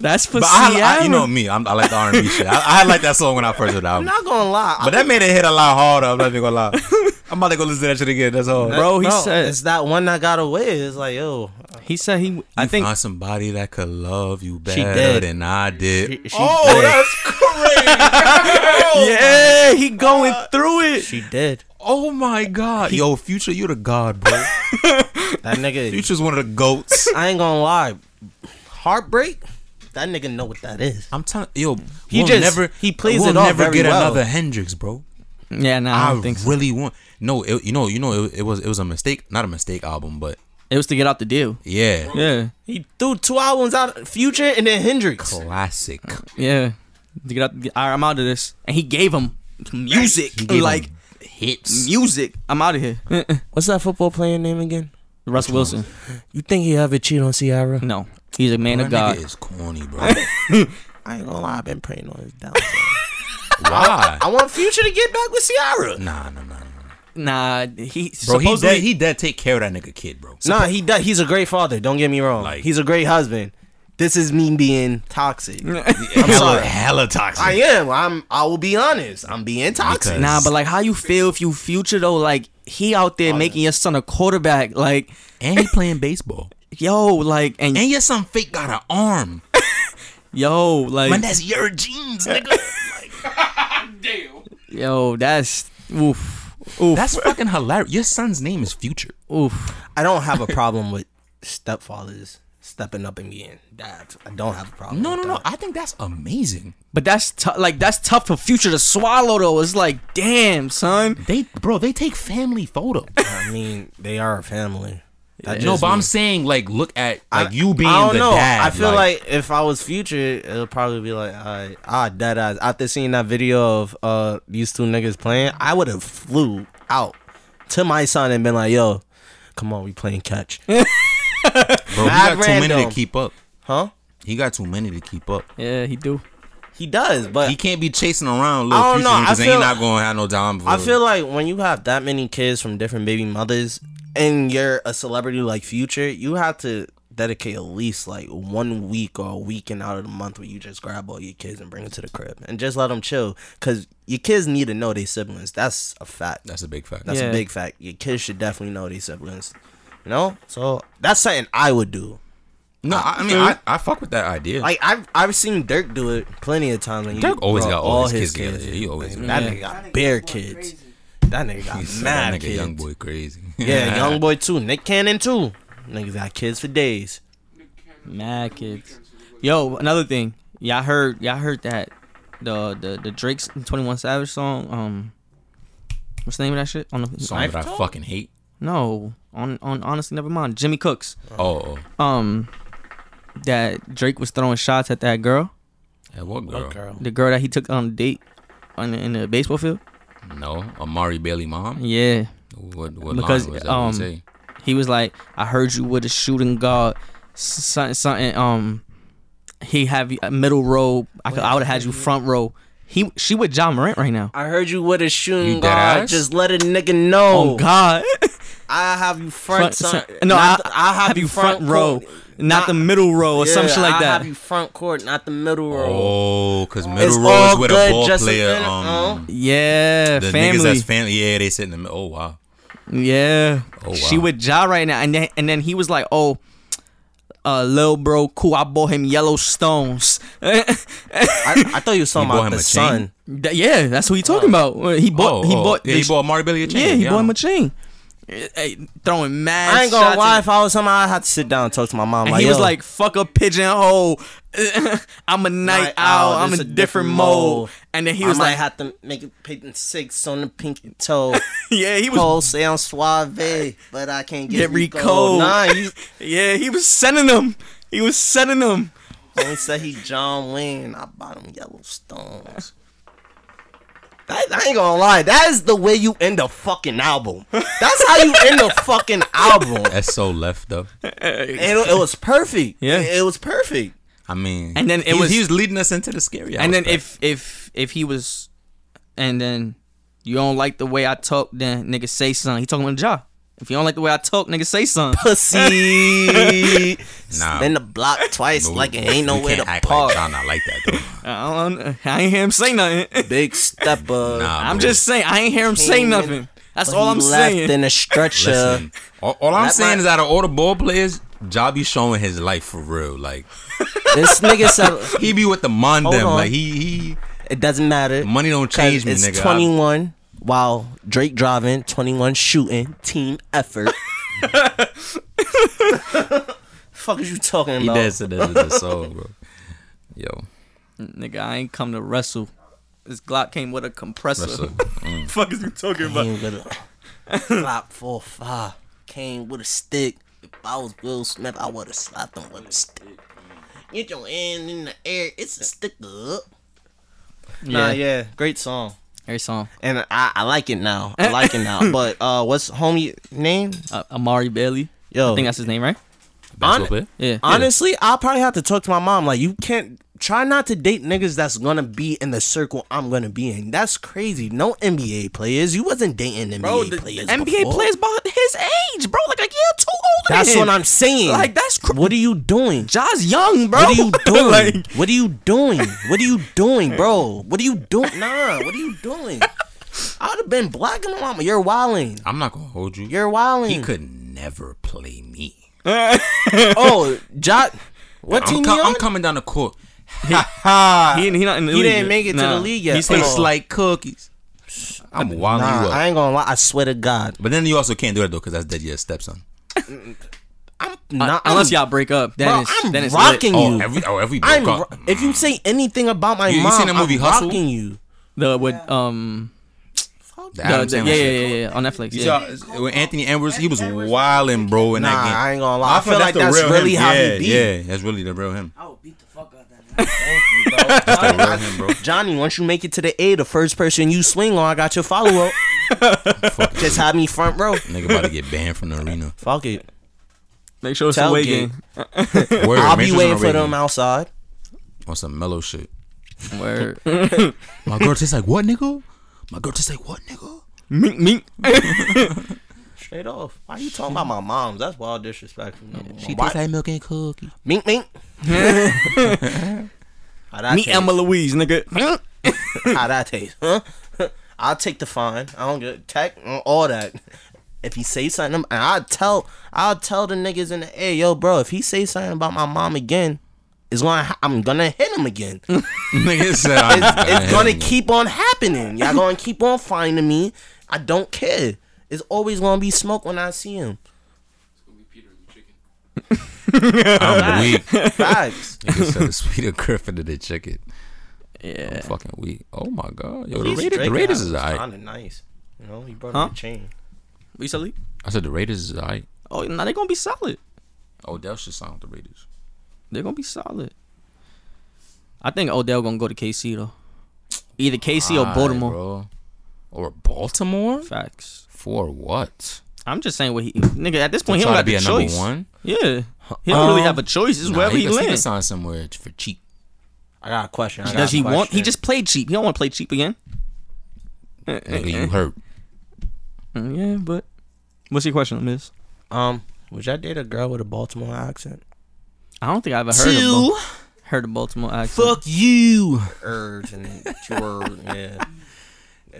S2: That's for
S3: But
S2: Ciara.
S3: I, I, you know me, I'm, I like the R&B shit. I, I like that song when I first heard the
S4: I'm
S3: album.
S4: not gonna lie.
S3: But that made it hit a lot harder. I'm not even gonna lie. I'm about to go listen to that shit again. That's all.
S2: Bro, he
S4: No,
S2: said-
S4: it's that one that got away. It's like, yo,
S2: He said he. I think.
S3: Find somebody that could love you
S4: She
S3: better
S4: dead.
S3: than I did. Oh,
S4: she, she dead.
S2: Yeah, he going through it.
S4: She dead.
S3: Oh my god, yo, Future, you the god, bro.
S4: That nigga.
S3: Future's one of the goats.
S4: I ain't gonna lie. Heartbreak. That nigga know what that is.
S3: I'm telling yo,
S4: He
S3: we'll
S4: just-
S3: never
S4: he plays
S3: we'll
S4: it off
S3: never
S4: very
S3: get
S4: well.
S3: another Hendrix, bro.
S2: Yeah, nah, I,
S3: I,
S2: don't think so.
S3: really want. No, it, you know, you know, it, it was it was a mistake, not a mistake album, but
S2: It was to get out the deal.
S3: yeah,
S2: Yeah,
S4: He threw two albums out, Future and then Hendrix.
S3: classic.
S2: yeah. To get out. Get, all right, I'm out of this. And he gave him music,
S3: He gave 'em
S2: like
S3: hits.
S2: music. I'm out of here. Uh-uh.
S4: What's that football player name again?
S2: Russ Wilson.
S4: You think he ever cheat on Ciara?
S2: No, he's a man
S3: That
S2: of God.
S3: nigga is corny, bro.
S4: I ain't gonna lie. I've been praying on his down.
S3: Why?
S4: I want Future to get back with Ciara.
S3: Nah, nah, nah, nah.
S2: Nah, he
S3: Bro, he
S2: supposedly-
S3: dead. He dead. Take care of that nigga kid, bro.
S4: Nah, he does. He's a great father. Don't get me wrong.
S3: Like-
S4: he's a great husband. This is me being toxic. I'm
S3: hella,
S4: sorry.
S3: hella toxic.
S4: I am. I'm. I will be honest. I'm being toxic.
S3: Because-
S2: Nah, but like, how you feel if you future though? Like, he out there making your son a quarterback. Like,
S3: and he playing baseball.
S2: yo, like, and,
S3: And your son fake got an arm.
S2: yo, like,
S3: Man, that's your jeans, nigga.
S6: Damn.
S2: yo, that's oof, oof,
S3: That's fucking hilarious. Your son's name is Future.
S2: oof.
S4: I don't have a problem with stepfathers stepping up and being dads. I don't have a problem.
S3: No, no,
S4: with
S3: no.
S4: that.
S3: I think that's amazing.
S2: But that's tough. Like, that's tough for future to swallow though. It's like, damn, son.
S3: They, bro, they take family photos.
S4: I mean, they are a family. That
S3: no,
S4: just
S3: but I'm
S4: means-
S3: saying, like, look at
S4: I-
S3: like you being
S4: I don't
S3: the
S4: know.
S3: dad.
S4: I feel like, if I was Future, it'll probably be like, all right, ah, dead eyes. After seeing that video of uh these two niggas playing, I would have flew out to my son and been like, yo, come on, we playing catch,
S3: bro, he
S4: mad
S3: got too many
S4: random.
S3: to keep up.
S4: huh?
S3: He got too many to keep up.
S2: Yeah, he do.
S4: He does, but
S3: He can't be chasing around little
S4: I don't
S3: future
S4: know. I
S3: because
S4: feel-
S3: ain't not gonna have no time. For
S4: I feel like when you have that many kids from different baby mothers and you're a celebrity like Future, you have to dedicate at least like one week or a weekend out of the month where you just grab all your kids and bring them to the crib and just let them chill because your kids need to know their siblings. That's a fact.
S3: that's a big fact.
S4: That's
S2: Yeah.
S4: a big fact. Your kids should definitely know their siblings. You know, so that's something I would do.
S3: no, I, I mean, I, I fuck with that idea.
S4: Like I've I've seen Dirk do it plenty of times. When
S3: Dirk always got
S4: brought
S3: all his kids together. Yeah, he always-
S4: Like, that
S2: Yeah.
S4: nigga got bare kids. That nigga got
S3: He's-
S4: mad
S3: that nigga
S4: kids.
S3: young boy crazy.
S4: Yeah, young boy too. Nick Cannon too. Niggas got kids for days.
S2: Mad kids. Yo, another thing. Y'all heard? Y'all heard that the the the Drake's Twenty One Savage song. Um, what's the name of that shit? On the
S3: song that I fucking hate.
S2: no. On on honestly, never mind. Jimmy Cooks.
S3: Oh, oh.
S2: um that Drake was throwing shots at that girl,
S3: At what Oh, girl?
S2: the girl that he took on a date on in the baseball field.
S3: No, Amari Bailey mom.
S2: Yeah,
S3: What? What
S2: Because,
S3: line was that?
S2: um,
S3: What'd it say?
S2: he was like, "I heard you with a shooting guard, s- something, something." Um, he have you a middle row. I could, I would have had you front row. He she with John Morant right now.
S4: I heard you with a shooting
S3: You dead
S4: guard.
S3: ass?
S4: Just let a nigga know.
S2: Oh God!
S4: I have you front.
S2: Front-
S4: son.
S2: no, I,
S4: Not the-
S2: I have, you front, row,
S4: court.
S2: not, the middle row or some
S4: Yeah,
S2: shit like
S4: I
S2: that.
S4: have you front court, not the middle row.
S3: Oh, because
S4: It's
S3: middle row
S4: all
S3: is with
S4: good,
S3: a ball
S4: just a
S3: player.
S4: minute,
S3: Um,
S2: yeah,
S3: the niggas
S2: oh. family.
S3: that's family. Yeah, they sit in the middle. Oh wow.
S2: Yeah.
S3: Oh,
S2: She
S3: wow.
S2: with Ja right now. And then and then he was like, Oh, uh Lil Bro, cool, I bought him yellow stones.
S4: I, I thought you was talking
S3: You bought
S4: about
S3: him
S4: the
S3: a chain?
S4: son.
S2: That- yeah, that's what he talking about. He bought
S3: oh,
S2: he
S3: oh,
S2: bought
S3: Yeah, he bought Amari Bailey a chain.
S2: Yeah, he bought
S3: I
S2: him
S3: know.
S2: a chain. Eh, eh, throwing mad
S4: I ain't gonna
S2: shots
S4: lie.
S2: and-
S4: If I was somebody, I'd have to sit down and talk to my mom.
S2: and
S4: like,
S2: he was
S4: yo,
S2: like, "Fuck a pigeonhole, I'm a night,
S4: Night
S2: owl,
S4: owl,
S2: I'm
S4: this
S2: a
S4: a
S2: different
S4: different
S2: mode."
S4: mode.
S2: And then he
S4: I
S2: was
S4: might
S2: like,
S4: have to make it paint six on the pinky toe.
S2: "Yeah, he was,
S4: Cold sound suave, but I can't get,
S2: Get
S4: Rico.
S2: Rico.
S4: Nah, you,
S2: yeah, he was sending them, he was sending them."
S4: When he said he John Wayne, I bought him yellow stones. That, I ain't gonna lie, that is the way you end a fucking album. That's how you end a fucking album.
S3: That's so left up.
S4: And it, it was perfect.
S2: Yeah.
S4: It, it was perfect.
S3: I mean,
S2: And then it
S3: he
S2: was-
S3: he was leading us into the scary.
S2: and then if if if he was, and then you don't like the way I talk, then nigga say something. He talking about Ja. If you don't like the way I talk, nigga say something.
S4: Pussy.
S3: nah,
S4: Been the block twice
S3: but we-
S4: like it ain't
S3: we
S4: nowhere
S3: can't
S4: to
S3: act Like
S4: park.
S3: John not like that though.
S2: I, don't, I ain't hear him say nothing.
S4: Big stepper.
S3: Nah,
S2: I'm
S3: bro.
S2: just saying I ain't hear him say
S4: Came in-
S2: nothing. That's
S4: But
S2: all
S4: he
S2: I'm
S4: left
S2: saying.
S4: in a stretcher.
S3: Listen, all, all I'm
S4: That
S3: saying
S4: might-
S3: is out of all the ball players, Javi showing his life for real. Like
S4: this nigga said,
S3: he be with the mon
S4: Hold
S3: them.
S4: on.
S3: Like he he
S4: "It doesn't matter.
S3: money don't change me,
S4: it's
S3: nigga.
S4: 21 while Drake driving, 21 shooting, team effort." Fuck is you talking
S3: he
S4: about?
S3: does it with the soul, bro. Yo,
S2: Nigga, I ain't come to wrestle. This Glock came with a compressor.
S3: that's a-
S2: fuck is you talking about?
S4: Came with a slap four five. Came with a stick. If I was Will Smith, I would have slapped him with a stick. Get your hand in the air. It's a stick up. Nah, yeah, great song.
S2: Every song.
S4: And I, I like it now. I like it now. But uh, what's homie name?
S2: Uh, Amari Bailey.
S4: Yo,
S2: I think that's his name, right?
S3: basketball
S4: On-
S3: player.
S2: Yeah.
S4: honestly, I'll probably have to talk to my mom. Like, you can't try not to date niggas that's gonna be in the circle I'm gonna be in. That's crazy. No NBA players. You wasn't dating NBA
S2: Bro, the,
S4: players.
S2: NBA
S4: before.
S2: players about his age, bro. Like a year too old.
S4: That's what I'm saying.
S2: Like, that's cr-
S4: what are you doing?
S2: Ja's young, bro.
S4: What are you doing?
S2: like,
S4: what are you doing? What are you doing, bro? What are you doing? Nah, what are you doing? I would have been blocking my mama. You're wilding.
S3: I'm not gonna hold you.
S4: You're wilding.
S3: he could never play me.
S4: Oh, Jot. What
S3: I'm,
S4: team
S3: co-
S4: he
S3: I'm
S4: on?
S3: coming down the court.
S2: he, he, not in the
S4: He
S2: league
S4: didn't
S2: yet.
S4: make it to
S2: Nah.
S4: the league yet.
S2: He's still
S4: Hold on.
S3: It's like cookies. I'm wilding you
S4: Nah,
S3: up.
S4: I ain't gonna lie. I swear to God.
S3: But then you also can't do that though, because that's dead your stepson.
S4: Nah,
S2: Unless
S4: I'm-
S2: y'all break up, then
S4: Uh, Bro,
S2: it's
S4: I'm
S2: then it's
S4: rocking
S2: lit.
S4: you.
S3: Oh, every oh every
S4: I'm.
S3: broke
S4: Ro-
S3: up.
S4: if you say anything about my
S3: You- you
S4: mom,
S3: seen the movie
S4: I'm
S3: Hustle?
S4: rocking you.
S2: The with um
S3: The
S2: the,
S3: Adam
S2: the, yeah,
S3: Sandler
S2: yeah
S3: shit.
S2: yeah yeah on Netflix.
S3: You
S2: Yeah.
S3: saw when Anthony Edwards, he was wilding, bro, in
S4: Nah,
S3: that game.
S4: I ain't gonna lie. I feel like
S3: the
S4: that's
S3: real
S4: really
S3: him.
S4: how he
S3: yeah,
S4: be.
S3: Yeah, that's really the real him.
S8: I would beat the fuck out of that
S3: That's the
S8: man.
S3: real him, bro.
S4: Johnny, once you make it to the A, the first person you swing on, I got your follow up.
S3: Fuck it.
S4: Just have me front row.
S3: Nigga about to get banned from the arena.
S4: Fuck it.
S2: Make sure it's
S4: Tailgate.
S2: a way game.
S3: Word,
S4: I'll
S3: Matrix
S4: be
S3: on
S4: waiting
S3: radio.
S4: for them outside.
S3: on some mellow shit.
S2: Where
S3: My girl tastes like what, nigga? My girl tastes like what, nigga?
S2: mink mink.
S4: Straight off. Why you talking about my mom's? That's wild disrespectful.
S3: She tastes like milk and cookie.
S4: Mink, mink. how that
S2: Meet
S4: taste?
S2: Emma Louise, nigga.
S4: How that taste? Huh? I'll take the fine. I don't get tech and all that. If he say something, and I'll tell, I'll tell the niggas in the air, yo, bro. If he say something about my mom again, it's gonna, ha- I'm gonna hit him again.
S3: Nigga said, I'm
S4: it's, it's gonna
S3: hit him.
S4: keep on happening. Y'all gonna keep on finding me. I don't care. It's always gonna be smoke when I see him.
S3: I'm weak.
S4: Facts.
S3: Nigga said the sweeter Griffin to the chicken.
S2: Yeah.
S3: Fucking weak. Oh my god. Yo, the
S4: He's
S3: Raiders, the
S4: drinking
S3: Raiders
S4: out
S3: is
S4: of
S3: alright.
S4: Kinda nice. You know, he brought
S2: Huh?
S4: up a chain.
S2: We solid?
S3: I said the Raiders is alright.
S2: Oh, now they're gonna be solid.
S3: Odell should sign with the Raiders.
S2: They're gonna be solid. I think Odell gonna go to KC though. Either KC or
S3: Alright,
S2: Baltimore.
S3: bro. Or Baltimore?
S2: Facts.
S3: For what?
S2: I'm just saying what he nigga at this
S3: To
S2: point he don't
S3: try to
S2: have
S3: be
S2: a
S3: a number
S2: choice.
S3: one?
S2: Yeah. He don't really have a choice. It's
S3: Nah,
S2: wherever
S3: he
S2: he,
S3: can- he can
S2: lands.
S3: sign somewhere for cheap.
S4: I got a question. I got
S2: Does
S4: a
S2: he want? He
S4: question.
S2: just played cheap. He don't want to play cheap again.
S3: Nigga, you hurt.
S2: Mm, Yeah, but what's your question, Miss?
S4: um. Would y'all date a girl with a Baltimore accent?
S2: I don't think I ever heard of Bal- heard of Baltimore accent.
S4: you. Erd and Jord, yeah.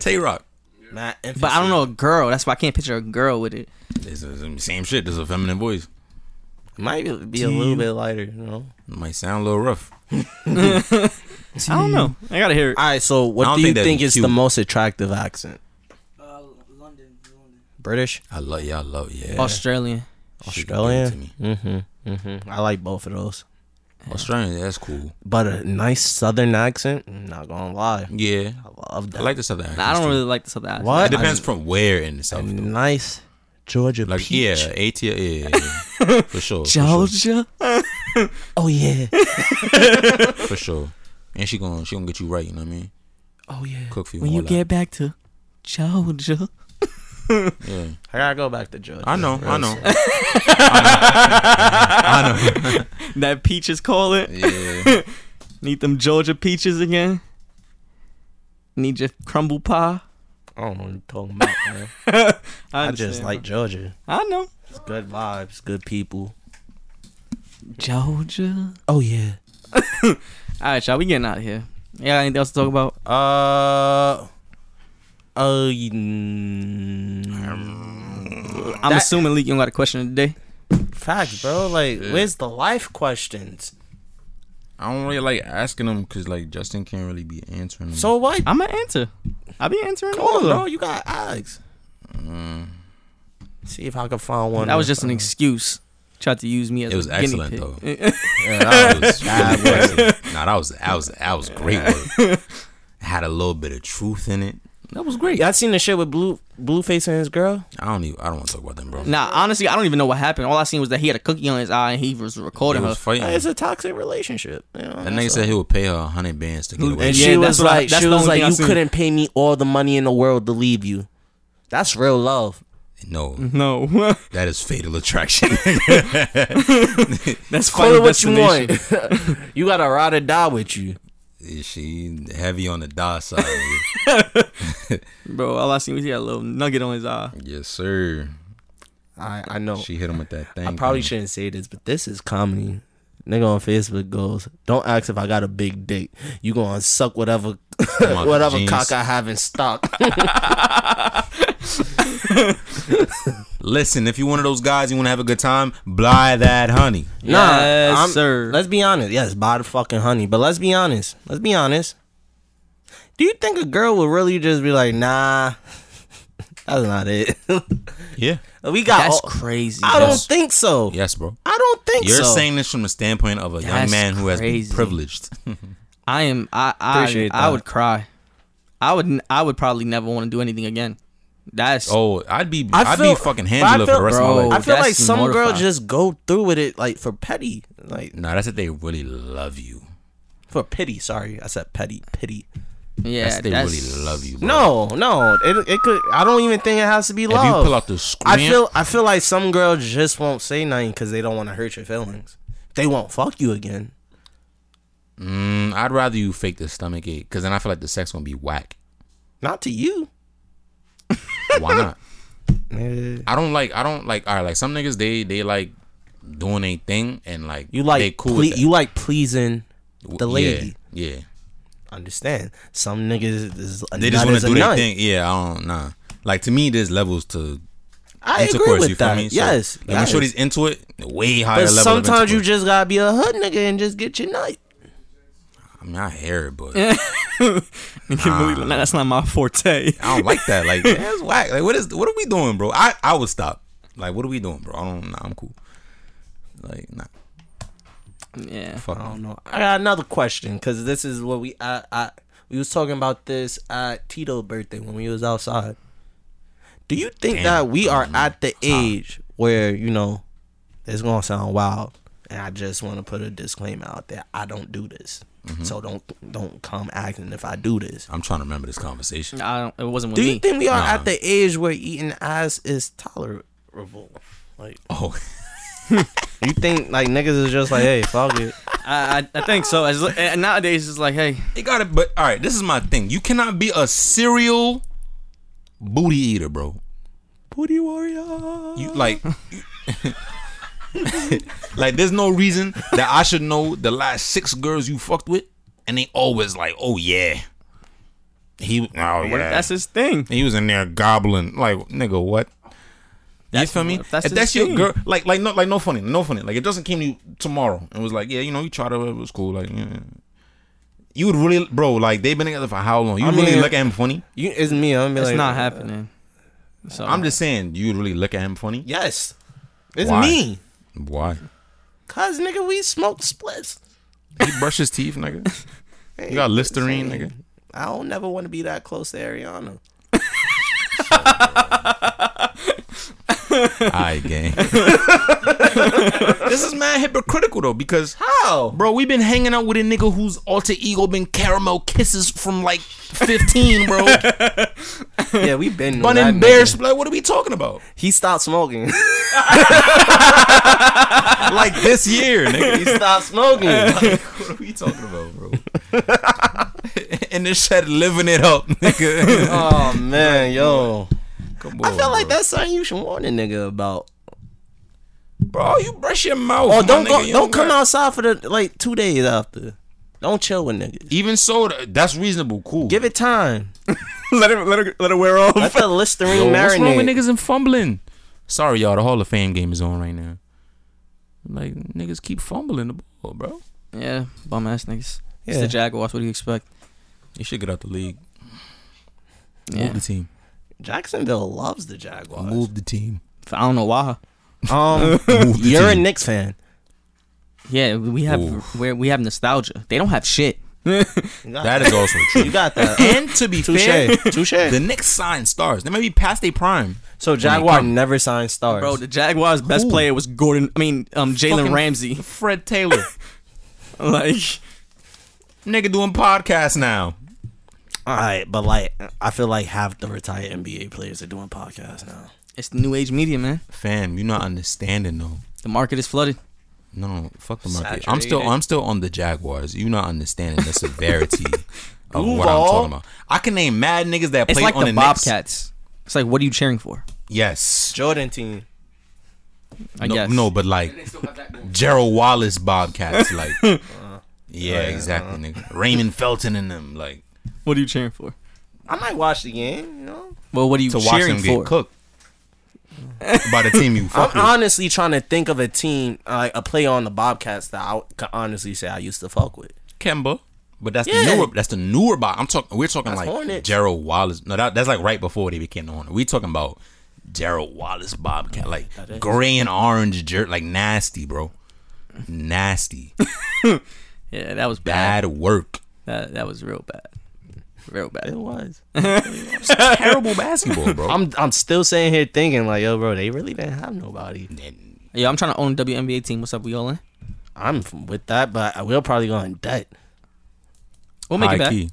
S3: Tay Rock.
S4: Matt emphasis.
S2: But I don't know a girl. That's why I can't picture a girl with it.
S3: It's the same shit. There's a feminine voice.
S4: Might be- be a little bit lighter, you know.
S3: It might sound a little rough.
S2: I don't know. I gotta hear it.
S4: All right. So,
S3: I
S4: what
S3: don't
S4: do you
S3: think that'd
S4: think
S3: be
S4: is the
S3: cute.
S4: most attractive accent?
S8: Uh, London, London.
S4: British,
S3: I love y'all. Love yeah.
S2: Australian.
S3: She gave it to
S4: Australian.
S3: me.
S4: Mm-hmm. Mm-hmm. I like both of those.
S3: Australian. That's cool.
S4: But a nice Southern accent, not gonna lie,
S3: Yeah.
S4: I love that.
S3: I like the southern accent.
S2: Nah, I don't really like this other accent.
S4: What?
S3: It depends from where in the
S4: a
S3: south. though.
S4: nice Georgia
S3: Like yeah,
S4: peach.
S3: ATL. Yeah, yeah, yeah. for sure. for sure,
S2: Georgia.
S4: Oh yeah.
S3: For sure. And she gonna she gonna get you right. You know what I mean?
S2: Oh yeah.
S3: Cook for you.
S2: When
S3: and
S2: you
S3: all
S2: get back to Georgia.
S3: that. yeah.
S4: I gotta go back to Georgia.
S3: I know. I know.
S2: That peaches call it.
S3: Yeah.
S2: Need them Georgia peaches again. Need your crumble pie.
S4: I don't know what you're talking about. Man.
S2: I,
S4: I just
S2: understand.
S4: like Georgia.
S2: I know.
S4: It's good vibes, good people.
S2: Georgia.
S4: Oh yeah.
S2: All right, y'all. We getting out of here. Yeah, anything else to talk about?
S4: Uh, Uh, mm,
S2: I'm
S4: that-
S2: assuming Leek, you don't got a question today.
S4: facts, bro. Like,
S3: Yeah.
S4: where's the life questions?
S3: I don't really like asking them because like Justin can't really be answering. Them.
S4: So what?
S2: I'm gonna answer. I'll be answering all of
S4: Hold on, bro.
S2: them. Mm.
S4: You got Alex. See if I can find one.
S2: That was just
S4: uh,
S2: an excuse. Tried to use me as
S3: It was
S2: a guinea
S3: excellent,
S2: pig.
S3: though. Yeah, that was, that was, nah, that was that was that was great work. Had a little bit of truth in it. That was great.
S4: Y'all seen the shit with blue blueface and his girl?
S3: I don't even. I don't want to talk about them, bro.
S2: Nah, honestly, I don't even know what happened. All I seen was that he had a cookie on his eye and he was
S3: They
S2: recording
S3: was
S2: her.
S3: fighting.
S4: It's a toxic relationship. You know?
S3: That nigga said he would pay her a hundred bands to get away.
S4: And
S2: Yeah,
S4: she
S2: that's
S4: was
S2: what I-
S4: like,
S2: that's
S4: she
S2: the
S4: was
S2: only
S4: like,
S2: thing I
S4: you
S2: seen."
S4: couldn't pay me all the money in the world to leave you. That's real love.
S3: No,
S2: No,
S3: that is fatal attraction.
S2: that's
S4: Call
S2: final
S4: it what you
S2: destination.
S4: want. you gotta ride or die with you.
S3: she heavy on the die side. nigga.
S2: bro. All I seen was he had a little nugget on his eye.
S3: yes, sir.
S4: I I know.
S3: She hit him with that thing.
S4: I probably
S3: thing.
S4: shouldn't say this, but this is comedy. Nigga on Facebook goes, "Don't ask if I got a big dick. You gonna suck whatever,
S3: out,
S4: whatever
S3: jeans.
S4: cock I have in stock."
S3: Listen, if you one of those guys, you want to have a good time, buy that honey.
S4: Nah,
S2: Yes,
S4: I'm-
S2: sir.
S4: Let's be honest. Yes, buy the fucking honey. But let's be honest. Let's be honest. Do you think a girl would really just be like, nah, that's not it?
S3: Yeah.
S4: we got.
S2: That's
S4: all-
S2: crazy.
S4: oh, I
S2: bro.
S4: don't think so.
S3: Yes, bro.
S4: I don't think
S3: You're
S4: so.
S3: saying this from the standpoint of a young
S2: That's
S3: man who has been
S2: crazy.
S3: privileged.
S2: I am. I. I.
S4: Appreciate
S2: I
S4: that.
S2: would cry. I would. n- I would probably never want to do anything again. That's.
S3: oh, I'd be,
S4: I
S3: I'd
S4: feel-
S3: be fucking
S4: but I
S3: Angela for
S4: feel-
S3: the rest of my
S2: Bro.
S3: life.
S4: I feel
S2: that's
S4: like some
S2: mortifying.
S4: girls just go through with it like for petty, like
S3: Nah, that's if they really love you.
S4: for pity. Sorry, I said petty, pity.
S2: yeah.
S3: That's
S2: That's,
S3: if they really love you. Bro.
S4: No, no, it, it could. I don't even think it has to be
S3: if
S4: love.
S3: you pull out the screen,
S4: I feel I feel like some girls just won't say nothing because they don't want to hurt your feelings. They won't fuck you again.
S3: mm, I'd rather you fake the stomach ache because then I feel like the sex gonna be whack.
S4: Not to you.
S3: Why not?
S4: You
S3: I don't like. I don't like. All right, like some niggas, they they like doing a thing and like they
S4: like
S3: cool.
S4: ple-
S3: with that.
S4: you like pleasing the
S3: Yeah,
S4: lady.
S3: Yeah,
S4: Understand? Some niggas is a
S3: they just
S4: want
S3: want to do
S4: a
S3: their
S4: nut.
S3: thing. Yeah, I don't nah. Like to me, there's levels to
S4: I agree
S3: intercourse.
S4: with
S3: You feel
S4: that.
S3: me? So,
S4: yes.
S3: like, when
S4: yes.
S3: shorty's into it, way higher
S4: but
S3: level.
S4: sometimes
S3: of
S4: you
S3: intercourse.
S4: just gotta be a hood nigga and just get your nut.
S3: I mean, I hear it, but I
S2: Nah, that's not my forte.
S3: don't like that. Like that's whack. Like what is what are we doing, bro? I I would stop. Like what are we doing, bro? I don't. Nah, I'm cool. Like nah,
S2: Yeah.
S3: fuck.
S4: I don't know. I got another question because this is what we I, I we was talking about this at Tito's birthday when we was outside. Do you think
S3: Damn,
S4: that we are
S3: man.
S4: at the age where you know it's gonna sound wild, and I just want to put a disclaimer out there. I don't do this,
S3: Mm-hmm.
S4: so don't don't come acting if I do this.
S3: I'm trying to remember this conversation.
S2: I don't. It wasn't with
S4: Do
S2: me.
S4: you think we are
S3: Nah.
S4: at the age where eating ass is tolerable? Like
S3: Oh,
S4: you think like niggas is just like hey fuck it.
S2: I, I. I think so. As and nowadays, it's like, hey,
S3: it got it. But all right, this is my thing. You cannot be a serial booty eater, bro.
S4: Booty warrior.
S3: you like like there's no reason that I should know the last six girls you fucked with and they always like oh yeah he oh yeah
S2: that's his thing.
S3: he was in there gobbling like nigga what
S2: That's-
S3: you feel me
S2: if that's
S3: if
S2: his
S3: that's your
S2: thing.
S3: girl like like no like no funny no funny like it doesn't came to you tomorrow and was like yeah you know you tried to it was cool like yeah. you would really bro like they've been together for how long you
S4: I
S3: really
S4: mean-
S3: look at him funny
S4: You it's me. I'm gonna be
S2: It's
S4: like
S2: not
S4: uh,
S2: happening. So
S3: I'm just saying you would really look at him funny
S4: Yes. It's
S3: Why?
S4: me.
S3: why
S4: Cause nigga, we smoke splits.
S3: He brush his teeth, nigga. You got Listerine, nigga.
S4: I don't never want to be that close to Ariana.
S3: Alright, gang. this is mad hypocritical though, because
S4: How?
S3: bro, we've been hanging out with a nigga whose alter ego been caramel kisses from like 15, bro.
S4: Yeah, we been
S3: Bun
S4: on that
S3: and bear
S4: nigga.
S3: spl- Like, what are we talking about?
S4: He stopped smoking.
S3: Like this year, nigga.
S4: he stopped smoking.
S3: What are we talking about, bro? and this shit living it up, nigga.
S4: oh man, yo.
S3: Come
S4: I
S3: on,
S4: feel like
S3: bro.
S4: that's something you should warn a nigga about.
S3: bro. You brush your mouth.
S4: Oh,
S3: my
S4: don't
S3: nigga.
S4: go,
S3: You
S4: don't come
S3: got-
S4: outside for the like two days after. Don't chill with niggas.
S3: Even so, that's reasonable. Cool.
S4: Give it time.
S3: let it let it let it wear off.
S4: Let the Listerine
S3: Yo, what's wrong with
S4: marinate.
S3: niggas and fumbling? Sorry, y'all. The Hall of Fame game is on right now. Like niggas keep fumbling the ball, bro.
S2: Yeah, bum ass niggas. It's
S3: Yeah.
S2: the Jaguars. What do you expect?
S3: You should get out the league.
S2: Yeah.
S3: Move the team.
S4: Jacksonville loves the Jaguars.
S3: Move the team.
S2: I don't know why.
S4: Um,
S3: Move the
S4: you're a
S3: team.
S4: Knicks fan.
S2: Yeah, we have
S3: Oof.
S2: we we have nostalgia. They don't have shit.
S4: You got
S3: That is also true.
S4: You got that.
S3: and to be fair,
S4: Touche. Touche.
S3: the Knicks signed stars. They might be past their prime.
S4: So Jaguar never signed stars.
S2: Bro, the Jaguars' best
S3: Who?
S2: player was Gordon. I mean, um, Jalen
S3: Fucking
S2: Ramsey.
S3: Fred Taylor,
S2: Like,
S3: nigga doing podcasts now.
S4: All right, but like I feel like half the retired NBA players are doing podcasts now.
S2: it's the new age media, man.
S3: Fam, you're not understanding though.
S2: The market is flooded.
S3: No, fuck the market. I'm still
S2: Saturated.
S3: I'm still on the Jaguars. You not understanding the severity of what I'm
S4: Duval.
S3: talking about. I can name mad niggas that
S2: It's
S3: played
S2: like
S3: on
S2: the,
S3: the, Knicks.
S2: Bobcats. It's like, what are you cheering for?
S3: Yes.
S4: Jordan team.
S2: I
S3: no,
S2: guess.
S3: no, but like
S6: They still have that going.
S3: Gerald Wallace Bobcats, like
S2: Uh,
S3: Yeah, exactly, nigga. Raymond Felton and them, like
S2: What are you cheering for?
S4: I might watch the game. You know,
S2: Well, what are you
S3: to watch
S2: cheering
S3: them
S2: for?
S3: get cooked. By the team you fuck
S4: I'm
S3: with.
S4: honestly trying to think of a team, like a player on the Bobcats that I could honestly say I used to fuck with.
S3: Kemba. But that's
S4: Yeah.
S3: the newer. That's the newer box. I'm talking. We're talking
S4: That's
S3: like
S4: Hornets.
S3: Gerald Wallace. No, that, that's like right before they became the Hornets. We talking about Gerald Wallace Bobcat, like gray and orange jerk, like nasty, bro. Nasty,
S2: Yeah, that was bad.
S3: bad work.
S2: That that was real bad. Real bad.
S4: was.
S3: Terrible basketball, bro.
S4: I'm I'm still sitting here thinking like, yo, bro, they really didn't have nobody.
S3: And
S2: Yeah, I'm trying to own a WNBA team. What's up? We all in?
S4: I'm f- with that, but I will probably go in debt.
S2: We'll make
S3: high
S2: it back.
S3: key.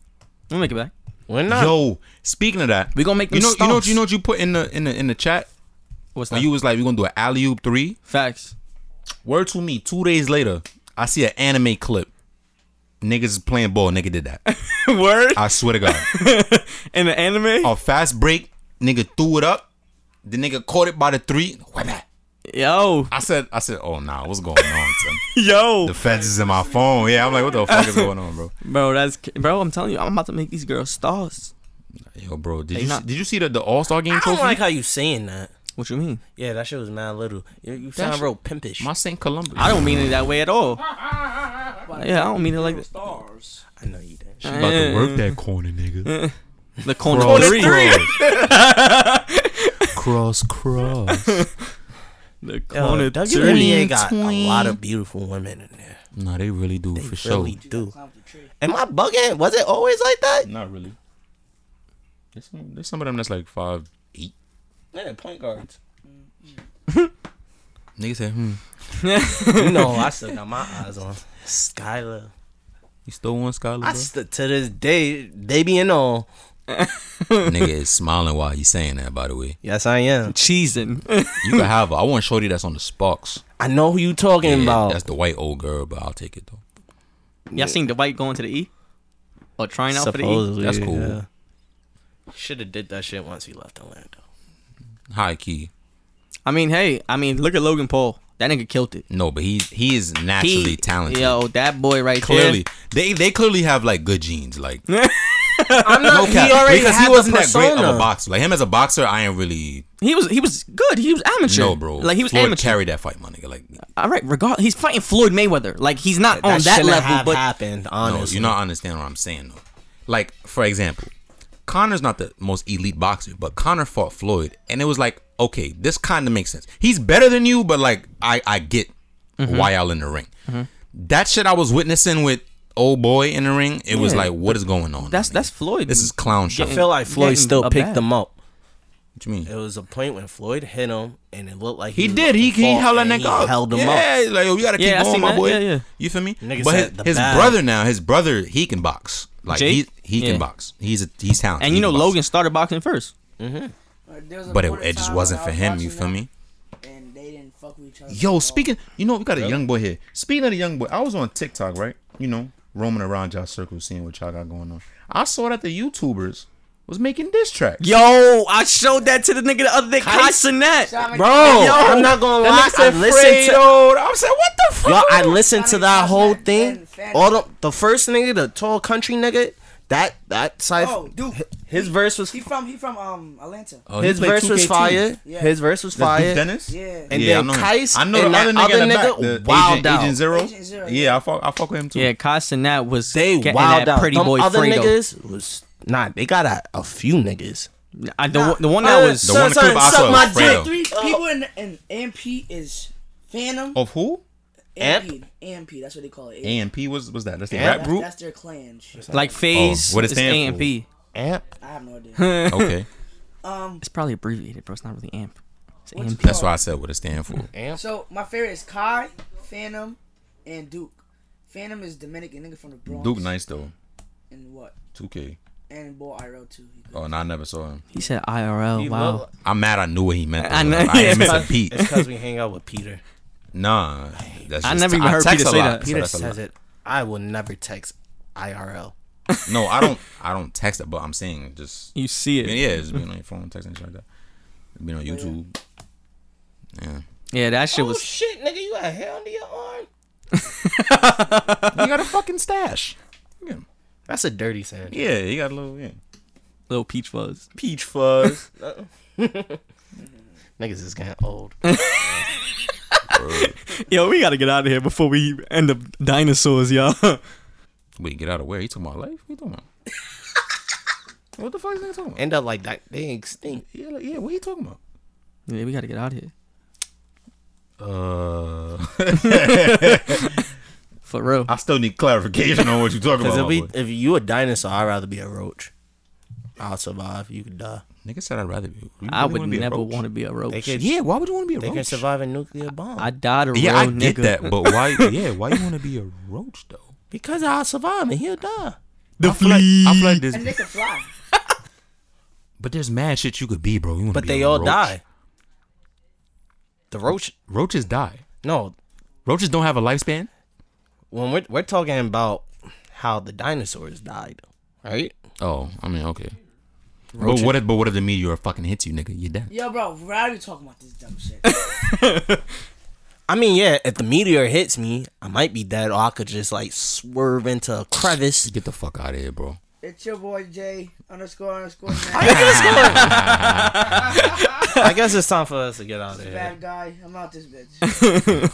S2: We'll make it back.
S4: We're not.
S3: Yo, speaking of that,
S2: We gonna make
S3: you
S2: them
S3: know. You know.
S2: stumps.
S3: You know what you put in the in the in the chat.
S2: What's
S3: When
S2: that?
S3: you was like, we gonna do an alley oop three.
S2: Facts.
S3: Word to me. Two days later, I see an anime clip. Niggas is playing ball. Nigga did that.
S2: Word
S3: I swear to God.
S2: in the anime.
S3: a fast break. Nigga threw it up. The nigga caught it by the three. Whap it.
S2: Yo,
S3: I said, I said, oh nah, what's going on? Son?
S2: yo,
S3: The feds is in my phone. Yeah, I'm like, what the fuck is going on, bro?
S2: bro, that's bro. I'm telling you, I'm about to make these girls stars.
S3: Yo, bro, did
S2: They
S3: you
S2: not-
S3: did you see the, the All Star game
S4: I don't
S3: trophy?
S4: like how you saying that.
S2: What you mean?
S4: Yeah, that shit was mad little. You, you sound
S3: shit-
S4: real pimpish.
S3: my St. Columbus.
S2: I don't mean it that way at all. Yeah, I don't mean it like that.
S7: Stars.
S4: I know you didn't.
S3: She about to work that corner, nigga.
S2: The corner
S3: Cross,
S2: three.
S3: cross, cross. cross.
S2: The
S4: Yo,
S2: corner three.
S4: WNBA got a lot of beautiful women in there.
S3: Nah, they really do for sure.
S4: really do. Am I bugging? Was it always like that?
S3: Not really. There's some, there's some of them that's like five eight.
S4: Yeah, point guards.
S3: Nigga said, hmm,
S4: you know, I still got my eyes on Skylar.
S3: Mm-hmm. you still want Skylar?
S4: I
S3: bro?
S4: still to this day, they be in all.
S3: Nigga is smiling while he's saying that. By the way,
S4: Yes, I am.
S2: Cheesing.
S3: you can have her. I want Shorty that's on the Sparks.
S4: I know who you talking
S3: Yeah,
S4: about.
S3: That's the white old girl, but I'll take it though.
S2: Y'all seen the white going to the E? Or trying out for the E?
S4: Supposedly,
S3: That's cool.
S4: Should have did that shit once he left Orlando.
S3: High key.
S2: I mean, hey, I mean, look at Logan Paul. That nigga killed it.
S3: No, but he he is naturally
S2: He-
S3: talented.
S2: Yo, that boy right
S3: Clearly,
S2: there.
S3: they they clearly have like good genes. Like
S4: I'm not.
S3: no cap,
S4: he already
S3: because
S4: had
S3: he wasn't
S4: the
S3: that great
S4: persona.
S3: of a boxer. Like him as a boxer, I ain't really
S2: He was he was good. He was amateur.
S3: no bro.
S2: Like he was
S3: Floyd
S2: amateur.
S3: carried that fight, my nigga. Like
S2: All right, regard he's fighting Floyd Mayweather. Like he's not on that
S4: shouldn't
S2: level,
S4: have
S2: but
S4: happened.
S3: no,
S4: Honestly,
S3: you not understand what I'm saying though. Like for example, Connor's not the most elite boxer, but Connor fought Floyd, and it was like okay, this kind of makes sense. He's better than you, but like I I get why y'all in the ring. That shit I was witnessing with old boy in the ring, it was
S2: Yeah,
S3: like what is going on?
S2: that's
S3: nigga?
S2: that's Floyd.
S3: This is clown shit.
S4: I feel like Floyd
S2: Getting
S4: still
S2: a
S4: picked
S2: bag.
S4: him up.
S3: what you mean?
S4: It was a point when Floyd hit him, and it looked like
S3: He did. He he
S4: fought,
S3: held that
S4: and
S3: nigga
S4: he
S3: up.
S4: Held him up.
S3: yeah, like yo, we gotta keep
S2: Yeah, I
S3: going,
S2: seen
S3: my
S2: that.
S3: boy.
S2: Yeah, yeah.
S3: You feel me?
S4: Nigga
S3: but
S4: said
S3: his,
S4: the
S3: his
S4: bag.
S3: brother now, his brother, he can box. Like
S2: Jake?
S3: he he can
S2: Yeah.
S3: box. He's a, he's talented.
S2: and
S3: He
S2: you know
S3: can box.
S2: Logan started boxing first.
S3: but it, it just wasn't for him. You feel me?
S8: And they didn't fuck with each other. at
S3: Yo,
S8: all.
S3: speaking, you know, we got a young boy here. Speaking of the young boy, I was on TikTok, right? You know, roaming around y'all circles, seeing what y'all got going on. I saw that the YouTubers was making diss tracks.
S2: Yo, I showed that to the nigga the other day, Kai Sinet.
S4: Bro, I'm not gonna
S3: That
S4: lie.
S3: nigga
S4: I
S3: said,
S4: listened to
S3: "Fredo." I said, "What the fuck?"
S4: yo, I listened to that whole
S8: Ben
S4: thing.
S8: Fenton.
S4: All the the first nigga, the tall country nigga, That that side.
S8: Oh, dude,
S4: his verse was
S8: he from he from um Atlanta.
S3: Oh, he
S4: his
S3: played
S4: verse was
S3: 2K2.
S4: fire.
S8: Yeah.
S4: His verse was
S3: That's Duke
S4: fire.
S3: Dennis.
S8: Yeah.
S4: And
S3: yeah,
S4: then
S3: I know.
S4: Kais
S3: I know
S4: and
S3: the
S4: that
S3: other nigga, in the back,
S4: other nigga
S3: the
S4: wowed
S3: Agent,
S4: out.
S3: Agent Zero.
S8: Agent Zero,
S3: Yeah, I fuck, I fuck with him too.
S2: Yeah, Castanet was
S4: They
S2: getting
S4: wild
S2: that
S4: out.
S2: pretty
S4: Them
S2: boy
S4: other
S2: Fredo.
S4: niggas was nah. They got a, a few niggas.
S2: I, the, one- the one that
S4: Uh,
S2: was
S3: The one
S4: Son,
S3: that clip I
S4: son,
S3: saw
S4: suck my
S3: was Fredo.
S8: Three people in in AMP is Phantom,
S3: Of who?
S8: AMP, AMP. That's what they call it.
S3: A and P was was that? That's the
S4: Yeah.
S3: rap
S8: That's,
S3: group.
S8: that's their clan. shit.
S2: like Phase.
S3: Oh, what it
S2: it's
S3: stand for?
S2: AMP.
S4: Amp.
S8: I have no idea.
S3: okay,
S2: It's probably abbreviated, bro. It's not really AMP. It's
S8: What's
S2: AMP.
S8: it
S3: that's why I said what it stand for.
S8: so my favorite is Kai, Phantom, and Duke. Phantom is Dominican nigga from the Bronx.
S3: Duke nice though.
S8: And what?
S3: 2K.
S8: And Boy IRL too. He good.
S3: Oh, and I never saw him.
S2: He said IRL.
S4: He
S2: wow.
S4: look-
S3: I'm mad. I knew what he meant.
S2: I
S3: I,
S2: know.
S3: I, didn't miss a beat.
S4: oh. It's because we hang out with Peter.
S3: Nah, that's just,
S2: I never even heard
S3: text
S2: Peter
S3: a
S2: say
S3: lot,
S2: that.
S3: so
S4: Peter
S3: that's a lot.
S4: says it. I will never text IRL.
S3: No, I don't. I don't text it, but I'm saying just
S2: You see
S3: I
S2: it.
S3: mean, yeah, just being on your phone, texting shit like that. Being on YouTube. Yeah,
S2: Yeah, that
S4: Oh,
S2: shit was.
S4: shit, nigga! You got hair under your arm.
S3: you got a fucking stash. Yeah,
S4: That's a dirty sand.
S3: yeah, you got a little. Yeah.
S2: Little Peach Fuzz.
S4: Peach fuzz. Niggas is getting old.
S2: Yo, we gotta get out of here before we end up dinosaurs, y'all.
S3: Wait, get out of where? You talking about life? What you talking about? what the fuck is he talking
S2: Eh.
S3: about?
S4: End up like that. They extinct.
S3: yeah, like, yeah, what you talking about?
S2: yeah, we gotta get out of here.
S3: Uh,
S2: For real.
S3: I still need clarification on what you talking
S4: Because
S3: about.
S4: if,
S3: my
S4: we,
S3: boy.
S4: if you a dinosaur, I'd rather be a roach. I'll survive. You could die.
S3: Nigga said I'd rather be. you
S2: I
S3: really
S2: would
S3: wanna be a
S2: never
S3: roach?
S2: want to be a roach.
S4: They could,
S3: Yeah, why would you want to be
S4: they
S3: a
S4: can
S3: roach?
S4: survive a nuclear bomb.
S2: I died a
S3: Yeah, I
S2: real
S3: get
S2: nigga.
S3: that, but why? Yeah, why you want to be a roach though?
S4: because I'll survive and he'll die.
S2: The
S3: I feel like, I feel like
S8: And
S3: there's,
S8: they can fly.
S3: but there's mad shit you could be, bro. You wanna
S4: But
S3: be
S4: they
S3: a
S4: all
S3: roach.
S4: die. The roach.
S3: Roaches die.
S4: No,
S3: Roaches don't have a lifespan.
S4: when we're we're talking about how the dinosaurs died, right?
S3: Oh, I mean, okay.
S4: Roaches-
S3: But what if? But what if the meteor fucking hits you, nigga? You're dead.
S8: Yo, bro, we're already talking about this dumb shit.
S4: I mean, yeah, if the meteor hits me, I might be dead, or I could just like swerve into a crevice.
S3: Get the fuck out of here, bro.
S8: it's your boy J underscore underscore man.
S4: I guess it's time for us to get out of here.
S8: bad guy. I'm out this bitch.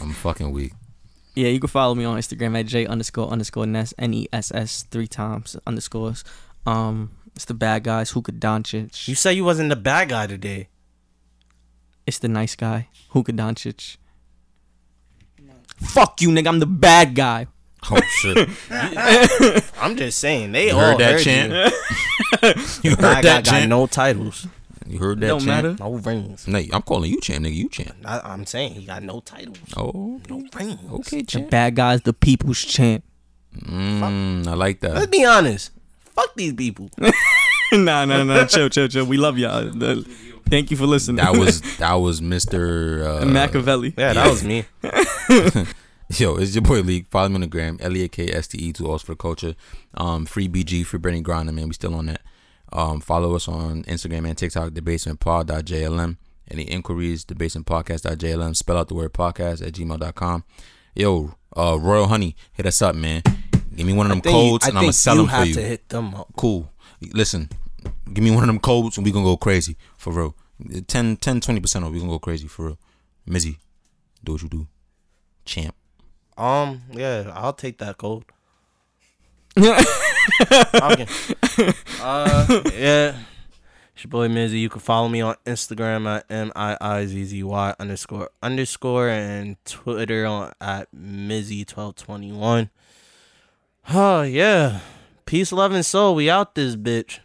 S3: I'm fucking weak.
S2: Yeah, you can follow me on Instagram at J underscore underscore Ness N E S S three times underscores. Um, it's the bad guys who could Doncic.
S4: You say you wasn't the bad guy today.
S2: It's the nice guy who could Doncic. Fuck you, nigga. I'm the bad guy.
S3: Oh shit!
S4: I'm just saying they
S3: You
S4: all
S3: heard that
S4: heard
S3: chant? You
S4: You. Bad
S3: heard
S4: guy
S3: that
S4: got
S3: chant?
S4: no titles,
S3: You heard that
S2: Don't
S3: chant?
S2: matter.
S4: no rings.
S3: No, I'm calling you champ, nigga. You champ.
S4: I, I'm saying he got no titles,
S3: Oh,
S4: no rings.
S3: okay,
S2: The
S3: champ.
S2: bad guy's the people's champ.
S3: Mm, I like
S4: Let's
S3: that.
S4: be honest. Fuck these people.
S2: nah, nah, nah. Chill, chill, chill. We love y'all. The- thank you for listening.
S3: That was that was Mr. Uh,
S2: Machiavelli.
S4: Yeah, that was me.
S3: Yo, it's your boy Leak. Follow me on the gram, L E A K S T E to Alls for Culture. Um, free BG, free Brittany Grinder, man. We still on that. Um, follow us on Instagram and TikTok, thebasementpod.jlm. Any inquiries, thebasementpodcast.jlm. Spell out the word podcast at gmail.com. Yo, uh, Royal Honey, hit us up, man. Give me one of them
S4: Think-
S3: codes and I'm
S4: think
S3: gonna sell
S4: you
S3: them for
S4: have
S3: you.
S4: to hit them up.
S3: cool. Listen, give me one of them codes and we gonna go crazy for real. 10, 10 20 percent off. We gonna go crazy for real. Mizzy, do what you do, champ.
S4: Um, yeah, I'll take that code.
S2: yeah,
S4: Okay. uh, yeah. It's your boy Mizzy. You can follow me on Instagram at M I I Z Z Y underscore underscore and Twitter on at Mizzy1221. Oh, yeah. Peace, love, and soul. We out this bitch.